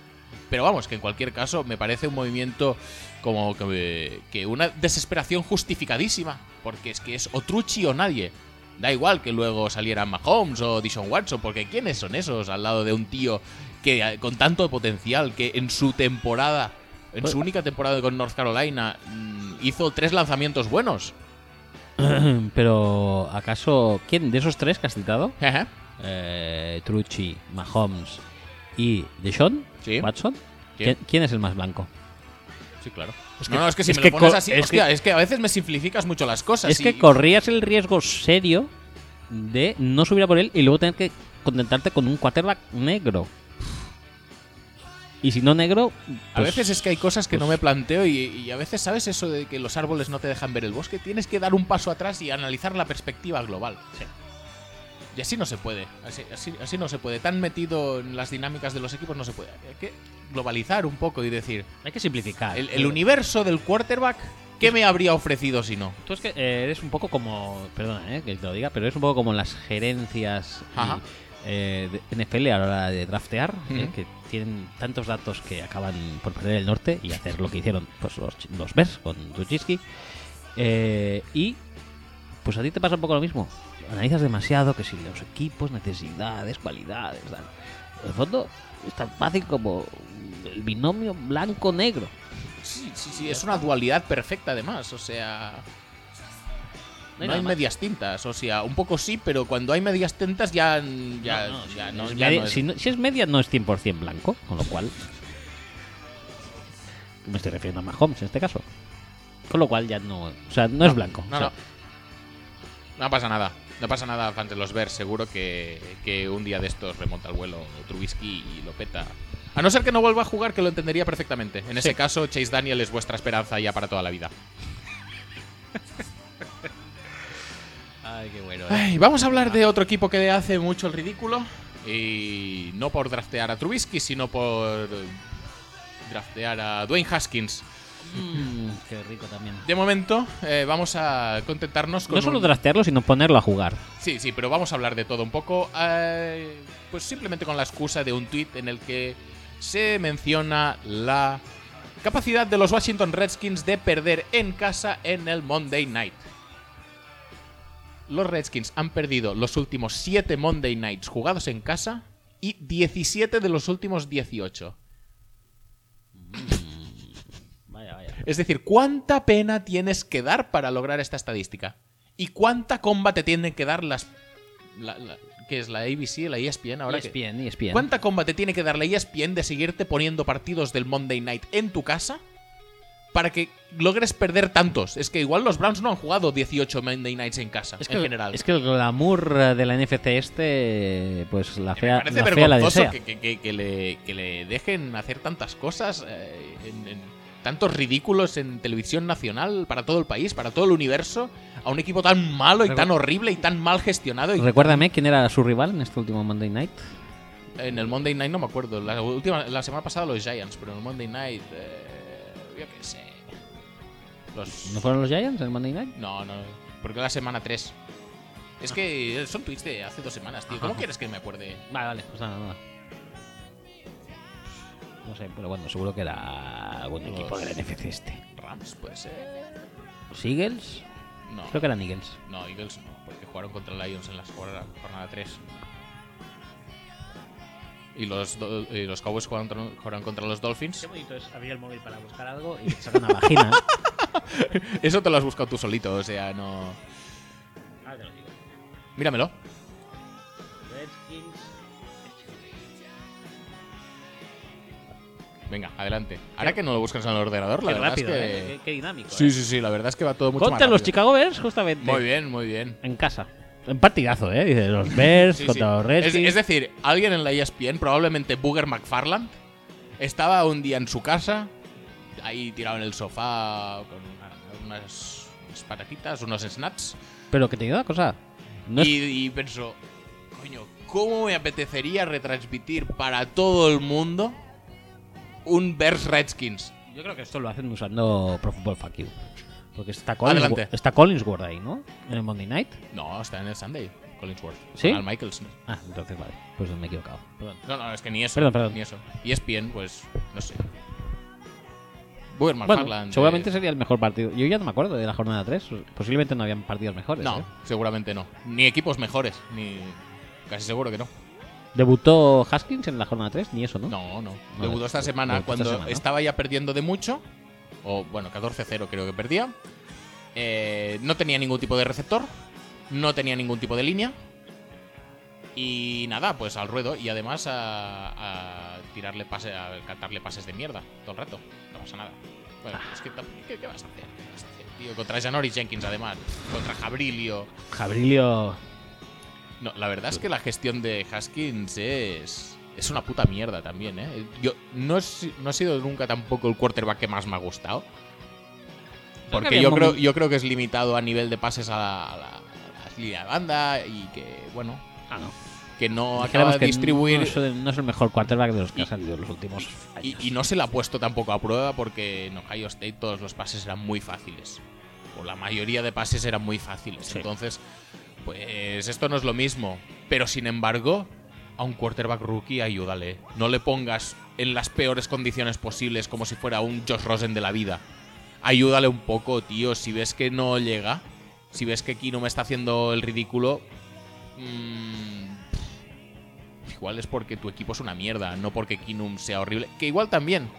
Pero vamos, que en cualquier caso me parece un movimiento como que, que una desesperación justificadísima, porque es que es o Trucci o nadie. Da igual que luego salieran Mahomes o Dishon Watson, porque ¿quiénes son esos al lado de un tío que eh, con tanto potencial, que en su temporada, en Pues- su única temporada con North Carolina, mm, hizo tres lanzamientos buenos? Pero, ¿acaso quién de esos tres que has citado? Ajá. Eh, Trucci, Mahomes y Deshaun Sí. Watson. Sí. ¿Quién, quién es el más blanco? Sí, claro. no, no, es que si es me que lo pones co- así, es hostia, que- es que a veces me simplificas mucho las cosas. es que y- corrías el riesgo serio de no subir a por él y luego tener que contentarte con un quarterback negro. Y si no negro, a pues- veces es que hay cosas que no me pues- planteo y, y a veces, ¿sabes eso de que los árboles no te dejan ver el bosque? Tienes que dar un paso atrás y analizar la perspectiva global. Y así no se puede. Así, así- así no se puede. Tan metido en las dinámicas de los equipos no se puede. Hay que globalizar un poco y decir, Hay que simplificar. Eh, el, el universo del quarterback, ¿qué me habría ofrecido si no? Tú es que eh, eres un poco como. Perdona, eh, que te lo diga, pero eres un poco como las gerencias y, Ajá. eh, de NFL a la hora de draftear, eh, Ujú. que tienen tantos datos que acaban por perder el norte y hacer lo que hicieron pues, los, chi- los Bears con Duchiski. y pues a ti te pasa un poco lo mismo. Analizas demasiado que si los equipos, necesidades, cualidades. tal. En el fondo es tan fácil como el binomio blanco-negro. Sí, sí, sí. Es una dualidad perfecta además. O sea... No hay No, nada hay más. medias tintas, o sea, un poco sí, pero cuando hay medias tintas ya. ya, No, no, si ya es no- ya media- no es- si, no- si es media, no es 100% blanco, con lo cual. Me estoy refiriendo a Mahomes en este caso. Con lo cual ya no. O sea, no, es blanco. No, O sea, no. No pasa nada. No pasa nada, fans de los Bears. Seguro que, que un día de estos remonta al vuelo Trubisky y lo peta. A no ser que no vuelva a jugar, que lo entendería perfectamente. En ese caso, Chase Daniel es vuestra esperanza ya para toda la vida. Ay, qué bueno. eh. Ay, vamos a hablar de otro equipo que hace mucho el ridículo. Y no por draftear a Trubisky, sino por draftear a Dwayne Haskins. Mm, qué rico también. De momento, eh, vamos a contentarnos con. No solo un- trastearlo, sino ponerlo a jugar. Sí, sí, pero vamos a hablar de todo un poco. eh, pues simplemente con la excusa de un tweet en el que se menciona la capacidad de los Washington Redskins de perder en casa en el Monday Night. Los Redskins han perdido los últimos 7 Monday Nights jugados en casa y 17 de los últimos 18. Vaya, vaya. Es decir, ¿cuánta pena tienes que dar para lograr esta estadística? ¿Y cuánta comba te tienen que dar las... La, la- ¿Qué es la ABC, la E ESPN ahora? que- ESPN, ESPN. ¿Cuánta comba te tiene que dar la E ESPN de seguirte poniendo partidos del Monday Night en tu casa para que logres perder tantos? Es que igual los Browns no han jugado 18 Monday Nights en casa, Es que, en general. es que el glamour eh, de la NFC este, pues la Me fea, parece la, fea la vergonzoso desea. que, que- que- que le, que le dejen hacer tantas cosas, eh, en- en tantos ridículos en televisión nacional para todo el país, para todo el universo, a un equipo tan malo y Recu- tan horrible y tan mal gestionado. y- Recuérdame quién era su rival en este último Monday Night. en el Monday Night no me acuerdo, la, última, la semana pasada los Giants, pero en el Monday Night, eh, yo qué sé. Los, ¿No fueron los Giants en el Monday Night? No, no, porque la semana 3. Es que son tweets de hace dos semanas, tío. ¿Cómo quieres que me acuerde? Vale, vale, pues nada, nada. No sé, pero bueno, seguro que era algún Los- equipo del NFC este. Rams, puede ser. ¿Los Eagles? No. Creo que eran Eagles. No, Eagles no, porque jugaron contra Lions en la jornada, jornada 3. Y los, do- y los Cowboys jugaron, tro- jugaron contra los Dolphins. bonito es abrir el móvil para buscar algo y sacar una vagina. Eso te lo has buscado tú solito, o sea, no. Ahora Ah, te lo digo. Míramelo. Redskins. Venga, adelante. Ahora que no lo buscas en el ordenador, la qué verdad rápido, es que. ¿eh? qué, qué dinámico. Sí, ¿eh? sí, sí, la verdad es que va todo mucho más Contra los rápido. Chicago Bears, justamente. Muy bien, muy bien. En casa. Un partidazo, ¿eh? Dice, los Bears Sí, sí. contra los Es, Redskins. es decir, alguien en la E ESPN, probablemente Booger McFarland, estaba un día en su casa, ahí tirado en el sofá con una- unas, unas patatitas, unos snaps, Pero que te digo una cosa. No es- y, y pensó, coño, ¿cómo me apetecería retransmitir para todo el mundo un Bears Redskins? Yo creo que esto lo hacen usando Pro Football Fuck You. Porque está, Collins, Adelante. está Collinsworth ahí, ¿no? En el Monday Night. No, está en el Sunday, Collinsworth. ¿Sí? Al Michaels. ¿no? Ah, entonces vale. Pues me he equivocado. Perdón. No, no, es que ni eso. Perdón, perdón. Ni eso. ESPN, pues, no sé. Booger McFarland. Bueno, eh, seguramente sería el mejor partido. Yo ya no me acuerdo de la jornada 3. Posiblemente no habían partidos mejores. No, ¿eh? seguramente no. Ni equipos mejores, ni. Casi seguro que no. ¿Debutó Haskins en la jornada 3? Ni eso, ¿no? No, no. Vale, Debutó esta de- semana debutó esta cuando semana. estaba ya perdiendo de mucho. O bueno, 14-0 creo que perdía. Eh, no tenía ningún tipo de receptor. No tenía ningún tipo de línea. Y nada, pues al ruedo. Y además a, a tirarle pase, a cantarle pases de mierda todo el rato. No pasa nada. Bueno, es que tam- ¿qué, qué vas a hacer? ¿Qué vas a hacer, tío? Contra Janoris Jenkins, además. Contra Jabrilio. Jabrilio. No, la verdad es que la gestión de Haskins es. Es una puta mierda también, ¿eh? Yo no, he si- no ha sido nunca tampoco el quarterback que más me ha gustado. Porque había yo un creo, momen- yo creo que es limitado a nivel de pases a la, a la- a la línea de banda y que, bueno, Ah, no. que no Dijéramos acaba de que distribuir No es, el- no es el mejor quarterback de los que Y- ha salido en los últimos Y, años. y no se la ha puesto tampoco a prueba porque en Ohio State todos los pases eran muy fáciles. O la mayoría de pases eran muy fáciles. Sí. Entonces, pues esto no es lo mismo. Pero sin embargo, a un quarterback rookie ayúdale. No le pongas en las peores condiciones posibles como si fuera un Josh Rosen de la vida. Ayúdale un poco, tío. Si ves que no llega, si ves que aquí no me está haciendo el ridículo, mm, Igual es porque tu equipo es una mierda, no porque Kinum sea horrible, que igual también.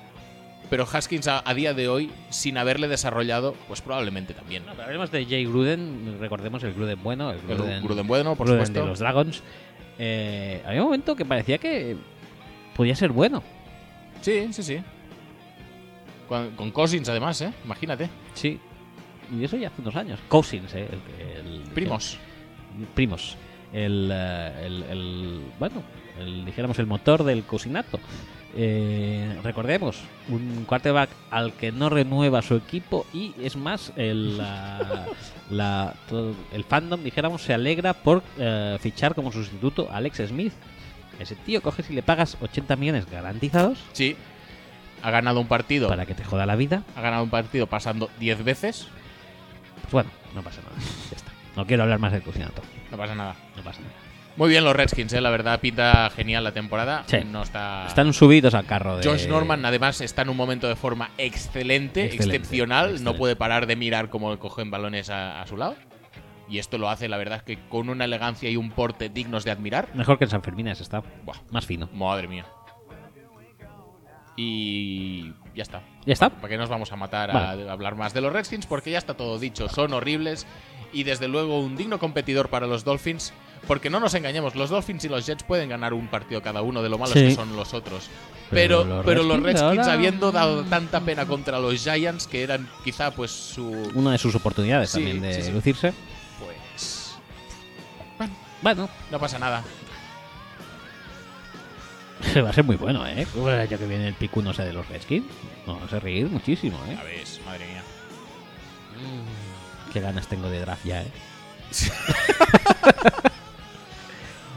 Pero Haskins a, a día de hoy, sin haberle desarrollado, pues probablemente también. No, pero hablemos de Jay Gruden, recordemos el Gruden bueno, el El Gruden, Gruden, bueno, por Gruden de supuesto. los Dragons. Eh, había un momento que parecía que podía ser bueno. Sí, sí, sí. Con, con Cousins además, ¿eh? Imagínate. Sí. Y eso ya hace unos años. Cousins, eh, el- el- Primos. el- primos. El, eh, el- el- bueno, el, dijéramos el motor del cousinato. Eh, recordemos, un quarterback al que no renueva su equipo y es más, el, la- la- todo- el fandom, dijéramos, se alegra por eh, fichar como sustituto a Alex Smith. Ese tío coges y le pagas 80 millones garantizados Sí. Ha ganado un partido. para que te joda la vida. Ha ganado un partido pasando 10 veces. Pues bueno, no pasa nada. Ya está. No quiero hablar más del cousinato. No pasa nada. No pasa nada. Muy bien los Redskins, ¿eh? La verdad, pinta genial la temporada. Sí. No está... Están subidos al carro de. Josh Norman además está en un momento de forma excelente, Excelente, excepcional, no excelente. puede parar de mirar cómo cogen balones a, a su lado. Y esto lo hace, la verdad, es que con una elegancia y un porte dignos de admirar. Mejor que en San Fermín es está. Buah, Más fino. madre mía. Y ya está. Ya está. ¿Para qué nos vamos a matar Vale. a hablar más de los Redskins? Porque ya está todo dicho, son horribles y desde luego un digno competidor para los Dolphins. Porque no nos engañemos, los Dolphins y los Jets pueden ganar un partido cada uno de lo malos Sí. que son los otros. Pero Pero, los pero los Redskins Redskins, ahora- habiendo dado tanta pena contra los Giants, que eran quizá pues su... Una de sus oportunidades Sí, también de sí, sí. lucirse. Pues... Bueno, No pasa nada. va a ser muy bueno, ¿eh? Uy, ya que viene el pico, no sé, de los Redskins. Nos vamos a reír muchísimo, ¿eh? Ya ves, madre mía. Qué ganas tengo de draft ya, ¿eh?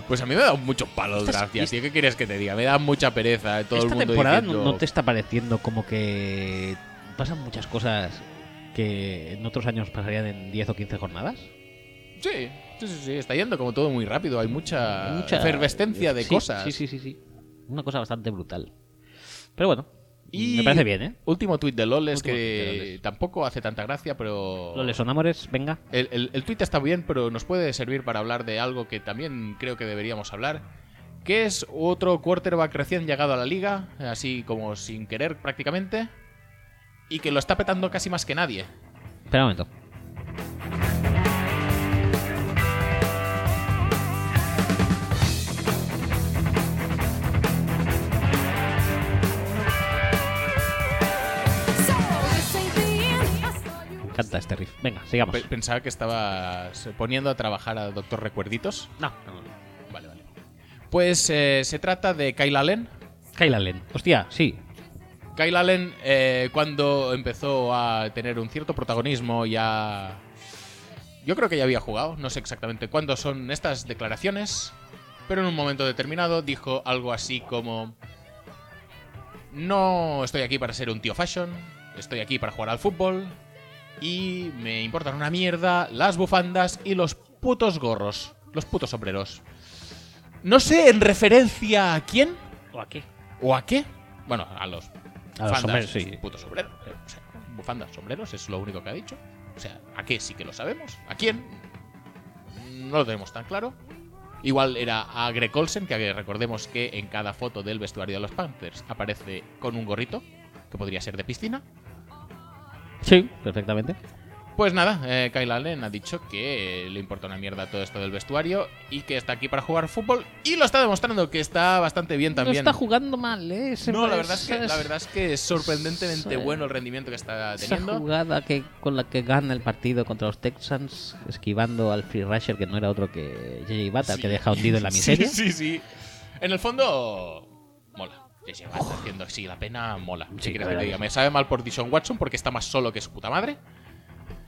Pues a mí me da muchos palos, gracias. Tío, ¿qué quieres que te diga? Me da mucha pereza. eh, Todo Esta el mundo temporada no- diciendo... no te está pareciendo como que pasan muchas cosas que en otros años pasarían en 10 o 15 jornadas. Sí, sí, sí, sí, está yendo como todo muy rápido. Hay mucha, Mucha Ah, efervescencia de Sí, cosas. Sí, sí, sí, sí. Una cosa bastante brutal. Pero bueno, Y- me parece bien, ¿eh? Último tuit de Loles Último que tuit de Loles. tampoco hace tanta gracia, pero. Los Amores, venga. El, el, el tuit está bien, pero nos puede servir para hablar de algo que también creo que deberíamos hablar, que es otro quarterback recién llegado a la liga, así como sin querer prácticamente, y que lo está petando casi más que nadie. Espera un momento. Me encanta este riff. Venga, sigamos. Pe- Pensaba que estabas poniendo a trabajar a Doctor Recuerditos. No, no, no. Vale, vale. Pues eh, se trata de Kyle Allen, Kyle Allen. Hostia, sí. Kyle Allen, eh, cuando empezó a tener un cierto protagonismo, ya. Yo creo que ya había jugado, no sé exactamente cuándo son estas declaraciones, pero en un momento determinado dijo algo así como: No estoy aquí para ser un tío fashion, estoy aquí para jugar al fútbol, y me importan una mierda las bufandas y los putos gorros, los putos sombreros. No sé en referencia a quién ¿O aquí? o a qué. Bueno, a los A los hombres, sí. Puto sombrero. eh, O sea, bufandas, sombreros, es lo único que ha dicho. O sea, ¿a qué sí que lo sabemos? ¿A quién? No lo tenemos tan claro. Igual era a Greg Olsen, que recordemos que en cada foto del vestuario de los Panthers aparece con un gorrito, que podría ser de piscina. Sí, perfectamente. Pues nada, eh, Kyle Allen ha dicho que eh, le importa una mierda todo esto del vestuario y que está aquí para jugar fútbol y lo está demostrando que está bastante bien también. No está jugando mal, ¿eh? Ese- No, la verdad es que, esa- la verdad es, que es sorprendentemente Sí. bueno el rendimiento que está Esa teniendo. jugada que, con la que gana el partido contra los Texans, esquivando al Free Rusher, que no era otro que J.J. Bata, Sí. que deja hundido en la miseria. Sí, sí, sí. En el fondo, mola. Que se va haciendo así la pena, mola. Sí, Si la quieres que te verdad diga, que me sabe mal por Dishon Watson porque está más solo que su puta madre.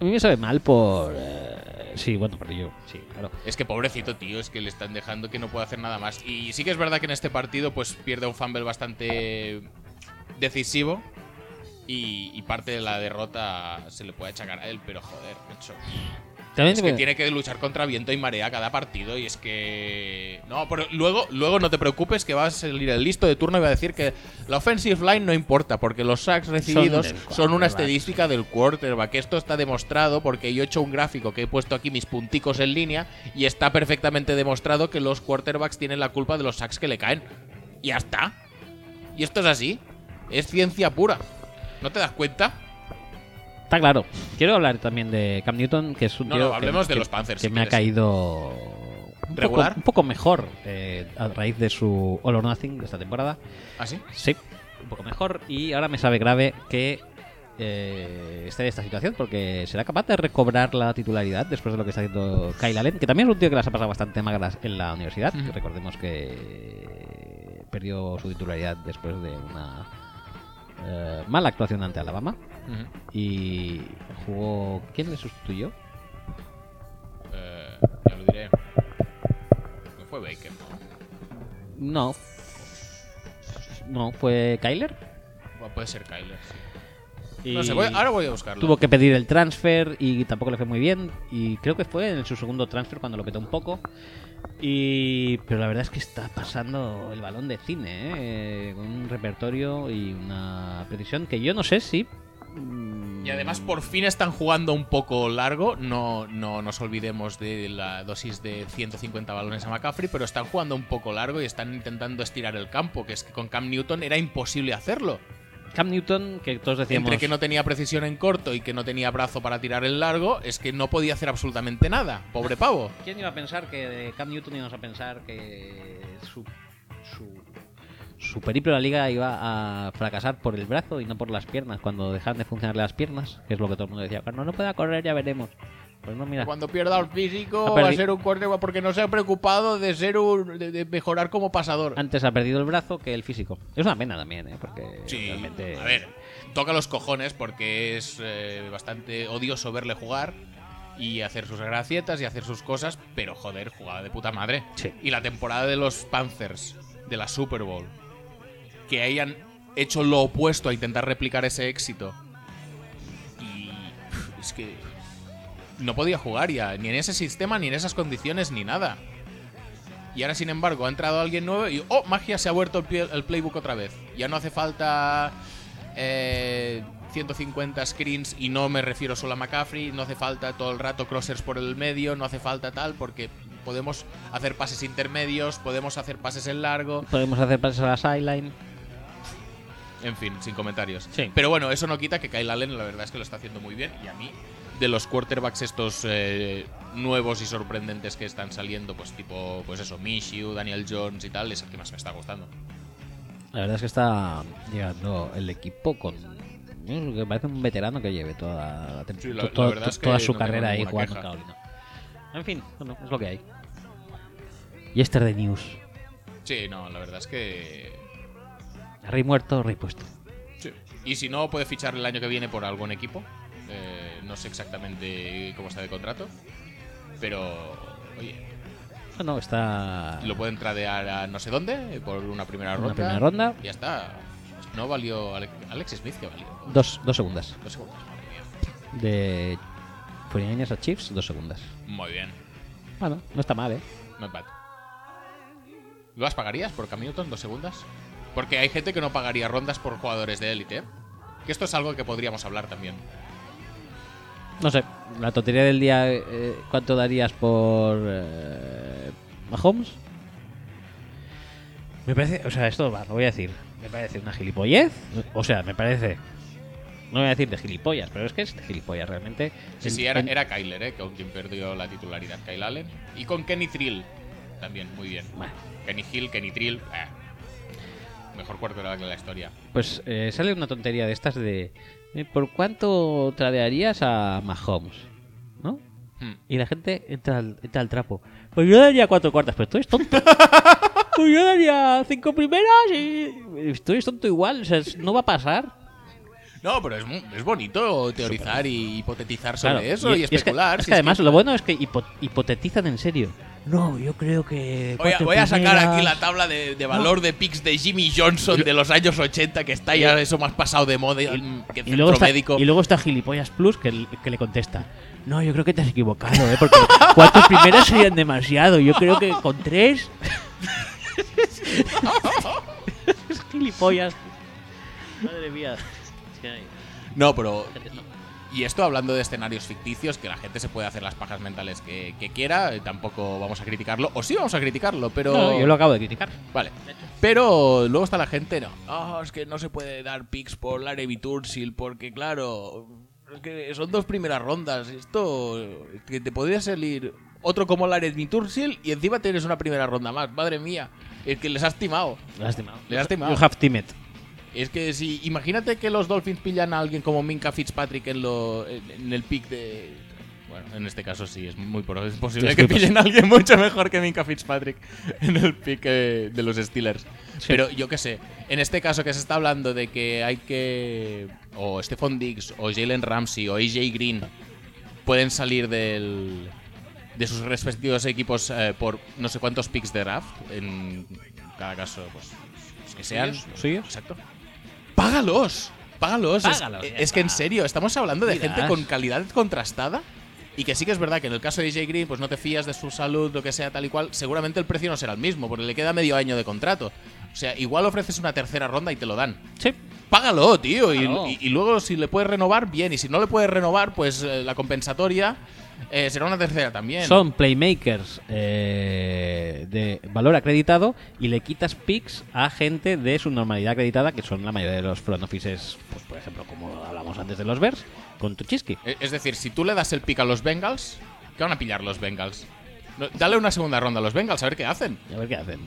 A mí me sabe mal por eh, Sí, bueno, pero yo, sí, claro. Es que pobrecito, tío, es que le están dejando que no puede hacer nada más. Y sí que es verdad que en este partido pues pierde un fumble bastante decisivo. Y, y parte de la derrota se le puede achacar a él, pero joder, macho. También Es te voy que a- tiene que luchar contra viento y marea cada partido y es que... No, pero luego, luego no te preocupes que va a salir el listo de turno y va a decir que la offensive line no importa porque los sacks recibidos del son, quarterback. una estadística del quarterback. Esto está demostrado porque yo he hecho un gráfico que he puesto aquí mis punticos en línea y está perfectamente demostrado que los quarterbacks tienen la culpa de los sacks que le caen. Y ya está. Y esto es así. Es ciencia pura. ¿No te das cuenta? Está claro. Quiero hablar también de Cam Newton, que es un No, tío no, hablemos que, de que- los Panthers, Que si me ha quieres. caído un poco, ¿Regular? un poco mejor eh, a raíz de su All or Nothing de esta temporada. ¿Así? Sí, un poco mejor. Y ahora me sabe grave que eh, esté en esta situación, porque será capaz de recobrar la titularidad después de lo que está haciendo Kyle Allen, que también es un tío que las ha pasado bastante magras en la universidad. Ujú. que Recordemos que perdió su titularidad después de una eh, mala actuación ante Alabama. Y jugó. ¿Quién le sustituyó? Eh, ya lo diré. No fue Baker, ¿no? No. No, fue Kyler. Bueno, Puede ser Kyler, sí. Y No sé, voy- ahora voy a buscarlo. Tuvo que pedir el transfer y tampoco le fue muy bien. Y creo que fue en su segundo transfer cuando lo petó un poco. Y, pero la verdad es que está pasando el balón de cine, ¿eh? con un repertorio y una precisión que yo no sé si. mm, Y además por fin están jugando un poco largo. No, no nos olvidemos de la dosis de 150 balones a McCaffrey, pero están jugando un poco largo y están intentando estirar el campo, que es que con Cam Newton era imposible hacerlo. Cam Newton, que todos decíamos. Entre que no tenía precisión en corto y que no tenía brazo para tirar el largo, es que no podía hacer absolutamente nada. Pobre pavo. ¿Quién iba a pensar que de Cam Newton íbamos a pensar que su, su, su periplo en la liga iba a fracasar por el brazo y no por las piernas? Cuando dejaran de funcionar las piernas, que es lo que todo el mundo decía, cuando no pueda correr ya veremos. Pues no, mira. Cuando pierda el físico Ha va a perdi- ser un quarterback porque no se ha preocupado de ser un, de, de mejorar como pasador. Antes ha perdido el brazo que el físico. Es una pena también, ¿eh? porque Sí, realmente... a ver, toca los cojones porque es eh, bastante odioso verle jugar y hacer sus gracietas y hacer sus cosas, pero joder, jugada de puta madre. Sí. Y la temporada de los Panthers, de la Super Bowl, que hayan hecho lo opuesto a intentar replicar ese éxito. Y es que no podía jugar ya, ni en ese sistema, ni en esas condiciones, ni nada. Y ahora, sin embargo, ha entrado alguien nuevo y ¡oh! Magia se ha vuelto el, pie- el playbook otra vez. Ya no hace falta eh, 150 screens y no me refiero solo a McCaffrey. No hace falta todo el rato crossers por el medio, no hace falta tal, porque podemos hacer pases intermedios, podemos hacer pases en largo. Podemos hacer pases a la sideline. En fin, sin comentarios. Sí. Pero bueno, eso no quita que Kyle Allen la verdad es que lo está haciendo muy bien y a mí de los quarterbacks estos eh, nuevos y sorprendentes que están saliendo, pues tipo, pues eso, Mishiu, Daniel Jones y tal, es el que más me está gustando. La verdad es que está llegando el equipo con... que Parece un veterano que lleve toda, la tem- Sí, la- to- la to- verdad es que toda su no tengo carrera ahí ninguna jugando en queja. Carolina. En fin, bueno, es lo que hay. Y este de News. Sí, no, la verdad es que Rey muerto, rey puesto. sí. Y si no puede fichar el año que viene por algún equipo, eh, no sé exactamente cómo está de contrato, pero oye, Bueno, está lo pueden tradear a no sé dónde por una primera en ronda. la primera ronda. Y ya está. No valió Alex, Alex Smith que valió. Dos, dos segundas. Dos segundos, madre mía. De 49 a Chiefs, dos segundas. Muy bien, Bueno, no está mal, ¿eh? not bad. ¿Las pagarías por Cam Newton dos segundas? Porque hay gente que no pagaría rondas por jugadores de élite. ¿eh? Que esto es algo que podríamos hablar también. No sé, la tontería del día, eh, ¿cuánto darías por eh, Mahomes? Me parece, o sea, esto va, lo voy a decir. Me parece una gilipollez. O sea, me parece. No voy a decir de gilipollas, pero es que es de gilipollas realmente. Sí, En- sí, era, en- era Kyler, ¿eh? con quien perdió la titularidad, Kyle Allen. Y con Kenny Trill también, muy bien. Bueno, Kenny Hill, Kenny Trill. eh. Mejor cuarto de la historia. pues eh, sale una tontería de estas de. eh, ¿Por cuánto tradearías a Mahomes? ¿No? Hmm. Y la gente entra al, entra al trapo. Pues yo daría cuatro cuartas, pero tú eres tonto. pues yo daría cinco primeras y. y Tú eres tonto igual, o sea, es- no va a pasar. No, pero es, mu- es bonito teorizar y hipotetizar sobre Claro, eso y, y es que- especular. Es que, si es además que- lo bueno es que hipo- hipotetizan en serio. No, yo creo que. Voy a, cuatro voy a sacar primeras- aquí la tabla de, de valor de picks de Jimmy Johnson de los años 80, que está ya eso más pasado de moda mm, que Y luego, centro está, médico. y luego está Gilipollas Plus que, l- que le contesta. No, yo creo que te has equivocado, ¿eh? porque cuatro primeras serían demasiado. Yo creo que con tres. es gilipollas. Madre mía. No, pero. Y esto hablando de escenarios ficticios, que la gente se puede hacer las pajas mentales que, que quiera, eh, tampoco vamos a criticarlo, o sí vamos a criticarlo, pero. No, yo lo acabo de criticar. Vale. Pero luego está la gente, no. Ah, es que no se puede dar picks por Larry Bitursil, porque claro, es que son dos primeras rondas. Esto es que te podría salir otro como Larry Bitursil y encima tienes una primera ronda más. Madre mía, es que les has timado. Lástima. Les has timado. You have teamed. Es que si imagínate que los Dolphins pillan a alguien como Minka Fitzpatrick en, lo, en, en el pick de bueno, en este caso sí es muy pro- es posible Es que muy pillen a alguien mucho mejor que Minka Fitzpatrick en el pick eh, de los Steelers. Pero yo qué sé, en este caso que se está hablando de que hay que o Stephon Diggs o Jalen Ramsey o AJ Green pueden salir del de sus respectivos equipos eh, por no sé cuántos picks de draft en cada caso pues los que sean ¿Los suyos? exacto págalos págalos Es- Págalos, es, ya que en serio estamos hablando de Y gente das. con calidad contrastada y que sí que es verdad que en el caso de AJ Green pues no te fías de su salud lo que sea tal y cual seguramente el precio no será el mismo porque le queda medio año de contrato o sea igual ofreces una tercera ronda y te lo dan Sí. págalo, tío. y- Claro. Y, y luego, si le puedes renovar, bien. Y si no le puedes renovar, pues eh, la compensatoria eh, será una tercera también. Son playmakers eh, de valor acreditado y le quitas picks a gente de su normalidad acreditada, que son la mayoría de los front offices, pues, por ejemplo, como hablamos antes de los Bears, con Tuchiski. E- Es decir, si tú le das el pick a los Bengals, ¿qué van a pillar los Bengals? No, dale una segunda ronda a los Bengals, a ver qué hacen. A ver qué hacen.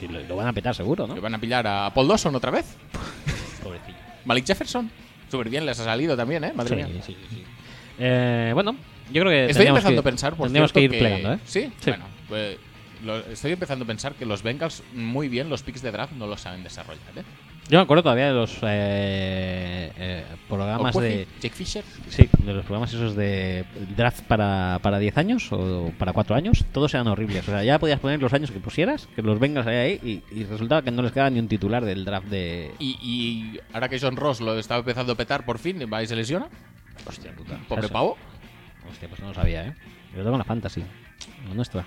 Si lo, lo van a petar seguro, ¿no? ¿Le van a pillar a Paul Dawson otra vez? Pobrecillo. ¿Malik Jefferson? Súper bien, les ha salido también, ¿eh? Madre mía. Sí, sí, sí. Eh, bueno, yo creo que Estoy tendríamos empezando que- a pensar, por tendríamos que ir cierto, plegando, ¿eh? ¿Sí? Sí. Bueno, pues, lo- estoy empezando a pensar que los Bengals, muy bien, los picks de draft no los saben desarrollar, ¿eh? Yo me acuerdo todavía de los eh, eh, programas Okwuefi, de... Jake Fisher. Sí, de los programas esos de draft para, para 10 años o para 4 años, todos eran horribles. O sea, ya podías poner los años que pusieras, que los vengas ahí y, y resultaba que no les quedaba ni un titular del draft de... Y, y ahora que John Ross lo está empezando a petar por fin, va y se lesiona. Hostia puta. Pobre Eso. pavo. Hostia, pues no lo sabía, ¿eh? Yo tengo la fantasy, la nuestra.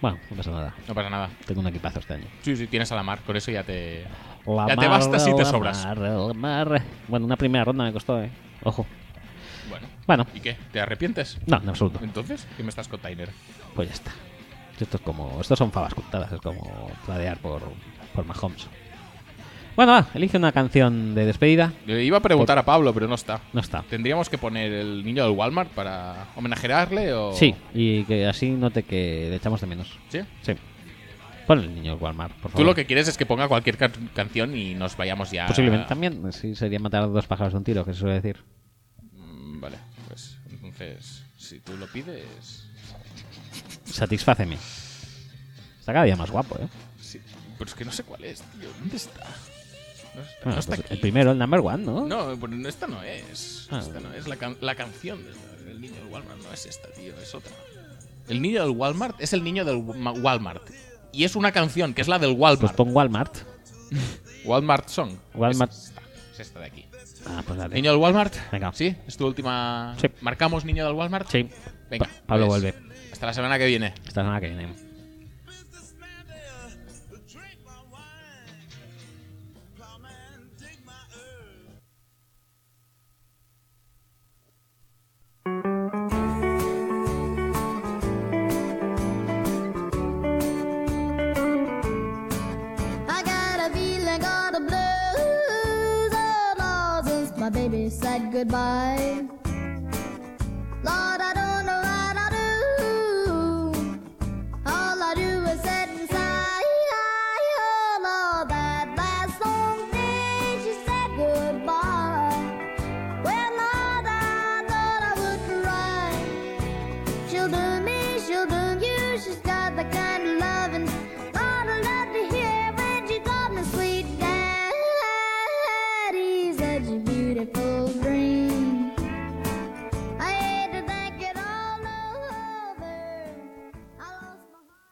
Bueno, no pasa nada. No pasa nada. Tengo un equipazo este año. Sí, sí, tienes a la mar. Con eso ya te. La Ya te bastas y te la sobras. mar, la mar. Bueno, una primera ronda me costó, ¿eh? Ojo. Bueno. Bueno, ¿Y qué? ¿Te arrepientes? no, en absoluto. Entonces, ¿qué me estás container? Pues ya está. Esto es como. Estos son fabas contadas, es como pladear por, por Mahomes. Bueno, va, elige una canción de despedida. Le iba a preguntar a Pablo, pero no está. No está. ¿Tendríamos que poner el niño del Walmart para homenajearle o.? Sí, y que así note que le echamos de menos. ¿Sí? Sí. Pon el niño Walmart, por favor. Tú lo que quieres es que ponga cualquier can- canción y nos vayamos ya. Posiblemente también. Sí, sería matar dos pájaros de un tiro, que se suele decir. Mm, Vale, pues entonces, si tú lo pides. Satisfáceme. Está cada día más guapo, ¿eh? Sí. Pero es que no sé cuál es, tío. ¿Dónde está? No está, Bueno, no está pues aquí. el primero, el number one, ¿no? No, pero no, esta no es. Ah. Esta no es la, can- la canción del, del niño del Walmart. No es esta, tío, es otra. El niño del Walmart es el niño del Wa- Walmart. Y es una canción que es la del Pues Walmart. pon Walmart. Walmart Song. Walmart. Es esta, es esta de aquí. Ah, pues dale. Niño del Walmart. Venga. ¿Sí? ¿Es tu última. Sí. ¿Marcamos niño del Walmart? Sí. Venga. Pa- Pablo pues, vuelve. Hasta la semana que viene. Esta semana que viene. I got a feeling got the blues. Oh, no, since my baby said goodbye.